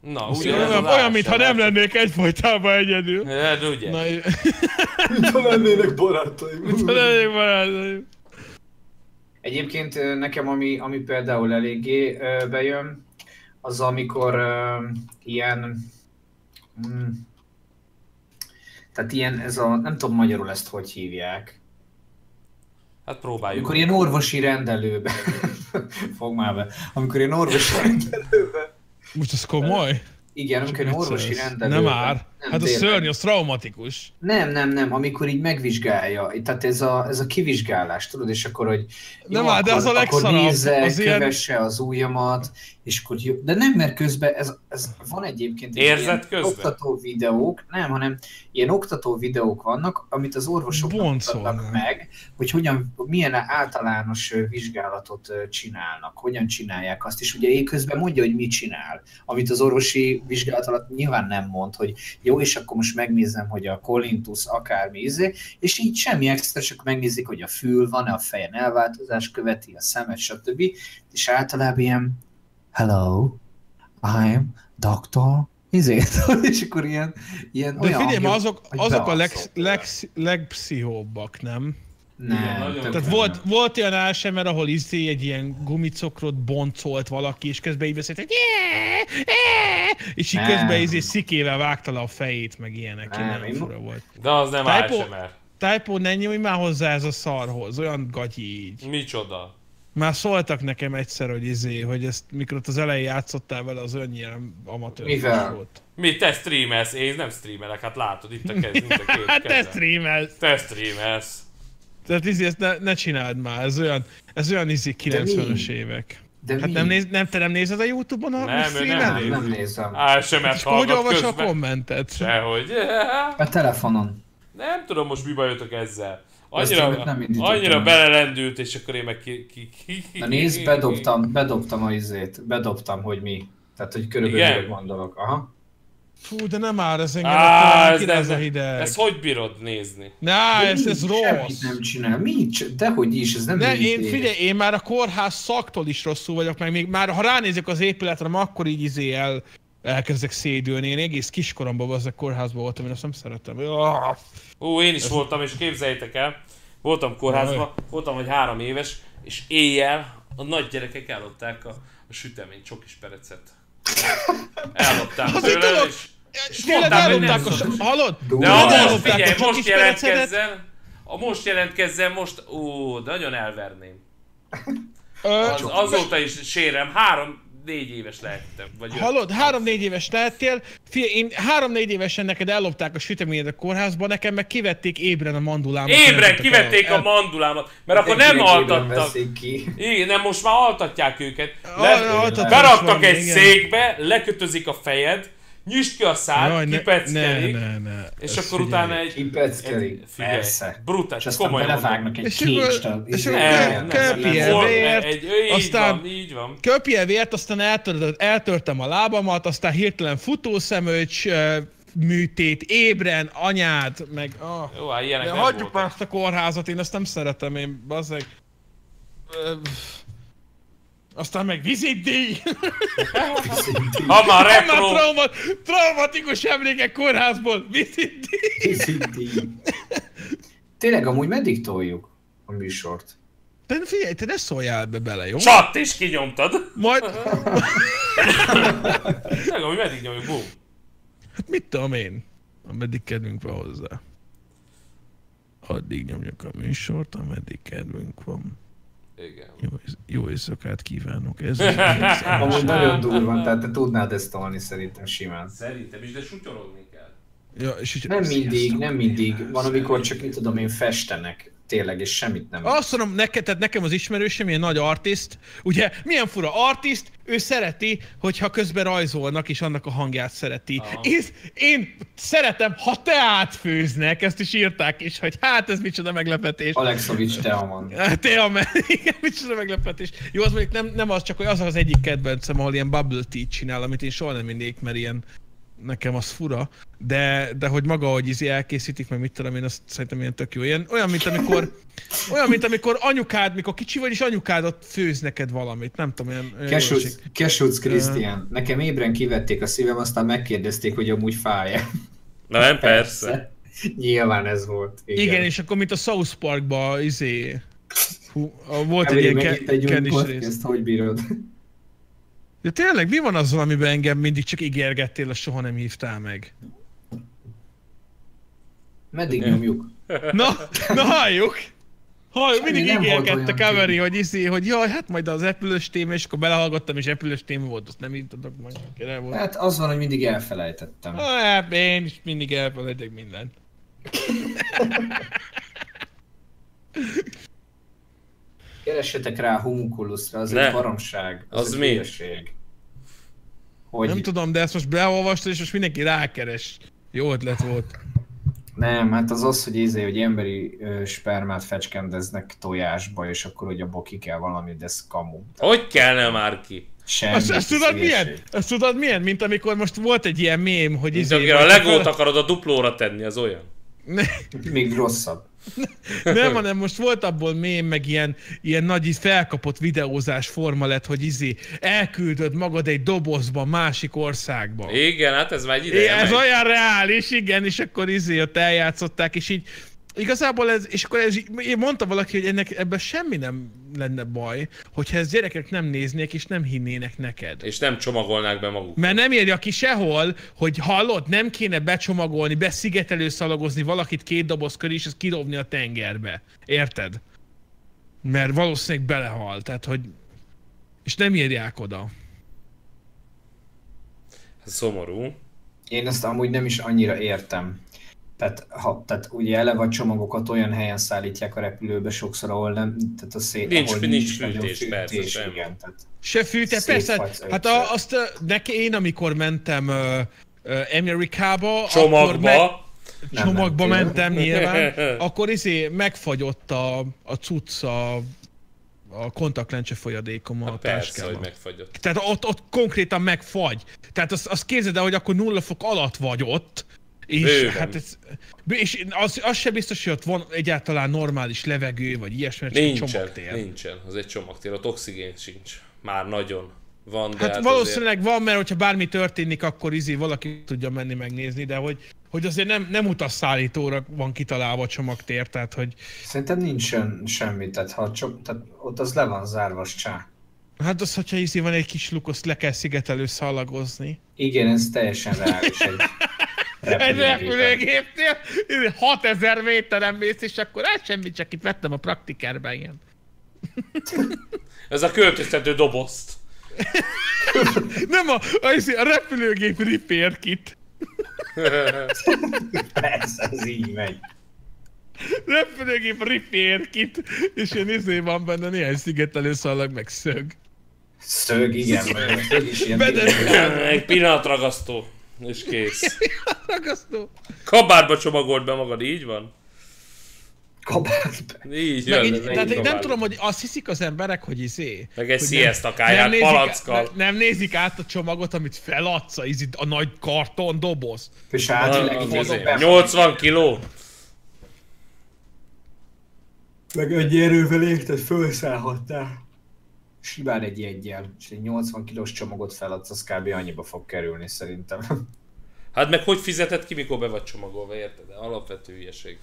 [SPEAKER 2] Na,
[SPEAKER 1] Az
[SPEAKER 2] ugye,
[SPEAKER 1] olyan, olyan, olyan mintha nem lennék egyfolytában egyedül.
[SPEAKER 2] Hát ugye.
[SPEAKER 1] Na,
[SPEAKER 4] Ha lennének
[SPEAKER 1] (laughs)
[SPEAKER 4] barátaim.
[SPEAKER 1] nagyon barátaim.
[SPEAKER 4] Egyébként ö, nekem, ami, ami például eléggé ö, bejön, az amikor ö, ilyen... Mm, tehát ilyen, ez a, nem tudom magyarul ezt hogy hívják.
[SPEAKER 2] Hát próbáljuk.
[SPEAKER 4] Amikor ilyen orvosi rendelőbe, (laughs) fog már be, amikor ilyen orvosi rendelőbe,
[SPEAKER 1] Most ez komoly?
[SPEAKER 4] igen, amikor ilyen orvosi
[SPEAKER 1] Vicces.
[SPEAKER 4] rendelőbe.
[SPEAKER 1] Nem már. Hát a
[SPEAKER 4] tényleg.
[SPEAKER 1] szörny, az traumatikus.
[SPEAKER 4] Nem, nem, nem, amikor így megvizsgálja, tehát ez a, ez a kivizsgálás, tudod, és akkor, hogy
[SPEAKER 1] Nem áll, de az a
[SPEAKER 4] akkor
[SPEAKER 1] legszarabb,
[SPEAKER 4] nézze,
[SPEAKER 1] az
[SPEAKER 4] az
[SPEAKER 1] ilyen-
[SPEAKER 4] kövesse az ujjamat, és akkor jó. De nem, mert közben ez, ez van egyébként egy
[SPEAKER 2] Érzed
[SPEAKER 4] ilyen
[SPEAKER 2] közben?
[SPEAKER 4] oktató videók, nem, hanem ilyen oktató videók vannak, amit az orvosok
[SPEAKER 1] Boncolnak.
[SPEAKER 4] mutatnak meg, hogy hogyan, milyen általános ö, vizsgálatot ö, csinálnak, hogyan csinálják azt, és ugye én közben mondja, hogy mit csinál, amit az orvosi vizsgálat alatt nyilván nem mond, hogy jó, és akkor most megnézem, hogy a kolintus akármi izé, és így semmi extra, csak megnézik, hogy a fül van-e, a fejen elváltozás követi, a szemet, stb. És általában ilyen, hello, I'm doctor, izé, (laughs) és akkor ilyen, ilyen
[SPEAKER 1] De figyelj,
[SPEAKER 4] hangok,
[SPEAKER 1] ma azok,
[SPEAKER 4] hogy
[SPEAKER 1] azok a
[SPEAKER 4] bealszol
[SPEAKER 1] leg,
[SPEAKER 4] tőle.
[SPEAKER 1] leg, legpszichóbbak, nem?
[SPEAKER 2] Igen,
[SPEAKER 4] Nem,
[SPEAKER 2] nagyon-
[SPEAKER 4] tökre
[SPEAKER 1] Tehát
[SPEAKER 4] nem.
[SPEAKER 1] volt, volt olyan ASMR, ahol izé egy ilyen gumicokrot boncolt valaki, és közben így beszélt, hogy "Eee, eee", és így
[SPEAKER 4] Nem.
[SPEAKER 1] közben izé szikével vágta le a fejét, meg ilyenek,
[SPEAKER 4] Nem,
[SPEAKER 1] nem, nagyon
[SPEAKER 4] én-
[SPEAKER 1] fura volt.
[SPEAKER 2] De az nem
[SPEAKER 1] Typo-
[SPEAKER 2] ASMR.
[SPEAKER 1] Typo, ne nyújj már hozzá ez a szarhoz, olyan gagyi így.
[SPEAKER 2] Micsoda.
[SPEAKER 1] Már szóltak nekem egyszer, hogy izé, hogy ezt mikor ott az elején játszottál vele, az olyan ilyen amatőr
[SPEAKER 4] Mivel?
[SPEAKER 1] volt.
[SPEAKER 2] Mi, te streamelsz, én nem streamelek, hát látod, itt a kez, itt a
[SPEAKER 1] (laughs)
[SPEAKER 2] két
[SPEAKER 1] Hát te
[SPEAKER 2] kezem.
[SPEAKER 1] streamelsz!
[SPEAKER 2] Te streamelsz.
[SPEAKER 1] Tehát izé, ezt ne, ne csináld már, ez olyan, ez olyan izé 90-es évek.
[SPEAKER 4] De
[SPEAKER 1] Hát
[SPEAKER 4] mi?
[SPEAKER 1] nem, néz, nem, te nem nézed a Youtube-on a
[SPEAKER 2] Nem, ő
[SPEAKER 1] nem,
[SPEAKER 2] nem
[SPEAKER 1] streamet?
[SPEAKER 2] néz.
[SPEAKER 4] Nem nézem.
[SPEAKER 2] Á, semet
[SPEAKER 1] És hogy
[SPEAKER 2] hallgat
[SPEAKER 1] olvas a
[SPEAKER 2] közben.
[SPEAKER 1] kommentet?
[SPEAKER 2] Sehogy.
[SPEAKER 4] A telefonon.
[SPEAKER 2] (laughs) Nem tudom most mi bajotok ezzel.
[SPEAKER 4] Azt
[SPEAKER 2] Annyira,
[SPEAKER 4] én nem indítottam
[SPEAKER 2] annyira
[SPEAKER 4] el.
[SPEAKER 2] belerendült, és akkor én meg ki... ki, ki, ki
[SPEAKER 4] Na nézd, bedobtam, bedobtam a izét. Bedobtam, hogy mi. Tehát, hogy körülbelül
[SPEAKER 2] Igen?
[SPEAKER 4] hogy gondolok. Aha.
[SPEAKER 1] Fú, de nem áll ez engem,
[SPEAKER 2] Á,
[SPEAKER 1] Á,
[SPEAKER 2] ez,
[SPEAKER 1] ez, ez,
[SPEAKER 2] ez,
[SPEAKER 1] a hideg.
[SPEAKER 2] ezt hogy bírod nézni?
[SPEAKER 1] Na, ez, ez
[SPEAKER 4] Semmit
[SPEAKER 1] rossz.
[SPEAKER 4] nem csinál. Mi? Cs- Dehogy is, ez nem
[SPEAKER 1] Ne,
[SPEAKER 4] nézés.
[SPEAKER 1] én figyelj, én már a kórház szaktól is rosszul vagyok, meg még már ha ránézek az épületre, már akkor így izé el, elkezdek szédülni. Én egész kiskoromban az a kórházban voltam, én azt nem szerettem. Ah,
[SPEAKER 2] Ú, én is voltam, és képzeljétek el, voltam kórházban, voltam vagy három éves, és éjjel a nagy gyerekek ellopták a, a sütemény csokis
[SPEAKER 1] (laughs)
[SPEAKER 2] perecet. Ellopták
[SPEAKER 1] Az egy
[SPEAKER 2] tőlem,
[SPEAKER 1] dolog.
[SPEAKER 2] és, és
[SPEAKER 1] És tényleg
[SPEAKER 2] mondták, hogy nem
[SPEAKER 1] ellopták a...
[SPEAKER 2] szabad.
[SPEAKER 1] s- Hallod?
[SPEAKER 2] De
[SPEAKER 1] Tényleg
[SPEAKER 2] ahhoz,
[SPEAKER 1] ellopták a
[SPEAKER 2] figyelj,
[SPEAKER 1] csokis
[SPEAKER 2] most
[SPEAKER 1] perecedet?
[SPEAKER 2] jelentkezzen, a most jelentkezzen, most, ó, nagyon elverném.
[SPEAKER 1] Ö,
[SPEAKER 2] Az, azóta is sérem, három, négy éves lehettem. Vagy öt.
[SPEAKER 1] Hallod, három-négy éves lehettél, fia, én három-négy évesen neked ellopták a süteményed a kórházba, nekem meg kivették ébren a mandulámat.
[SPEAKER 2] Ébren
[SPEAKER 1] Nem
[SPEAKER 2] kivették
[SPEAKER 1] tudtak el-
[SPEAKER 2] a mandulámat, mert akkor nem
[SPEAKER 4] Egyébként
[SPEAKER 2] altattak.
[SPEAKER 4] veszik ki.
[SPEAKER 2] Igen, nem, most már altatják őket.
[SPEAKER 1] Al-
[SPEAKER 2] Le,
[SPEAKER 1] altatás
[SPEAKER 2] beraktak
[SPEAKER 1] van,
[SPEAKER 2] egy
[SPEAKER 1] igen.
[SPEAKER 2] székbe, lekötözik a fejed, nyisd ki a
[SPEAKER 1] Jaj,
[SPEAKER 2] szád,
[SPEAKER 1] ne-
[SPEAKER 2] kipeckelik,
[SPEAKER 1] ne, ne, ne.
[SPEAKER 2] és
[SPEAKER 1] Ezt
[SPEAKER 2] akkor
[SPEAKER 1] figyelj.
[SPEAKER 2] utána egy...
[SPEAKER 4] Kipeckelik.
[SPEAKER 2] egy- figyelj,
[SPEAKER 4] Persze.
[SPEAKER 2] Brutális,
[SPEAKER 4] És aztán
[SPEAKER 2] komolyan mondom.
[SPEAKER 4] belevágnak egy
[SPEAKER 1] És akkor-
[SPEAKER 4] kést. a-
[SPEAKER 1] és
[SPEAKER 4] izé-
[SPEAKER 1] akkor Köp-
[SPEAKER 2] Nem, nem,
[SPEAKER 1] köpje,
[SPEAKER 2] nem, nem, volt,
[SPEAKER 1] vért,
[SPEAKER 2] egy- így
[SPEAKER 1] aztán-
[SPEAKER 2] van, így van.
[SPEAKER 1] Köpje vért, aztán eltöröd, eltörtem a lábamat, aztán hirtelen futószemölcs, ö, műtét, ébren, anyád, meg... ah.
[SPEAKER 2] Jó, hát ilyenek
[SPEAKER 1] De
[SPEAKER 2] nem
[SPEAKER 1] hagyjuk már
[SPEAKER 2] voltak.
[SPEAKER 1] ezt a kórházat, én ezt nem szeretem, én bazzeg. Ö, Aztán meg vizitdíj!
[SPEAKER 2] Ha már
[SPEAKER 1] Van már
[SPEAKER 2] retro,
[SPEAKER 1] trauma, traumatikus emlékek kórházból, vizitdíj!
[SPEAKER 4] Tényleg, amúgy meddig toljuk a műsort?
[SPEAKER 1] Te figyelj, te ne szóljál be bele, jó?
[SPEAKER 2] csat és kinyomtad.
[SPEAKER 1] Majd,
[SPEAKER 2] Nem, hogy meddig nyomjuk, bum.
[SPEAKER 1] hát mit tudom én, ameddig kedvünk van hozzá. Addig nyomjuk a műsort, ameddig kedvünk van.
[SPEAKER 2] Igen.
[SPEAKER 1] Jó, éj- jó éjszakát kívánok, ez az egész.
[SPEAKER 4] Amúgy nagyon durva, tehát te tudnád ezt tolni szerintem simán.
[SPEAKER 2] Szerintem is, de sutyologni kell.
[SPEAKER 1] ja, és így-
[SPEAKER 4] Nem mindig, nem mindig. Van, amikor csak, mit tudom én, festenek. Tényleg, és semmit nem.
[SPEAKER 1] Azt mondom, neked, tehát nekem az ismerősöm ilyen nagy artiszt, ugye milyen fura artiszt, ő szereti, hogyha közben rajzolnak, és annak a hangját szereti. Én, én szeretem, ha teát főznek, ezt is írták is, hogy hát ez micsoda meglepetés.
[SPEAKER 4] Alexovics Teoman.
[SPEAKER 1] Téha Hát, (laughs) igen, micsoda meglepetés. Jó, az mondjuk nem, nem az, csak hogy az az egyik kedvencem, ahol ilyen bubble tea csinál, amit én soha nem innék, mert ilyen nekem az fura, de, de hogy maga, hogy izi elkészítik, meg mit tudom én, azt szerintem ilyen tök jó. Ilyen, olyan, mint amikor, olyan, mint amikor anyukád, mikor kicsi vagy, és anyukád ott főz neked valamit, nem tudom, ilyen... olyan
[SPEAKER 4] Kesúc,
[SPEAKER 1] jóség.
[SPEAKER 4] Kesúc Krisztián. Nekem ébren kivették a szívem, aztán megkérdezték, hogy amúgy fáj
[SPEAKER 2] Na nem, persze.
[SPEAKER 4] (laughs) Nyilván ez volt. Igen,
[SPEAKER 1] Igen, és akkor mint a South Parkba, izé... Hú, a- volt egy
[SPEAKER 4] Emily,
[SPEAKER 1] ilyen
[SPEAKER 4] megint
[SPEAKER 1] ke-
[SPEAKER 4] egy új
[SPEAKER 1] kennis rész.
[SPEAKER 4] podcast, hogy bírod? (laughs)
[SPEAKER 1] De tényleg, mi van azzal, amiben engem mindig csak ígérgettél, és soha nem hívtál meg?
[SPEAKER 4] Meddig nyomjuk?
[SPEAKER 1] Na, na halljuk! Halljuk,
[SPEAKER 4] Semmi
[SPEAKER 1] mindig
[SPEAKER 4] nem volt
[SPEAKER 1] ígérkedte
[SPEAKER 4] olyan
[SPEAKER 1] Kaveri, hogy izé, hogy jaj, hát majd az epülős téma, és akkor belehallgattam, és epülős téma volt, azt nem így tudok majd. Kire volt.
[SPEAKER 4] Hát az van, hogy mindig elfelejtettem.
[SPEAKER 1] Hát, én is mindig elfelejtek mindent.
[SPEAKER 4] Keressetek rá a homunkulusra, az ne.
[SPEAKER 2] Ne.
[SPEAKER 4] egy baromság.
[SPEAKER 2] Az
[SPEAKER 4] egy
[SPEAKER 2] mi?
[SPEAKER 4] hülyeség. Hogy
[SPEAKER 1] Nem tudom, de ezt most beolvastad, és most mindenki rákeres. Jó ötlet volt.
[SPEAKER 4] nem, hát az az, hogy izé, hogy emberi ö, spermát fecskendeznek tojásba, és akkor hogy abból ki kell valami, de ez kamu.
[SPEAKER 2] Hogy kellene már ki?
[SPEAKER 4] Semmi.
[SPEAKER 1] Azt, azt tudod
[SPEAKER 4] hülyeség.
[SPEAKER 1] milyen? Azt tudod milyen? Mint amikor most volt egy ilyen mém, hogy
[SPEAKER 2] Mint
[SPEAKER 1] izé...
[SPEAKER 2] amikor a
[SPEAKER 1] majd (laughs)
[SPEAKER 2] legót
[SPEAKER 1] fel-
[SPEAKER 2] akarod a duplóra tenni, az olyan.
[SPEAKER 4] Még rosszabb.
[SPEAKER 1] Nem, hanem most volt abból mém, meg ilyen, ilyen nagy így felkapott videózás forma lett, hogy izé, elküldöd magad egy dobozba másik országba. É,
[SPEAKER 2] Igen, hát ez már egy ideje
[SPEAKER 1] ez
[SPEAKER 2] megy.
[SPEAKER 1] olyan reális, igen, és akkor izé ott eljátszották, és így igazából ez, és akkor ez, így- én mondta valaki, hogy ennek ebben semmi nem lenne baj, hogyha ezt gyerekek nem néznék, és nem hinnének neked.
[SPEAKER 2] És nem csomagolnák be maguk.
[SPEAKER 1] Mert nem írja ki sehol, hogy hallod, nem kéne becsomagolni, beszigetelő szalagozni valakit két doboz köré, és ezt kidobni a tengerbe. Érted? Mert valószínűleg belehal, tehát hogy... És nem írják oda.
[SPEAKER 2] Ez szomorú.
[SPEAKER 4] Én ezt amúgy nem is annyira értem. Tehát, ha, tehát ugye eleve a csomagokat olyan helyen szállítják a repülőbe sokszor, ahol nem, tehát a szét,
[SPEAKER 2] Nincs-
[SPEAKER 4] ahol
[SPEAKER 2] nincs
[SPEAKER 4] nagyon
[SPEAKER 2] fűtés, persze, semmi.
[SPEAKER 4] igen, tehát
[SPEAKER 1] Se fűte,
[SPEAKER 4] Szép
[SPEAKER 1] persze.
[SPEAKER 4] vagy,
[SPEAKER 1] Hát
[SPEAKER 4] szép.
[SPEAKER 1] a, azt ö, neki én, amikor mentem ö, ö, Amerikába, akkor meg,
[SPEAKER 2] Csomagba.
[SPEAKER 4] Nem
[SPEAKER 1] csomagba
[SPEAKER 4] mentél.
[SPEAKER 1] mentem nyilván,
[SPEAKER 2] (laughs)
[SPEAKER 1] akkor izé megfagyott a, a cucc a, a kontaktlencse folyadékom a
[SPEAKER 2] Persze, hogy
[SPEAKER 1] táskában.
[SPEAKER 2] megfagyott.
[SPEAKER 1] Tehát ott, ott konkrétan megfagy. Tehát azt, azt képzeld el, hogy akkor nulla fok alatt vagy ott. És,
[SPEAKER 2] Bőven.
[SPEAKER 1] hát ez, és az, az sem biztos, hogy ott van egyáltalán normális levegő, vagy ilyesmi, mert csak egy
[SPEAKER 2] Nincsen,
[SPEAKER 1] csomagtér.
[SPEAKER 2] nincsen. Az egy csomagtér, ott oxigén sincs. Már nagyon. Van, de
[SPEAKER 1] Hát,
[SPEAKER 2] azért-
[SPEAKER 1] valószínűleg van, mert hogyha bármi történik, akkor izé valaki tudja menni megnézni, de hogy, hogy azért nem, nem utasszállítóra van kitalálva a csomagtér, tehát hogy
[SPEAKER 4] szerintem nincsen semmi, tehát, ha csak, tehát ott az le van zárva, s csá.
[SPEAKER 1] hát az, hogyha izé van egy kis luk, azt le kell szigetelő szalagozni.
[SPEAKER 4] Igen, ez teljesen reális
[SPEAKER 2] (laughs)
[SPEAKER 4] egy
[SPEAKER 1] Egy
[SPEAKER 4] repülőgépen.
[SPEAKER 1] repülőgépnél izé 6000 méteren mész, és akkor hát semmit, csak itt vettem a praktikerben ilyen.
[SPEAKER 2] Ez a költöztető dobozt.
[SPEAKER 1] Nem a, a, izé, a repülőgép repair kit.
[SPEAKER 4] Persze, (laughs) ez így megy.
[SPEAKER 1] Repülőgép repair kit. És én izé van benne néhány szigetelő szalag, meg szög.
[SPEAKER 4] Szög, igen, mert a szög is ilyen
[SPEAKER 1] Bedesz-
[SPEAKER 2] egy pillanatragasztó. És kész.
[SPEAKER 1] Ragasztó.
[SPEAKER 2] Kabárba csomagolt be magad, így van?
[SPEAKER 4] kabátba.
[SPEAKER 2] Így
[SPEAKER 1] Meg
[SPEAKER 2] jön.
[SPEAKER 1] így,
[SPEAKER 2] ez egy
[SPEAKER 1] tehát én nem
[SPEAKER 2] kabát.
[SPEAKER 1] tudom, hogy azt hiszik az emberek, hogy izé.
[SPEAKER 2] Meg egy
[SPEAKER 1] hogy
[SPEAKER 2] siesta káját
[SPEAKER 1] nézik-
[SPEAKER 2] palackkal.
[SPEAKER 1] ne- nem nézik át a csomagot, amit feladsz, a, izé, a nagy karton doboz.
[SPEAKER 4] És hát
[SPEAKER 1] Hát,
[SPEAKER 2] Az-
[SPEAKER 4] átvileg
[SPEAKER 2] az-
[SPEAKER 4] így
[SPEAKER 2] izé,
[SPEAKER 4] be-
[SPEAKER 2] 80 kiló?
[SPEAKER 4] Meg egy erővel érted, felszállhattál. Simán egy jeggyel, és egy 80 kilós csomagot feladsz, az kb. annyiba fog kerülni szerintem.
[SPEAKER 2] Hát meg hogy fizeted ki, mikor be vagy csomagolva, érted? Alapvető hülyeség.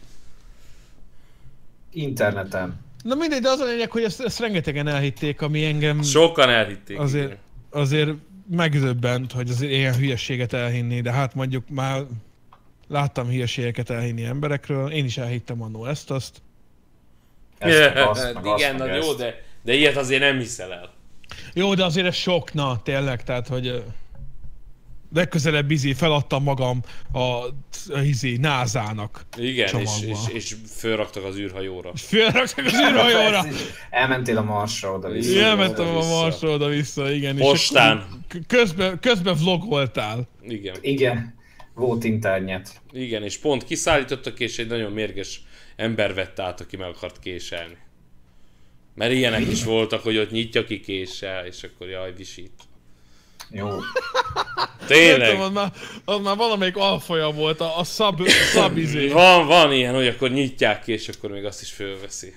[SPEAKER 4] Interneten.
[SPEAKER 1] Na mindegy, de az a lényeg, hogy ezt, ezt rengetegen elhitték, ami engem
[SPEAKER 2] Sokan elhitték.
[SPEAKER 1] azért,
[SPEAKER 2] igen.
[SPEAKER 1] azért megdöbbent, hogy azért ilyen hülyeséget elhinni, de hát mondjuk már láttam hülyeségeket elhinni emberekről, én is elhittem annó ezt-azt.
[SPEAKER 4] Ezt, meg azt, meg
[SPEAKER 2] Hát
[SPEAKER 4] azt,
[SPEAKER 2] igen,
[SPEAKER 4] meg
[SPEAKER 2] na
[SPEAKER 4] ezt.
[SPEAKER 2] jó, de, de ilyet azért nem hiszel el.
[SPEAKER 1] Jó, de azért ez sok, na, tényleg, tehát, hogy ö, legközelebb izé feladtam magam a, a izé, názának.
[SPEAKER 2] Igen, és, és,
[SPEAKER 1] Csomagba.
[SPEAKER 2] és fölraktak az űrhajóra.
[SPEAKER 1] Fölraktak az űrhajóra!
[SPEAKER 2] (laughs)
[SPEAKER 4] Persze, és Elmentél a Marsra oda-vissza.
[SPEAKER 2] Igen,
[SPEAKER 1] Elmentem a
[SPEAKER 2] oda-vissza.
[SPEAKER 1] Marsra oda-vissza, igen.
[SPEAKER 2] Postán.
[SPEAKER 1] És akkor k- közben, közben vlogoltál.
[SPEAKER 2] Igen,
[SPEAKER 4] Igen, volt internet.
[SPEAKER 2] igen, és pont kiszállítottak, és egy nagyon mérges ember vette át, aki meg akart késelni. Mert ilyenek is voltak, hogy ott nyitja ki késsel, és akkor jaj, visít.
[SPEAKER 4] Jó.
[SPEAKER 1] Nem tudom,
[SPEAKER 2] Tényleg,
[SPEAKER 1] az már, az már valamelyik alfolyam volt, a, a szab, szab izé.
[SPEAKER 2] van, van ilyen, hogy akkor nyitják ki, és akkor még azt is fölveszi.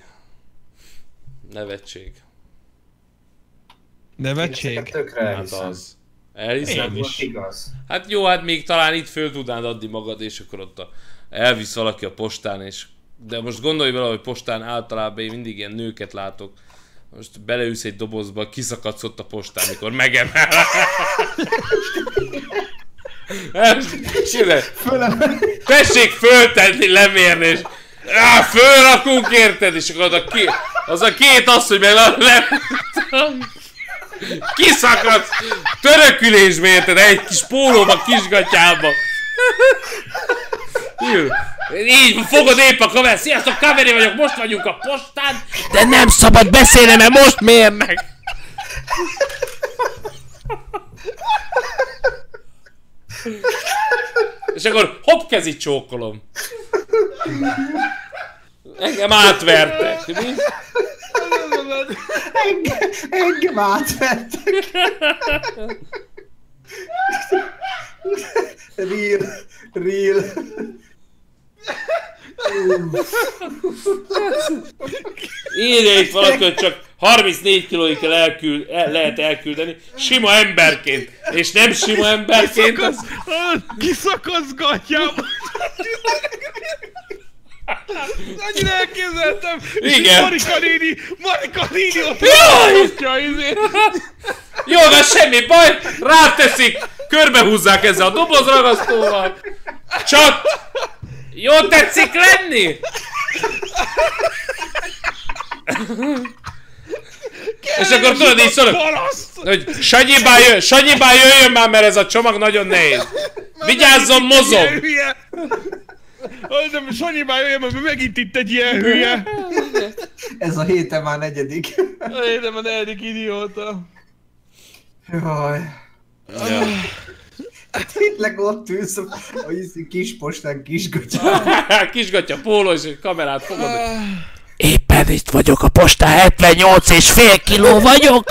[SPEAKER 2] Nevetség.
[SPEAKER 4] Ezeket
[SPEAKER 1] Nevetség.
[SPEAKER 4] tökre
[SPEAKER 2] Hát
[SPEAKER 4] elhiszem.
[SPEAKER 2] az. Elhiszem.
[SPEAKER 1] Én
[SPEAKER 4] Volt
[SPEAKER 1] is.
[SPEAKER 4] igaz.
[SPEAKER 2] Hát jó, hát még talán itt föl tudnád adni magad, és akkor ott a, elvisz valaki a postán, és... De most gondolj bele, hogy postán általában én mindig ilyen nőket látok. Most beleülsz egy dobozba, kiszakadsz ott a postán, mikor megemel. Nem, Sile, Tessék föltenni, lemérni, és Á, fölrakunk, érted? És akkor az a két, az a két az, hogy meg le, le, kiszakadsz, törökülésbe érted, egy kis pólóba, kisgatyába. Ül. Így fogod épp a kamerát, sziasztok, kaveri vagyok, most vagyunk a postán,
[SPEAKER 5] De nem szabad beszélnem, mert most mérnek!
[SPEAKER 2] és akkor hopp kezit csókolom. Engem átvertek, mi?
[SPEAKER 4] Engem, engem átvettek. Real, real.
[SPEAKER 2] Írja itt valaki, hogy csak 34 kilóig kell elküld, el, lehet elküldeni, sima emberként, és nem sima emberként, az
[SPEAKER 1] Ah, Kiszakadsz gatyám! Annyira elképzeltem! és
[SPEAKER 2] Igen.
[SPEAKER 1] így Marika néni, Marika néni ott
[SPEAKER 2] Jaj!
[SPEAKER 1] látja, izé.
[SPEAKER 2] Jó, de semmi baj, ráteszik, körbehúzzák ezzel a dobozragasztóval. Csat! Jó tetszik lenni? És akkor tudod, így szólok,
[SPEAKER 1] Paraszt!
[SPEAKER 2] hogy Sanyibá jön, Sanyibá jöjjön már, mert ez a csomag nagyon nehéz. Vigyázzon, mozog!
[SPEAKER 1] Öldöm, Sanyi már jöjjön, mert megint itt egy ilyen hülye.
[SPEAKER 4] Ez a héten már negyedik.
[SPEAKER 1] Érdem a negyedik idióta.
[SPEAKER 4] Jaj.
[SPEAKER 2] Ja.
[SPEAKER 4] Tényleg ott ülsz a, a izé kis postán kis gatyán.
[SPEAKER 2] (laughs) Kisgatya, póló és egy kamerát fogod.
[SPEAKER 5] Éppen itt vagyok a postán, 78 és fél kiló vagyok.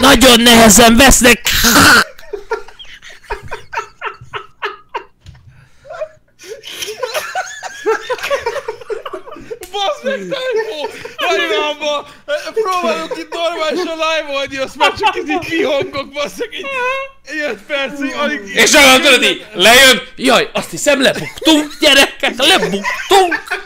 [SPEAKER 5] Nagyon nehezen vesznek.
[SPEAKER 1] Basz meg, Tajfó! Hagyj abba! Próbálok itt normálisan live-olni, azt már csak itt így kihangok, basz meg, így... egy öt percig, alig...
[SPEAKER 2] És akkor tudod így, lejön, jaj, azt hiszem lebuktunk, gyerekek, lebuktunk!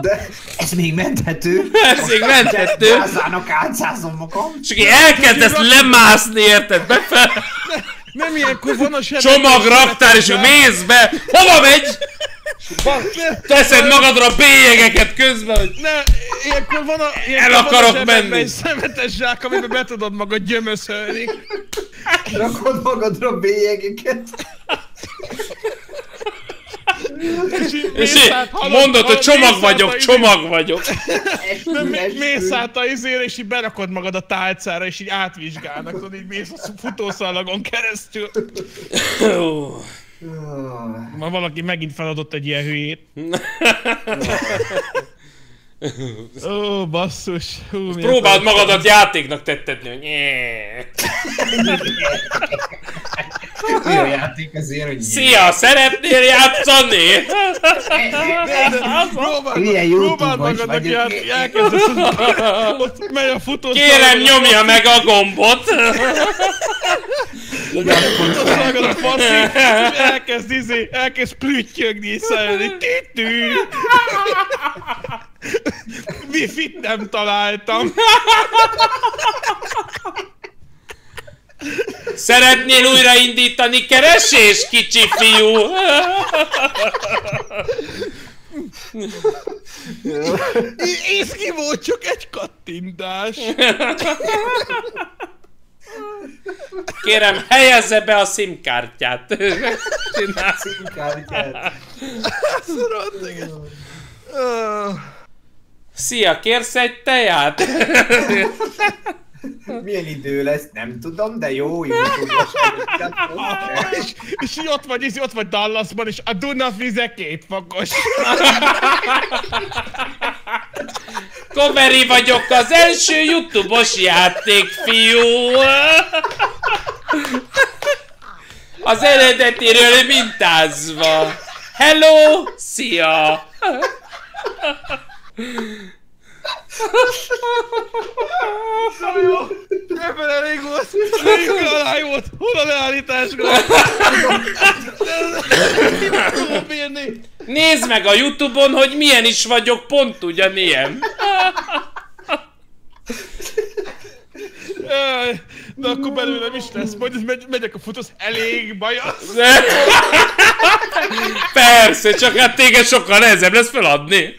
[SPEAKER 4] De ez még menthető.
[SPEAKER 2] Ez még menthető.
[SPEAKER 4] Gázának átszázom magam.
[SPEAKER 2] És aki elkezdesz lemászni, érted? Befel,
[SPEAKER 1] Nem ilyenkor van a sebesség...
[SPEAKER 2] csomag, raktár, és ő mész be, hova megy?
[SPEAKER 1] Basz, ne,
[SPEAKER 2] Teszed magadra a bélyegeket közben, hogy
[SPEAKER 1] ne, ilyenkor van a... Ilyenkor
[SPEAKER 2] El
[SPEAKER 1] van a
[SPEAKER 2] akarok
[SPEAKER 1] zsebedben
[SPEAKER 2] menni.
[SPEAKER 1] Egy szemetes zsák, amiben be tudod magad gyömöszölni.
[SPEAKER 4] Rakod magadra a bélyegeket.
[SPEAKER 1] És, így
[SPEAKER 2] és
[SPEAKER 1] mész
[SPEAKER 2] így
[SPEAKER 1] át, halad-
[SPEAKER 2] mondod,
[SPEAKER 1] halad-
[SPEAKER 2] hogy
[SPEAKER 1] mész
[SPEAKER 2] csomag
[SPEAKER 1] át a
[SPEAKER 2] vagyok,
[SPEAKER 1] izé-
[SPEAKER 2] csomag vagyok.
[SPEAKER 1] Nem, mi- mész át a izére, és így berakod magad a tálcára, és így átvizsgálnak, tudod, így mész a futószalagon keresztül.
[SPEAKER 2] Ó,
[SPEAKER 1] Ma valaki megint feladott egy ilyen
[SPEAKER 2] (laughs)
[SPEAKER 1] hülyét. Ó, basszus. Hú, milyen
[SPEAKER 2] Próbáld
[SPEAKER 1] fajta.
[SPEAKER 2] magadat játéknak tettetni, hogy nyee.
[SPEAKER 4] Olyan játék azért, hogy
[SPEAKER 2] Szia, szeretnél játszani?
[SPEAKER 1] Próbáld, próbáld
[SPEAKER 4] Milyen YouTube-os
[SPEAKER 1] magadnak
[SPEAKER 4] vagyok.
[SPEAKER 1] jár, elkezdesz, ott megy a futószalagon.
[SPEAKER 2] Kérem, nyomja meg a gombot!
[SPEAKER 1] Futószalagon a faszi, és elkezd izé, elkezd plüttyögni, és szállni. Titű! Wifi-t nem találtam.
[SPEAKER 2] Szeretnél újraindítani keresés, kicsi fiú?
[SPEAKER 1] És ki volt csak egy kattintás.
[SPEAKER 2] Kérem, helyezze be a simkártyát.
[SPEAKER 4] Színkártyát.
[SPEAKER 1] Szarod, igen. Ö,
[SPEAKER 2] Szia, kérsz egy teját?
[SPEAKER 4] Milyen idő lesz? Nem tudom, de jó YouTube-os vagyok.
[SPEAKER 1] És, és így ott vagy, így ott vagy Dallasban, és a Duna vize két fokos.
[SPEAKER 2] Koveri vagyok az első YouTube-os játékfiú. Az eredetiről mintázva. Hello, szia!
[SPEAKER 1] Ebben elég volt. Elég alá volt. Hol a leállításra? Nem tudom bírni.
[SPEAKER 2] Nézd meg a Youtube-on, hogy milyen is vagyok, pont ugyanilyen.
[SPEAKER 1] Jaj, De akkor belőlem is lesz. Majd megy, megyek a futósz. Elég bajasz.
[SPEAKER 2] Persze, csak hát téged sokkal nehezebb lesz feladni.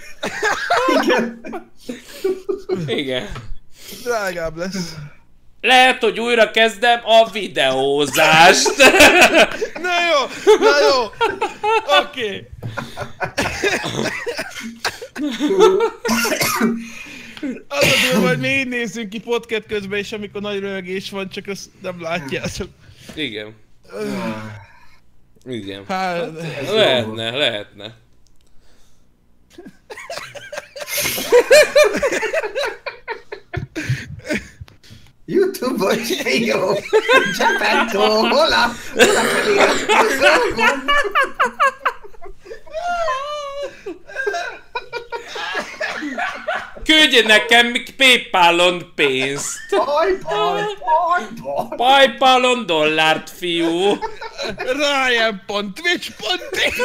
[SPEAKER 2] Igen.
[SPEAKER 1] Drágább lesz.
[SPEAKER 2] Lehet, hogy újra kezdem a videózást.
[SPEAKER 1] Na jó, na jó. Oké. Okay. Az a durva, hogy mi így nézünk ki podcast közben, és amikor nagy röhögés van, csak azt nem látjátok.
[SPEAKER 2] Igen. Igen.
[SPEAKER 1] Hát,
[SPEAKER 2] Lehetne, lehetne.
[SPEAKER 4] YouTube-os fiú. Gepetto, hol a... Hol a felé?
[SPEAKER 2] Küldj nekem Paypalon pénzt.
[SPEAKER 4] Pajpaj, pajpaj.
[SPEAKER 2] Paypalon dollárt, fiú.
[SPEAKER 1] Ryan.twitch.tv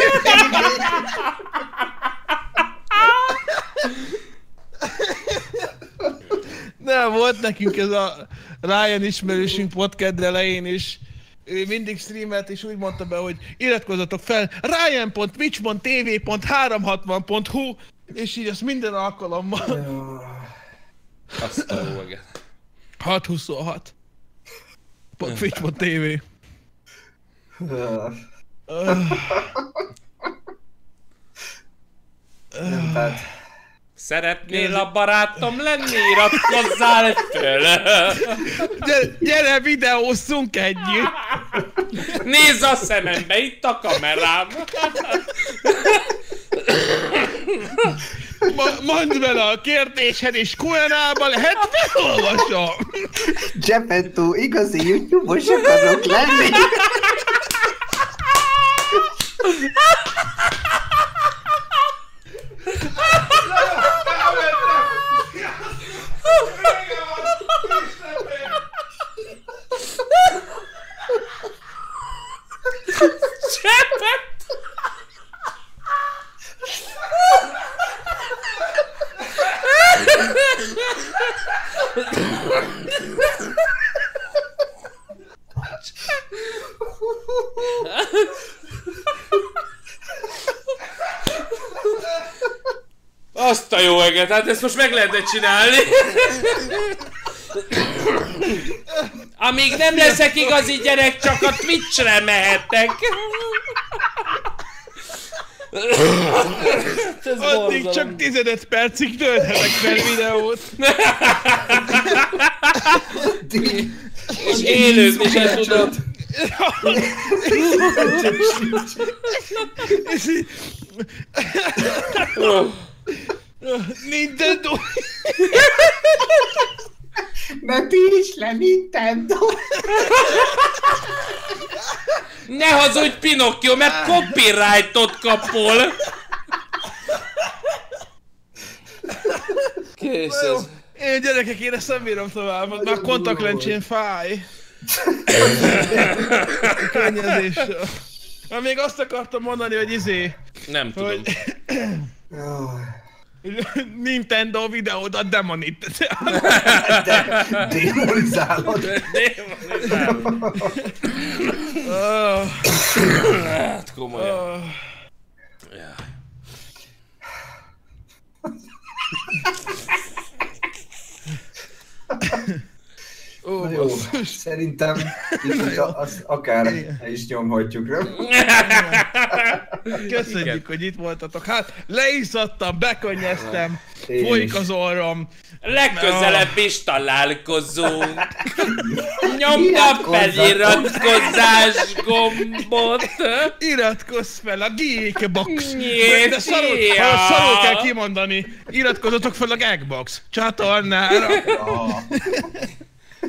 [SPEAKER 1] Nem, volt nekünk ez a Ryan ismerősünk podcast elején is. Ő mindig streamelt, és úgy mondta be, hogy iratkozzatok fel ryan.twitch.tv.360.hu és így azt minden alkalommal.
[SPEAKER 2] Azt a jó eget.
[SPEAKER 1] 626. Twitch.tv TV.
[SPEAKER 4] Nem, tehát
[SPEAKER 2] Szeretnél a barátom lenni? Iratkozzál föl!
[SPEAKER 1] Gyere, gyere, videózzunk együtt!
[SPEAKER 2] Nézz a szemembe, itt a kamerám!
[SPEAKER 1] Ma, mondd bele a kérdésed, és Kuenában lehet felolvasom!
[SPEAKER 4] Gepetto, igazi YouTube-os akarok lenni.
[SPEAKER 2] Csepet! Azt a jó eget, hát ezt most meg lehetne csinálni. Amíg nem leszek igazi gyerek, csak a Twitchre mehettek. Ez
[SPEAKER 1] Addig
[SPEAKER 2] borzalom.
[SPEAKER 1] csak 15 percig tölthetek fel videót.
[SPEAKER 2] És élő, és el tudom.
[SPEAKER 1] És így, Nintendo!
[SPEAKER 4] Mert ti is le Nintendo.
[SPEAKER 2] Ne hazudj Pinocchio, mert copyrightot kapol! Kész ez.
[SPEAKER 1] Én gyerekek, én ezt nem bírom tovább, mert már kontaktlencsén fáj. Könnyezéssel. Na, még azt akartam mondani, hogy izé,
[SPEAKER 2] Nem tudom.
[SPEAKER 1] hogy Nintendo videódat demonít.
[SPEAKER 4] Démonizálod.
[SPEAKER 2] Hát
[SPEAKER 1] Öh,
[SPEAKER 2] Hát komolyan.
[SPEAKER 1] öh. Ó,
[SPEAKER 4] Jó,
[SPEAKER 1] basszus.
[SPEAKER 4] szerintem itt azt akár el is nyomhatjuk, nem?
[SPEAKER 1] Köszönjük,
[SPEAKER 2] Igen.
[SPEAKER 1] hogy itt voltatok. Hát leizzadtam, bekönnyeztem,
[SPEAKER 4] Én is.
[SPEAKER 1] folyik az orrom.
[SPEAKER 2] Legközelebb is találkozunk. Nyomd a
[SPEAKER 4] Iratkozzatok.
[SPEAKER 2] feliratkozás gombot.
[SPEAKER 1] Iratkozz fel a Geek Box!
[SPEAKER 2] Nyílt,
[SPEAKER 1] De szarul,
[SPEAKER 2] szia!
[SPEAKER 1] ha szarul kell kimondani, iratkozzatok fel a Gagbox csatornára!
[SPEAKER 4] Ah.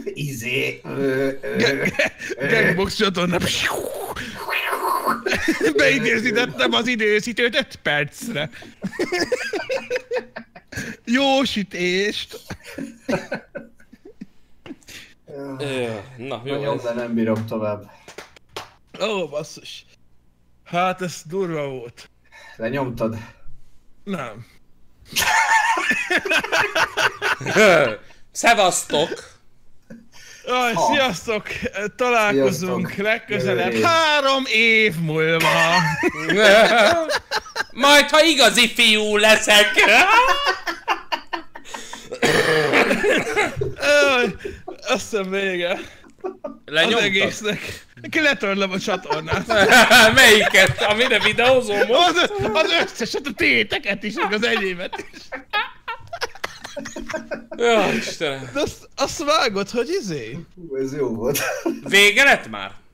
[SPEAKER 4] Izé. Ö, ö.
[SPEAKER 1] Gagbox csatorna. Beidézítettem az időzítőt 5 percre. Jó sütést!
[SPEAKER 2] Ö, Na, jó.
[SPEAKER 4] Nagyon,
[SPEAKER 2] ez.
[SPEAKER 4] de nem bírom tovább.
[SPEAKER 1] Ó, basszus. Hát ez durva volt.
[SPEAKER 4] Lenyomtad?
[SPEAKER 1] Nem.
[SPEAKER 2] Szevasztok.
[SPEAKER 1] Aj,
[SPEAKER 4] Ha.
[SPEAKER 1] sziasztok! Találkozunk
[SPEAKER 4] Sziasztok.
[SPEAKER 1] legközelebb
[SPEAKER 4] Jövő év.
[SPEAKER 1] három év múlva!
[SPEAKER 2] Majd, ha igazi fiú leszek.
[SPEAKER 1] Aj, Aztán vége. Az
[SPEAKER 2] Lenyomtad?
[SPEAKER 1] egésznek. Letörlöm a
[SPEAKER 4] (laughs)
[SPEAKER 1] csatornát.
[SPEAKER 2] (laughs) Melyiket? Amire videózom most?
[SPEAKER 1] Az, az összeset, a téteket is, meg az enyémet is.
[SPEAKER 2] Jó, Istenem.
[SPEAKER 1] De azt, azt vágod, hogy izé?
[SPEAKER 4] Hú, ez jó volt.
[SPEAKER 2] Vége lett már?